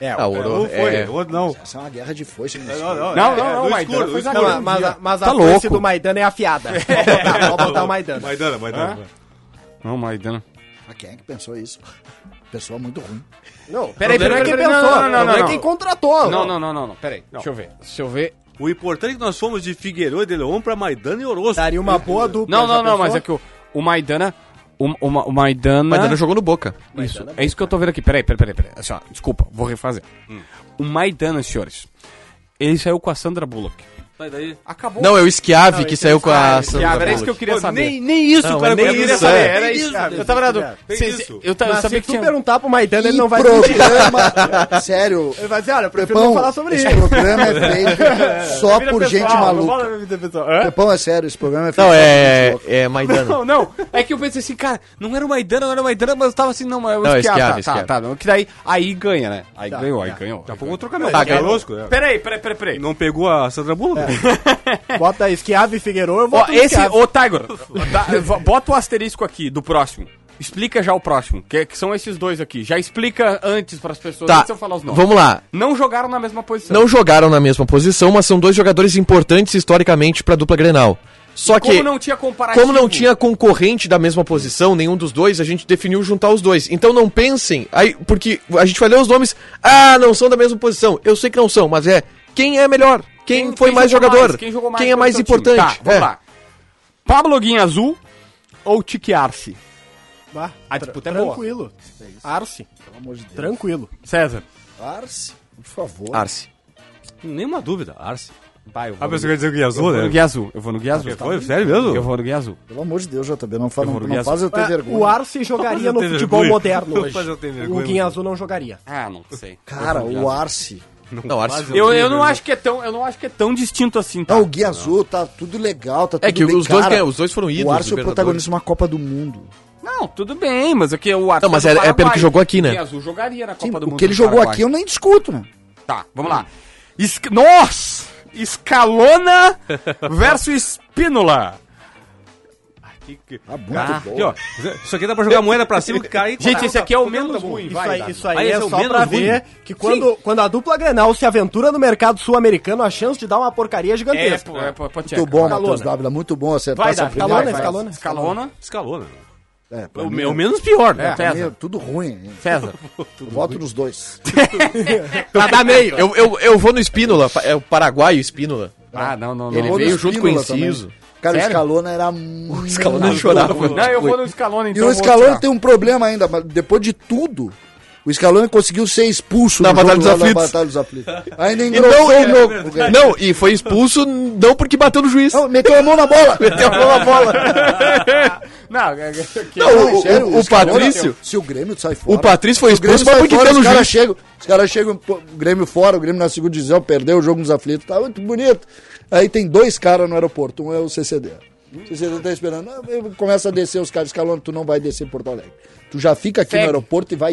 Speaker 5: É,
Speaker 3: Ah, o Oro-
Speaker 6: Não foi,
Speaker 3: é,
Speaker 6: o outro não.
Speaker 4: Essa é uma guerra de foice. né?
Speaker 2: Não, não, não,
Speaker 6: do
Speaker 2: Maidana foi
Speaker 6: escuro, do escuro.
Speaker 2: zagueiro.
Speaker 5: Não, mas, a- mas a
Speaker 2: Tá
Speaker 5: foice
Speaker 2: louco.
Speaker 5: do Maidana é afiada. Pode botar, pode botar o Maidana.
Speaker 6: Maidana, Maidana.
Speaker 2: Não, Maidana.
Speaker 4: Mas quem é que pensou isso? Pessoa muito ruim.
Speaker 5: Não, peraí,
Speaker 2: Problema
Speaker 5: peraí, quem
Speaker 2: é- não,
Speaker 5: pensou.
Speaker 2: não, não, não,
Speaker 5: Problema é
Speaker 2: não.
Speaker 5: quem contratou.
Speaker 2: Não, não, não, não, não. Tá Peraí. Deixa eu ver. Deixa eu ver.
Speaker 6: O importante é que nós fomos de Figueiredo e de Leon pra Maidana e Orozco.
Speaker 5: Daria uma boa dupla.
Speaker 2: Não,
Speaker 5: já
Speaker 2: não, não,
Speaker 5: pensou?
Speaker 2: mas é que o, o Maidana. O, o, Ma- o Maidana.
Speaker 3: Mas ainda jogou no Boca.
Speaker 2: Isso, é isso que eu tô vendo aqui. Peraí, peraí, peraí. peraí. Assim, ó, desculpa, vou refazer. O Maidana, senhores, ele saiu com a Sandra Bullock.
Speaker 6: Sai daí.
Speaker 2: Acabou.
Speaker 3: Não, é o Schiavi que saiu com a
Speaker 2: Sandra
Speaker 3: Sandra
Speaker 2: Era isso que eu
Speaker 3: Bullock.
Speaker 2: queria
Speaker 6: Pô,
Speaker 2: saber.
Speaker 6: Nem, nem isso,
Speaker 3: Não,
Speaker 6: cara.
Speaker 3: nem
Speaker 6: eu queria
Speaker 3: isso,
Speaker 6: saber.
Speaker 3: é.
Speaker 6: Nem
Speaker 2: Era isso, cara. Eu tava na dúvida.
Speaker 6: Tem
Speaker 2: Vocês-
Speaker 6: isso.
Speaker 2: Eu, ta- eu
Speaker 5: Mas
Speaker 2: sabia
Speaker 5: se
Speaker 2: que
Speaker 5: tu
Speaker 2: tinha.
Speaker 5: perguntar pro Maidana, ele não vai dizer.
Speaker 4: programa... Sério.
Speaker 5: Ele vai dizer, olha, eu prefiro
Speaker 4: Pepão,
Speaker 5: não falar sobre
Speaker 4: esse
Speaker 5: isso.
Speaker 4: programa é feito só por gente maluca.
Speaker 2: Hã?
Speaker 4: Pepão, é sério, esse programa é feito
Speaker 3: Não,
Speaker 4: só por
Speaker 3: é,
Speaker 4: gente louca.
Speaker 3: é Maidana.
Speaker 2: Não, não. É que eu pensei assim, cara, não era o Maidana, não era o Maidana, mas eu tava assim, não, mas eu
Speaker 3: Não, é
Speaker 2: esquiava.
Speaker 3: esquiava,
Speaker 2: Tá, tá,
Speaker 3: esquiava.
Speaker 2: tá. não, Que daí, aí ganha, né? Aí ganhou, aí ganhou.
Speaker 6: Daqui a pouco eu vou trocar meu.
Speaker 3: Tá,
Speaker 6: Figueiredo,
Speaker 3: ganhou.
Speaker 6: Orozco, é.
Speaker 2: Peraí, peraí, peraí, peraí. É.
Speaker 6: Não pegou a Sandra Bullock?
Speaker 5: Bota aí, Esquiave e Figueiredo, eu
Speaker 2: Ó,
Speaker 5: voto no
Speaker 2: esse,
Speaker 5: Schiave.
Speaker 2: ô Tiger, dá- v- bota o asterisco aqui do próximo. Explica já o próximo, que, que são esses dois aqui. Já explica antes pras pessoas,
Speaker 3: Tá,
Speaker 2: antes eu falar os nomes.
Speaker 3: vamos lá.
Speaker 2: Não jogaram na mesma posição.
Speaker 3: Não jogaram na mesma posição, mas são dois jogadores importantes historicamente pra dupla Grenal. Só que
Speaker 2: Como não tinha comparativo.
Speaker 3: Como não tinha concorrente da mesma posição, nenhum dos dois, a gente definiu juntar os dois. Então não pensem, aí, porque a gente vai ler os nomes, ah, não são da mesma posição. Eu sei que não são, mas é quem é melhor, quem, foi mais
Speaker 2: jogou
Speaker 3: jogador,
Speaker 2: quem, jogou
Speaker 3: é
Speaker 2: pelo
Speaker 3: mais
Speaker 2: seu time.
Speaker 3: importante.
Speaker 2: Tá, vamos
Speaker 3: É.
Speaker 2: lá. Pablo Guinha Azul ou Tiki Arce?
Speaker 5: Bah,
Speaker 2: A disputa é boa.
Speaker 5: tranquilo. Arce,
Speaker 4: Pelo amor de Deus.
Speaker 5: tranquilo.
Speaker 2: César.
Speaker 4: Arce, por favor.
Speaker 3: Arce.
Speaker 6: Nenhuma dúvida, Arce.
Speaker 2: Pai, eu vou
Speaker 6: Ah,
Speaker 2: no-
Speaker 6: pensei que ia dizer o Guia Azul,
Speaker 2: eu vou
Speaker 6: né?
Speaker 2: no Guia Azul. Eu vou no Guia Azul.
Speaker 6: Foi? Sério mesmo?
Speaker 2: Eu vou no Guia Azul.
Speaker 4: Pelo amor de Deus, JB, não, fala,
Speaker 2: Eu vou no
Speaker 4: não
Speaker 2: Guia
Speaker 4: faz eu ter
Speaker 5: É,
Speaker 4: vergonha.
Speaker 5: O Arce jogaria
Speaker 6: Mas
Speaker 5: no
Speaker 6: eu tenho
Speaker 5: futebol
Speaker 6: vergonha.
Speaker 5: moderno hoje.
Speaker 6: Mas eu tenho vergonha.
Speaker 5: O Guinha Azul não jogaria.
Speaker 2: Ah, não sei.
Speaker 4: Cara, o Arce.
Speaker 3: Não, Arce.
Speaker 2: Eu, eu não acho que é tão, eu não acho que é tão distinto assim, tá?
Speaker 4: Não, o Guia Azul tá tudo legal, tá tudo
Speaker 3: É que
Speaker 4: bem,
Speaker 3: os dois,
Speaker 4: cara.
Speaker 3: ganham- os dois foram
Speaker 4: O
Speaker 3: ídolos.
Speaker 4: Arce é o
Speaker 3: Libertadores.
Speaker 4: protagonista de uma Copa do Mundo.
Speaker 2: Não, tudo bem, mas aqui é o Arthur
Speaker 3: Não, mas é- é pelo que jogou aqui, né?
Speaker 2: O Azul jogaria na Copa
Speaker 4: Sim,
Speaker 2: do Mundo.
Speaker 4: o que ele
Speaker 2: do
Speaker 4: jogou
Speaker 2: Paraguai.
Speaker 4: aqui eu nem discuto, né?
Speaker 2: Tá, vamos lá. Esc... Nossa! Escalona versus Espínola.
Speaker 4: Ah, muito
Speaker 6: Aqui, ó. Isso aqui dá pra jogar a moeda pra cima e cair.
Speaker 2: Gente, esse aqui é o menos
Speaker 6: Tá bom,
Speaker 2: ruim,
Speaker 5: Isso
Speaker 2: vai.
Speaker 5: aí,
Speaker 2: Dado.
Speaker 5: isso aí
Speaker 6: Aí
Speaker 5: é
Speaker 6: esse é o
Speaker 5: só
Speaker 6: menos
Speaker 5: pra
Speaker 6: ruim.
Speaker 5: ver que quando, quando a dupla Grenal se aventura no mercado sul-americano, a chance de dar uma porcaria é
Speaker 2: É,
Speaker 5: gigantesca.
Speaker 2: pô, é, pô, pô, tcheca.
Speaker 4: Muito bom,
Speaker 5: Escalona.
Speaker 4: Matheus Dávila, muito bom acertar
Speaker 2: Vai,
Speaker 4: essa
Speaker 2: Dado.
Speaker 5: né?
Speaker 4: primeira.
Speaker 2: Escalona, escalona,
Speaker 4: Vai.
Speaker 2: escalona.
Speaker 6: Escalou, né?
Speaker 4: É, pra
Speaker 6: O
Speaker 4: mim,
Speaker 6: me- o menos pior, né?
Speaker 4: pra mim
Speaker 2: César.
Speaker 4: é tudo ruim. hein?
Speaker 2: César.
Speaker 4: Eu voto nos dois.
Speaker 2: pra dar meio.
Speaker 3: Eu, eu, eu vou no Espínola, pa- é o paraguaio Espínola.
Speaker 2: Ah, não, não, não.
Speaker 3: Ele
Speaker 4: Eu vou
Speaker 3: veio
Speaker 4: nos
Speaker 3: junto com o
Speaker 4: Pínola também.
Speaker 3: Inciso.
Speaker 4: Cara, o
Speaker 2: Sério?
Speaker 4: Escalona era muito...
Speaker 3: Escalona chorava.
Speaker 2: Não, eu vou no Escalona,
Speaker 4: E
Speaker 2: então.
Speaker 4: o
Speaker 2: eu vou
Speaker 4: Escalona
Speaker 2: tirar.
Speaker 4: tem um problema ainda, mas depois de tudo, o Escalona conseguiu ser expulso
Speaker 3: Na
Speaker 4: do
Speaker 3: Batalha
Speaker 4: jogo
Speaker 3: dos
Speaker 4: lá da
Speaker 3: Aflitos.
Speaker 4: Batalha dos Aflitos. Ainda
Speaker 3: E não,
Speaker 4: engrossou
Speaker 3: é,
Speaker 4: o jogo.
Speaker 3: não, não, e foi expulso não porque bateu no juiz.
Speaker 4: Não, meteu a mão na bola.
Speaker 3: Meteu a mão na bola.
Speaker 2: Não, é- é- que-
Speaker 3: Não, o-
Speaker 4: é sério,
Speaker 3: o- o
Speaker 4: Escalona-
Speaker 3: Patrício-
Speaker 4: Se o Grêmio sai fora...
Speaker 3: O Patrício foi
Speaker 4: O Grêmio
Speaker 3: expulso mas
Speaker 4: sai
Speaker 3: porque
Speaker 4: fora,
Speaker 3: deu
Speaker 4: os
Speaker 3: no
Speaker 4: caras
Speaker 3: juiz.
Speaker 4: chegam, os caras chegam, pô, o Grêmio fora, o Grêmio na segunda divisão, perdeu o jogo nos aflitos, tá muito bonito. Aí tem dois caras no aeroporto, um é o CCD. O CCD tá esperando, ah, eu- começa a descer os caras, escalando, tu não vai descer em Porto Alegre. Tu já fica aqui
Speaker 2: Segue.
Speaker 4: no aeroporto e vai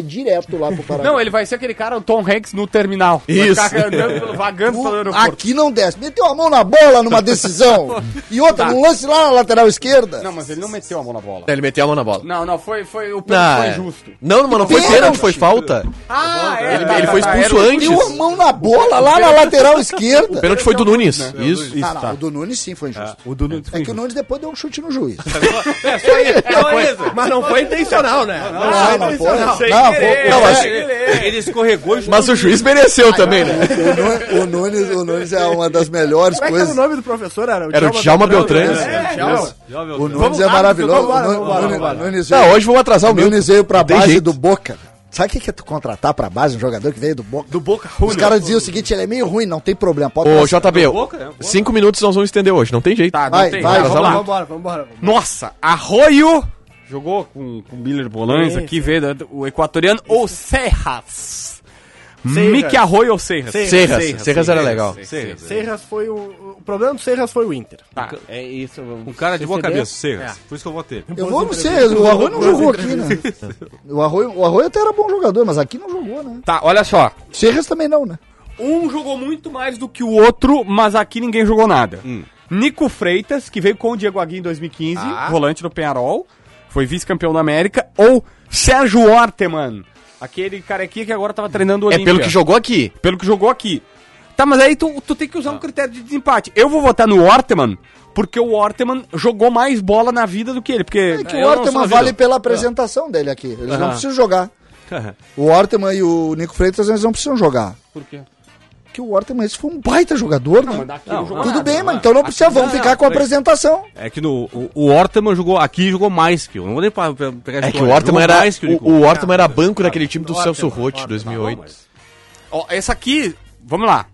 Speaker 4: direto lá pro Paraná.
Speaker 2: Não, ele vai ser aquele cara, o Tom Hanks, no terminal. Vai
Speaker 3: Isso.
Speaker 2: ficar andando pelo- vagando pelo
Speaker 4: Tu
Speaker 2: aeroporto.
Speaker 4: aqui não desce. Meteu a mão na bola numa decisão. e outra, num lance lá na lateral esquerda.
Speaker 2: Tá. Não, mas ele não meteu a mão na bola.
Speaker 3: Ele meteu a mão na bola.
Speaker 2: Não, não, foi, foi o
Speaker 3: Não,
Speaker 2: pênalti foi justo.
Speaker 3: não, mas não foi
Speaker 4: Pênalti.
Speaker 3: pênalti, foi falta.
Speaker 2: Ah, é,
Speaker 3: Ele,
Speaker 2: tá,
Speaker 3: ele
Speaker 2: tá,
Speaker 3: foi
Speaker 2: tá,
Speaker 3: expulso
Speaker 2: era o-
Speaker 3: antes.
Speaker 4: Meteu a mão na bola lá na lateral esquerda.
Speaker 3: O pênalti foi do Nunes. Isso. tá.
Speaker 4: Ah, não, o do Nunes sim foi injusto.
Speaker 6: O do Nunes
Speaker 4: É que o Nunes depois deu um chute no juiz.
Speaker 5: É, só isso, só isso. Mas não foi intencional, né?
Speaker 4: Não, não foi. Não, foi-
Speaker 3: Não, mas-
Speaker 6: Ele escorregou e
Speaker 3: Mas o juiz mereceu também, né?
Speaker 4: o, Nu- o Nunes, o Nunes é uma das melhores
Speaker 5: Como é que era o
Speaker 4: coisas.
Speaker 5: nome do professor? Era o
Speaker 3: Era o Djalma Beltrán.
Speaker 5: né? É, Djalma.
Speaker 4: O
Speaker 6: jogou.
Speaker 4: Nunes é
Speaker 5: rápido,
Speaker 4: maravilhoso.
Speaker 5: vamos embora,
Speaker 4: O Nu-
Speaker 5: vamos embora,
Speaker 4: Nunes-
Speaker 5: vamos embora.
Speaker 4: Nunes
Speaker 3: Não,
Speaker 4: veio-
Speaker 3: hoje vou atrasar o
Speaker 4: o
Speaker 3: meu.
Speaker 4: Nunes veio pra
Speaker 3: Não tem
Speaker 4: base
Speaker 3: jeito.
Speaker 4: do Boca. Sabe o que que é tu contratar pra base um jogador que veio do Boca?
Speaker 2: Do Boca
Speaker 4: Os caras diziam o seguinte, ele é meio ruim, não tem problema. Pode
Speaker 3: Ô,
Speaker 4: passar.
Speaker 3: JB,
Speaker 6: Boca, né? Boca.
Speaker 3: cinco minutos nós vamos estender hoje, não tem jeito.
Speaker 2: Tá, não
Speaker 4: Vai,
Speaker 2: tem.
Speaker 4: vai,
Speaker 2: vamos lá.
Speaker 5: Vambora, vambora.
Speaker 2: Nossa, Arroio jogou com, com o Miller Bolões aqui, veio da- o equatoriano, ou Serras. Mick Arroio ou Serras?
Speaker 5: Serras.
Speaker 3: Serras, Serras, era legal.
Speaker 5: Serras foi o... O problema do Serras foi o Inter.
Speaker 2: Tá, é isso.
Speaker 6: Um cara de boa cabeça, Serras. Por isso que eu votei.
Speaker 4: Eu vou, não sei, o Arroio não jogou aqui, né? O Arroio, o Arroio até era bom jogador, mas aqui não jogou, né?
Speaker 2: Tá, olha só.
Speaker 4: Serras também não, né?
Speaker 2: Um jogou muito mais do que o outro, mas aqui ninguém jogou nada. Nico Freitas, que veio com o Diego Aguirre em 2015, volante do Penharol, foi vice-campeão da América, ou Sérgio Orteman, aquele carequinha que agora tava treinando o
Speaker 3: É pelo
Speaker 2: Olímpia.
Speaker 3: que jogou aqui.
Speaker 2: pelo que jogou aqui. Tá, mas aí tu, tu tem que usar um critério de desempate. Eu vou votar no Orteman, porque o Orteman jogou mais bola na vida do que ele. Porque
Speaker 4: É que
Speaker 2: eu
Speaker 4: o
Speaker 2: não sou
Speaker 4: Orteman
Speaker 2: na vida. É.
Speaker 4: vale pela apresentação dele aqui. Eles não precisam jogar. O Orteman e o Nico Freitas, eles não precisam jogar.
Speaker 2: Por quê?
Speaker 4: Porque o Orteman, esse foi um baita jogador, né?
Speaker 2: Daqui
Speaker 6: Não,
Speaker 2: não jogou
Speaker 4: Tudo
Speaker 2: nada.
Speaker 4: bem, mano. Então não precisa, vamos
Speaker 6: não,
Speaker 4: ficar
Speaker 6: não,
Speaker 4: com a
Speaker 6: peraí.
Speaker 4: apresentação.
Speaker 6: É que no, o, o Orteman jogou aqui e jogou mais que eu. Não vou nem pa- pe- pegar a
Speaker 3: É que o
Speaker 6: história.
Speaker 3: Ortman
Speaker 6: Jogou
Speaker 3: era,
Speaker 6: mais que o, Nico.
Speaker 3: o, o Ortman era banco daquele time do Celso Rotti, 2008.
Speaker 2: Ó, essa aqui, vamos lá.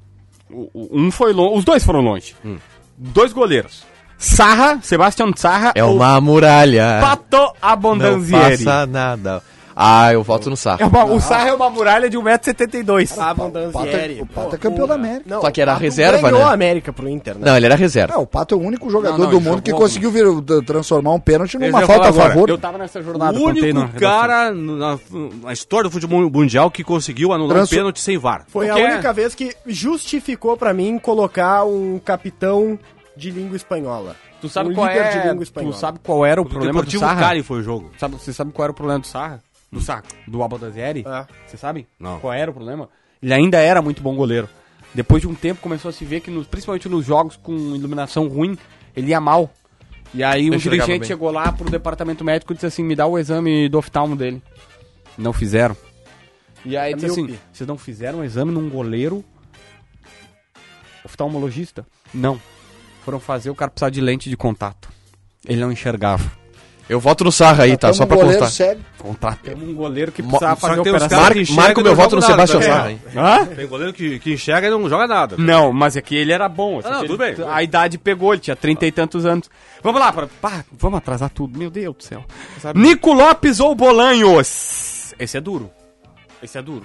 Speaker 2: O- o- Um foi longe, os dois foram longe. Dois goleiros. Sarra, Sebastião Sarra
Speaker 3: É uma muralha.
Speaker 2: Pato
Speaker 3: Não
Speaker 2: Abondanzieri.
Speaker 3: passa nada. Ah, eu volto no
Speaker 2: É
Speaker 3: Sarra.
Speaker 2: uma- o Sarra é uma muralha de 1,72m.
Speaker 5: A
Speaker 4: O Pato é- o Pato é campeão da América.
Speaker 5: Não,
Speaker 3: Só que era
Speaker 5: o Pato
Speaker 3: reserva,
Speaker 5: ganhou
Speaker 3: né?
Speaker 5: a América pro Inter, né?
Speaker 3: Não, ele era reserva.
Speaker 4: Ah, o Pato é o único jogador
Speaker 2: Não, não,
Speaker 4: do
Speaker 2: ele
Speaker 4: mundo que
Speaker 2: jogou,
Speaker 4: conseguiu vir, uh, transformar um pênalti
Speaker 6: Eu
Speaker 4: numa
Speaker 6: ia
Speaker 4: falta
Speaker 6: falar
Speaker 4: a
Speaker 6: agora.
Speaker 4: favor.
Speaker 2: Eu tava nessa jornada.
Speaker 6: o
Speaker 2: contei na
Speaker 6: único
Speaker 2: redação.
Speaker 6: cara no- na, na história do futebol mundial que conseguiu anular
Speaker 4: Transo-
Speaker 6: um pênalti sem VAR.
Speaker 5: Foi a
Speaker 2: Porque-
Speaker 5: única vez que justificou pra mim colocar um capitão de língua espanhola.
Speaker 2: Tu sabe
Speaker 5: um
Speaker 2: qual
Speaker 5: líder
Speaker 2: é?
Speaker 5: de língua
Speaker 2: tu
Speaker 5: espanhola.
Speaker 2: sabe qual era o
Speaker 6: O
Speaker 2: problema do
Speaker 6: Deportivo
Speaker 2: Sarra?
Speaker 6: Cali foi o jogo.
Speaker 2: Sabe, você sabe qual era o problema do Sarra? Do saco? Do Abadazieri?
Speaker 6: Ah.
Speaker 5: É.
Speaker 2: Você sabe?
Speaker 6: Não.
Speaker 2: Qual era o problema? Ele ainda era muito bom goleiro. Depois de um tempo começou a se ver que, nos- principalmente nos jogos com iluminação ruim, ele ia mal. E aí o
Speaker 3: Enxergava
Speaker 2: dirigente
Speaker 3: bem.
Speaker 2: chegou lá pro departamento médico e disse assim, me dá o exame do oftalmo dele. Não fizeram. E aí
Speaker 5: É
Speaker 2: disse assim,
Speaker 5: míope.
Speaker 2: vocês não fizeram um exame num goleiro oftalmologista? Não. Foram fazer o cara precisar de lente de contato. Ele não enxergava.
Speaker 3: Eu voto no Sarra aí, tá?
Speaker 4: Temos
Speaker 3: Só
Speaker 4: um
Speaker 3: pra
Speaker 4: goleiro
Speaker 3: contar.
Speaker 4: cego.
Speaker 2: Temos um goleiro que
Speaker 3: Mo-
Speaker 2: precisava
Speaker 6: só
Speaker 2: fazer
Speaker 6: que tem uns
Speaker 2: operação.
Speaker 6: caras
Speaker 3: Marca-
Speaker 6: que enxerga
Speaker 3: marca o
Speaker 6: e
Speaker 3: meu
Speaker 6: não
Speaker 3: voto no
Speaker 6: joga nada,
Speaker 3: Sebastião
Speaker 6: cara.
Speaker 3: Sarra
Speaker 2: Hã?
Speaker 3: aí.
Speaker 6: Tem goleiro que, que enxerga e não joga nada. cara.
Speaker 2: Não, mas é que ele era bom. assim,
Speaker 6: Ah, não,
Speaker 2: ele-
Speaker 6: tudo bem, tudo
Speaker 2: A idade pegou, ele tinha trinta e tantos anos. Vamos lá, pra, pá, vamos atrasar tudo. Meu Deus do céu. Nico Lopes ou Bolanhos? Esse é duro. Esse é duro.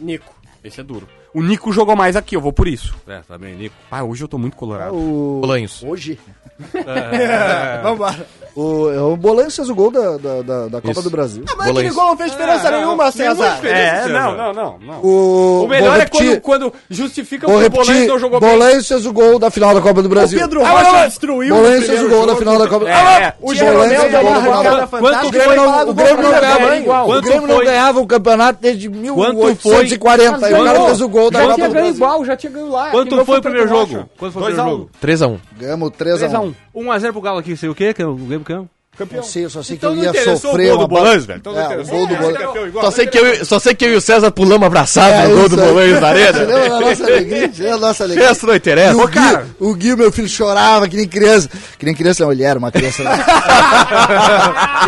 Speaker 2: Nico. Esse é duro. O Nico jogou mais aqui, eu vou por isso.
Speaker 6: É, tá bem, Nico.
Speaker 2: Ah, hoje eu tô muito colorado.
Speaker 4: É O...
Speaker 3: Bolanhos.
Speaker 4: Hoje.
Speaker 5: É.
Speaker 4: Vamos lá. O, é o Bolanhos fez o gol da, da, da, da Copa
Speaker 3: Isso.
Speaker 4: do Brasil.
Speaker 5: Mas aquele
Speaker 3: Bolanhos.
Speaker 5: gol não fez diferença nenhuma, César.
Speaker 6: É, diferença.
Speaker 2: É,
Speaker 6: César.
Speaker 2: não, não, não, não.
Speaker 4: O,
Speaker 2: O melhor
Speaker 4: vou
Speaker 2: é quando,
Speaker 4: repetir,
Speaker 2: quando justifica
Speaker 4: Vou
Speaker 2: porque o Bolanhos
Speaker 4: repetir.
Speaker 2: não jogou bem.
Speaker 4: Bolanhos fez o gol da final da Copa do Brasil.
Speaker 5: Pedro Rocha destruiu o
Speaker 4: Bolanhos fez
Speaker 5: primeiro
Speaker 4: o gol da
Speaker 5: jogo.
Speaker 4: final da Copa do
Speaker 2: É,
Speaker 4: Brasil.
Speaker 2: é.
Speaker 5: O
Speaker 4: Bolanhos
Speaker 5: Jeromel
Speaker 4: fez
Speaker 5: deu
Speaker 4: gol
Speaker 5: uma
Speaker 4: da final
Speaker 5: arrancada
Speaker 4: da-
Speaker 5: fantástica.
Speaker 4: O Grêmio não, o Grêmio não
Speaker 5: Era
Speaker 4: ganhava,
Speaker 5: igual.
Speaker 4: o
Speaker 6: Quanto
Speaker 4: Grêmio não
Speaker 6: foi?
Speaker 4: ganhava o campeonato desde
Speaker 6: Quanto
Speaker 4: 1840. Aí o cara
Speaker 6: Ganhou.
Speaker 4: fez o gol da
Speaker 2: Já
Speaker 4: Copa
Speaker 2: tinha
Speaker 4: do
Speaker 2: ganho
Speaker 4: Brasil.
Speaker 2: igual, já tinha ganho lá.
Speaker 6: Quanto foi o primeiro jogo? Quanto foi o
Speaker 2: Dois
Speaker 6: primeiro
Speaker 2: a um.
Speaker 6: jogo?
Speaker 3: 3x1.
Speaker 4: Ganhamos 3x1.
Speaker 6: 1x0 pro Galo aqui, sei o quê? Que é o Grêmio campeão.
Speaker 4: Não sei, eu só sei
Speaker 6: Então
Speaker 4: que
Speaker 6: não
Speaker 4: eu ia
Speaker 6: interessou o
Speaker 4: sofrer
Speaker 6: gol
Speaker 4: uma
Speaker 6: do
Speaker 4: bola.
Speaker 6: Bolanhos, velho. Então não
Speaker 4: É, o
Speaker 6: interessou.
Speaker 4: gol do Bolanhos.
Speaker 6: Campeão igual.
Speaker 3: Só sei, que eu, e- só sei que eu e o César pulamos abraçado
Speaker 4: É
Speaker 3: no gol
Speaker 4: isso
Speaker 3: do
Speaker 4: aí.
Speaker 3: Bolanhos na
Speaker 4: Você
Speaker 3: arena. É,
Speaker 4: lembra da nossa alegria? Você lembra da nossa alegria?
Speaker 3: Essa não
Speaker 4: E
Speaker 3: interessa.
Speaker 4: o, Gui, o Gui, meu filho, chorava que nem criança. Que nem criança, não, ele era uma criança. né?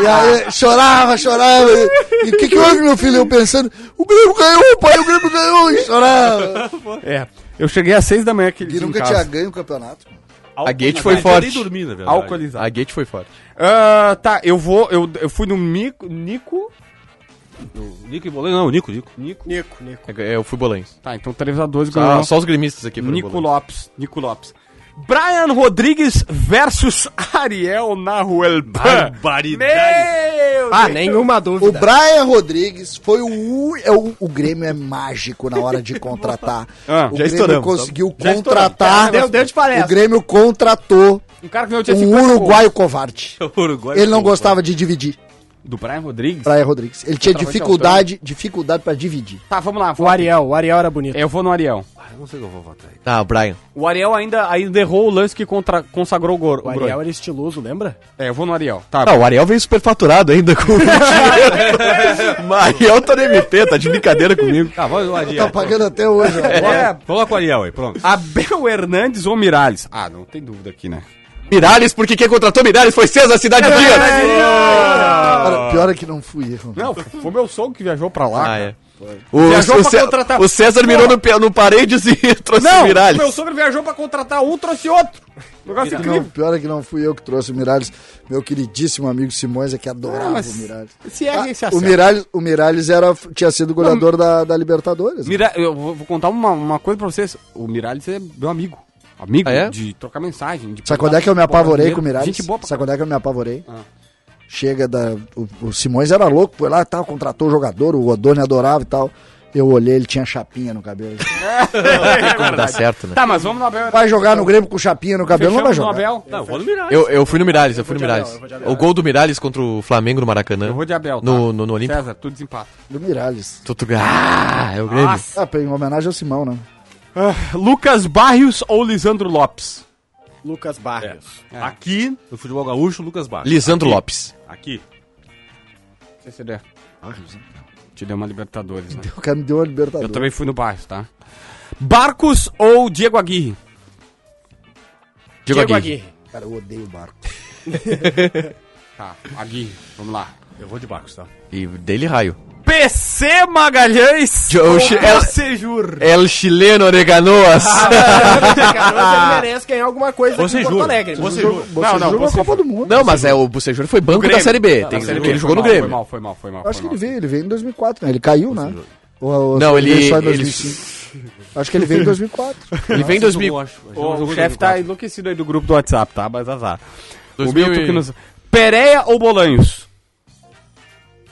Speaker 4: e aí, chorava, chorava. E- E o que, que houve, meu filho? Eu pensando, o Grêmio ganhou, pai, o Grêmio ganhou. E chorava.
Speaker 2: É, eu cheguei às seis da manhã aquele
Speaker 4: E
Speaker 2: dia em
Speaker 4: nunca
Speaker 2: casa.
Speaker 4: tinha ganho o campeonato.
Speaker 3: A Gate foi
Speaker 6: Eu
Speaker 3: forte.
Speaker 6: nem dormi, na verdade.
Speaker 2: Alcoolizado.
Speaker 3: A Gate foi forte.
Speaker 2: Ah, tá, eu vou, eu, eu fui no Mico, Nico...
Speaker 6: O Nico e Bolanhos, não, o Nico, Nico. Nico.
Speaker 5: Nico, Nico.
Speaker 3: Eu fui Bolanhos.
Speaker 2: Tá, então 3x2
Speaker 3: é Só,
Speaker 2: ganhou.
Speaker 3: só os gremistas aqui foram
Speaker 2: Nico
Speaker 3: Bolanhos.
Speaker 2: Lopes, Nico Lopes. Brian Rodrigues versus Ariel Nahuelpan. Meu
Speaker 5: Ah,
Speaker 2: Deus.
Speaker 5: nenhuma
Speaker 4: O
Speaker 5: dúvida.
Speaker 4: Brian Rodrigues foi o, u- é o. O Grêmio é mágico na hora de contratar.
Speaker 2: Ah,
Speaker 4: o
Speaker 2: já
Speaker 4: Grêmio
Speaker 2: estouramos,
Speaker 4: conseguiu
Speaker 2: já estouramos.
Speaker 4: contratar.
Speaker 5: Deu- deu de palestra.
Speaker 4: O Grêmio contratou
Speaker 2: Um cara que ganhou tinha
Speaker 4: um
Speaker 2: 50 gols.
Speaker 4: uruguaio covarde.
Speaker 6: Uruguai.
Speaker 4: Ele não gostava de dividir.
Speaker 2: Do Brian Rodrigues?
Speaker 4: Praia Rodrigues. Ele tinha
Speaker 2: Tava de
Speaker 4: dificuldade, dificuldade pra dividir.
Speaker 2: Tá, vamos lá.
Speaker 5: O Ariel, o Ariel era bonito.
Speaker 2: Eu vou no Ariel.
Speaker 6: Não sei o que eu vou votar aí.
Speaker 3: Ah, o Brian.
Speaker 2: O Ariel ainda, ainda errou o lance que contra- consagrou o Goro.
Speaker 5: O Ariel era estiloso, lembra?
Speaker 2: É, eu vou no Ariel. Tá.
Speaker 3: Ah, o Ariel veio superfaturado ainda com o dinheiro. Mas Ariel tá no MT, tá de brincadeira comigo.
Speaker 6: Tá, vamos o Ariel.
Speaker 4: Tá pagando até hoje. ó.
Speaker 2: É,
Speaker 6: Coloca o Ariel aí, pronto.
Speaker 2: Abel Hernandes ou Miralles? Ah, não tem dúvida aqui, né?
Speaker 3: Miralles, porque quem contratou Miralles foi César Cidade
Speaker 2: É,
Speaker 3: Dias.
Speaker 4: Cara, pior é que não fui eu.
Speaker 2: Não, foi meu sogro que viajou pra lá.
Speaker 3: Ah,
Speaker 2: cara.
Speaker 3: é. O,
Speaker 2: Viajou
Speaker 3: o
Speaker 2: pra
Speaker 3: Cé-
Speaker 2: contratar.
Speaker 3: o César mirou no, pe- no paredes e trouxe o
Speaker 2: Não,
Speaker 3: Miralles.
Speaker 2: meu sogro viajou pra contratar um, trouxe outro. Negócio
Speaker 4: Não,
Speaker 2: incrível.
Speaker 4: pior é que não fui eu que trouxe o Miralles. Meu queridíssimo amigo Simões é que adorava
Speaker 2: Ah, mas-
Speaker 4: o Miralles. Ah,
Speaker 2: Se erra, esse
Speaker 4: o
Speaker 2: acerta.
Speaker 4: Miralles. O Miralles era, tinha sido goleador da, da Libertadores. né?
Speaker 2: Mira- eu vou vou contar uma, uma coisa pra vocês. O Miralles é meu amigo. Amigo
Speaker 3: Ah, é?
Speaker 2: de trocar mensagem. De
Speaker 4: Sabe quando é que eu me apavorei com o Miralles?
Speaker 2: Gente boa pra Ah.
Speaker 4: Sabe quando é que eu me apavorei? Chega da. O, o Simões era louco, foi lá e tal, contratou o jogador, o Odone adorava e tal. Eu olhei, ele tinha chapinha no cabelo.
Speaker 3: Não dá certo, né?
Speaker 2: Tá, mas vamos no Abel Hernandes.
Speaker 4: Vai jogar no Grêmio com chapinha no cabelo, não vai
Speaker 2: Fechamos no
Speaker 4: jogar.
Speaker 2: Abel.
Speaker 6: Não, eu vou no Miralles.
Speaker 3: Eu, eu fui no Miralles, eu fui no Miralles. O gol do Miralles contra o Flamengo no Maracanã.
Speaker 2: Eu vou de Abel, tá?
Speaker 3: No, no, no Olímpico.
Speaker 2: César, tu desempata.
Speaker 4: Do Miralles.
Speaker 3: Tu- tu- Ah, é o Grêmio.
Speaker 4: Ah, pra- em homenagem ao Simão, né?
Speaker 2: Lucas Barrios ou Lisandro Lopes?
Speaker 5: Lucas Barrios.
Speaker 6: É. Aqui, no futebol gaúcho, Lucas Barros.
Speaker 3: Lisandro
Speaker 6: Aqui.
Speaker 3: Lopes.
Speaker 6: Aqui.
Speaker 2: Não sei se der. Te deu uma Libertadores, né?
Speaker 4: O cara me deu uma
Speaker 2: Eu
Speaker 4: Libertadores.
Speaker 2: também fui no Barrios, tá? Barcos ou Diego Aguirre?
Speaker 3: Diego Aguirre.
Speaker 4: Cara, eu odeio o barco.
Speaker 2: Tá, Aguirre, vamos lá.
Speaker 6: Eu vou de Barcos, tá?
Speaker 3: E dele raio.
Speaker 2: PC Magalhães
Speaker 3: Jo-
Speaker 2: ou
Speaker 3: o chi- ela-
Speaker 2: é, Sejur?
Speaker 3: El chileno oreganoas.
Speaker 2: Ah,
Speaker 5: Mas ele merece ganhar alguma coisa
Speaker 6: Você jura? Você jura?
Speaker 2: Não, não,
Speaker 4: jogou a
Speaker 2: você
Speaker 4: Copa do Mundo.
Speaker 3: Não, mas é o Bucejor foi banco da Série B.
Speaker 2: Tá,
Speaker 3: Tem que dizer que ele jogou no Grêmio.
Speaker 2: Foi mal, foi mal, foi mal.
Speaker 4: Eu acho que
Speaker 2: foi
Speaker 4: ele
Speaker 2: mal.
Speaker 4: veio, ele veio em 2004, né? Ele caiu, né? Ou- ou-
Speaker 3: Não,
Speaker 4: ou
Speaker 3: ele-
Speaker 4: veio só em
Speaker 3: ele-
Speaker 4: 2005. Acho que ele veio em 2004.
Speaker 3: Ele vem em 2000.
Speaker 2: O, o chefe tá enlouquecido aí do grupo do WhatsApp, tá? Mas azar. O
Speaker 3: 2000
Speaker 2: Milton
Speaker 3: e-
Speaker 2: que nos... Pereia ou Bolanhos?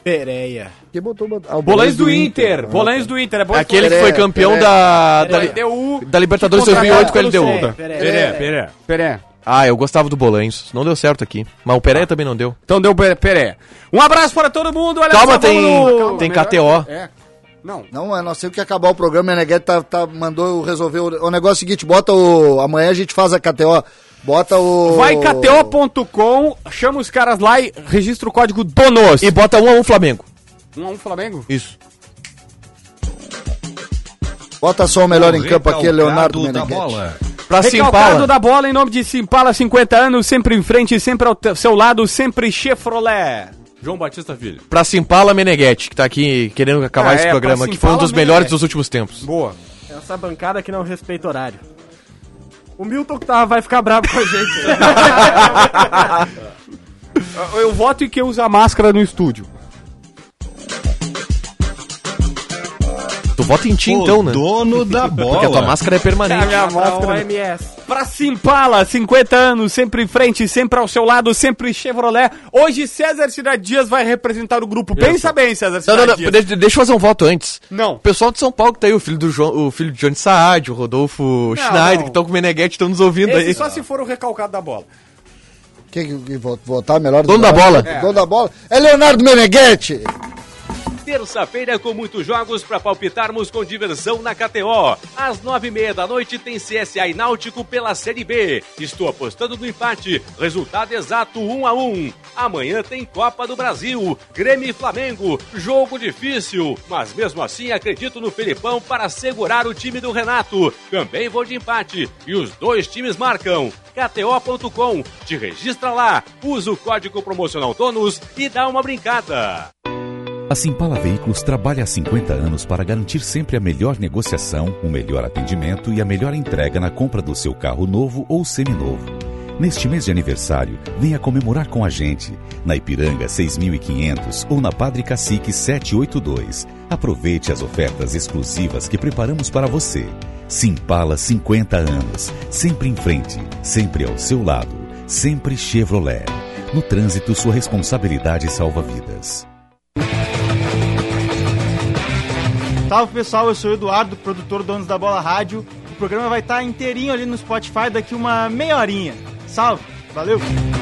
Speaker 5: Pereia.
Speaker 4: Quem botou o ah, o
Speaker 2: Bolanhos do Inter.
Speaker 4: Ah,
Speaker 2: Bolanhos do Inter. É bom
Speaker 3: É Aquele que
Speaker 4: Pelé,
Speaker 3: foi campeão
Speaker 4: Pelé.
Speaker 3: da, da,
Speaker 2: da LDU.
Speaker 3: da Libertadores
Speaker 2: um Que contrataram
Speaker 3: 2008 com a LDU.
Speaker 6: Peré, Peré.
Speaker 2: Pereia.
Speaker 3: Ah, eu gostava do Bolanhos. Não deu certo aqui. Mas o Pereira também não deu.
Speaker 2: Então deu Pe- Pereia. Um abraço para todo mundo. Olha
Speaker 3: Calma,
Speaker 2: só,
Speaker 3: tem-
Speaker 2: vamos no-
Speaker 3: tem
Speaker 2: Calma,
Speaker 3: KTO.
Speaker 2: melhor- É. Não.
Speaker 4: Não, a não ser que acabar o programa, a Neguete tá, tá- mandou eu resolver o, o negócio é o seguinte, bota o... Amanhã a gente faz a KTO, bota o...
Speaker 2: Vai KTO.com, chama os caras lá e registra o código DONOS.
Speaker 3: E bota um a um Flamengo.
Speaker 2: Um a um Flamengo?
Speaker 3: Isso.
Speaker 4: Bota só o melhor em campo aqui, é Leonardo Meneghetti.
Speaker 1: tá bola.
Speaker 3: Pra
Speaker 2: Assim
Speaker 3: Simpala.
Speaker 2: Recalcado da bola em nome de Simpala, 50 anos, sempre em frente, sempre ao teu- seu lado, sempre Chevrolet.
Speaker 7: João Batista Filho.
Speaker 3: Pra Simpala Meneghetti, que tá aqui querendo acabar
Speaker 2: Ah,
Speaker 3: esse
Speaker 2: é,
Speaker 3: programa,
Speaker 2: pra
Speaker 3: que foi um
Speaker 2: Simpala
Speaker 3: dos melhores
Speaker 2: Meneghetti.
Speaker 3: dos últimos tempos.
Speaker 2: Boa.
Speaker 5: É Essa bancada que não respeita horário. O Milton que tá, vai ficar bravo com a gente. né?
Speaker 2: Eu, eu voto em quem usa máscara no estúdio.
Speaker 3: Tu vota em ti então,
Speaker 1: o
Speaker 3: né?
Speaker 1: dono da
Speaker 3: Porque a tua
Speaker 1: bola.
Speaker 3: máscara é permanente.
Speaker 2: minha
Speaker 5: Pra OMS.
Speaker 2: Pra Simpala, 50 anos, sempre em frente, sempre ao seu lado, sempre Chevrolet. Hoje César Cidade Dias vai representar o grupo. Pensa bem, César
Speaker 3: Não,
Speaker 2: Cidade
Speaker 3: não, não,
Speaker 2: Dias.
Speaker 3: deixa, deixa eu fazer um voto antes.
Speaker 2: Não.
Speaker 3: O pessoal de São Paulo que tá aí, o filho do João, o filho de Johnny Saad, o Rodolfo Schneider,
Speaker 2: não.
Speaker 3: que estão com o Meneghetti, estão nos ouvindo
Speaker 2: Esse
Speaker 3: aí.
Speaker 2: só se for o recalcado da bola.
Speaker 4: Quem que, que vo- votar melhor?
Speaker 3: Dono da bola.
Speaker 4: É. Dono da bola. É Leonardo Meneghetti.
Speaker 6: Terça-feira com muitos jogos para palpitarmos com diversão na KTO. Às nove e meia da noite tem CSA e Náutico pela Série B. Estou apostando no empate. Resultado exato um a um. Amanhã tem Copa do Brasil, Grêmio e Flamengo. Jogo difícil, mas mesmo assim acredito no Felipão para segurar o time do Renato. Também vou de empate e os dois times marcam. KTO.com. Te registra lá, usa o código promocional TONUS e dá uma brincada.
Speaker 8: A Simpala Veículos trabalha há 50 anos para garantir sempre a melhor negociação, o melhor atendimento e a melhor entrega na compra do seu carro novo ou seminovo. Neste mês de aniversário, venha comemorar com a gente, na Ipiranga 6500 ou na Padre Cacique 782. Aproveite as ofertas exclusivas que preparamos para você. Simpala 50 anos, sempre em frente, sempre ao seu lado, sempre Chevrolet. No trânsito, sua responsabilidade salva vidas.
Speaker 9: Salve pessoal, eu sou o Eduardo, produtor do Donos da Bola Rádio. O programa vai estar inteirinho ali no Spotify daqui uma meia horinha. Salve, valeu!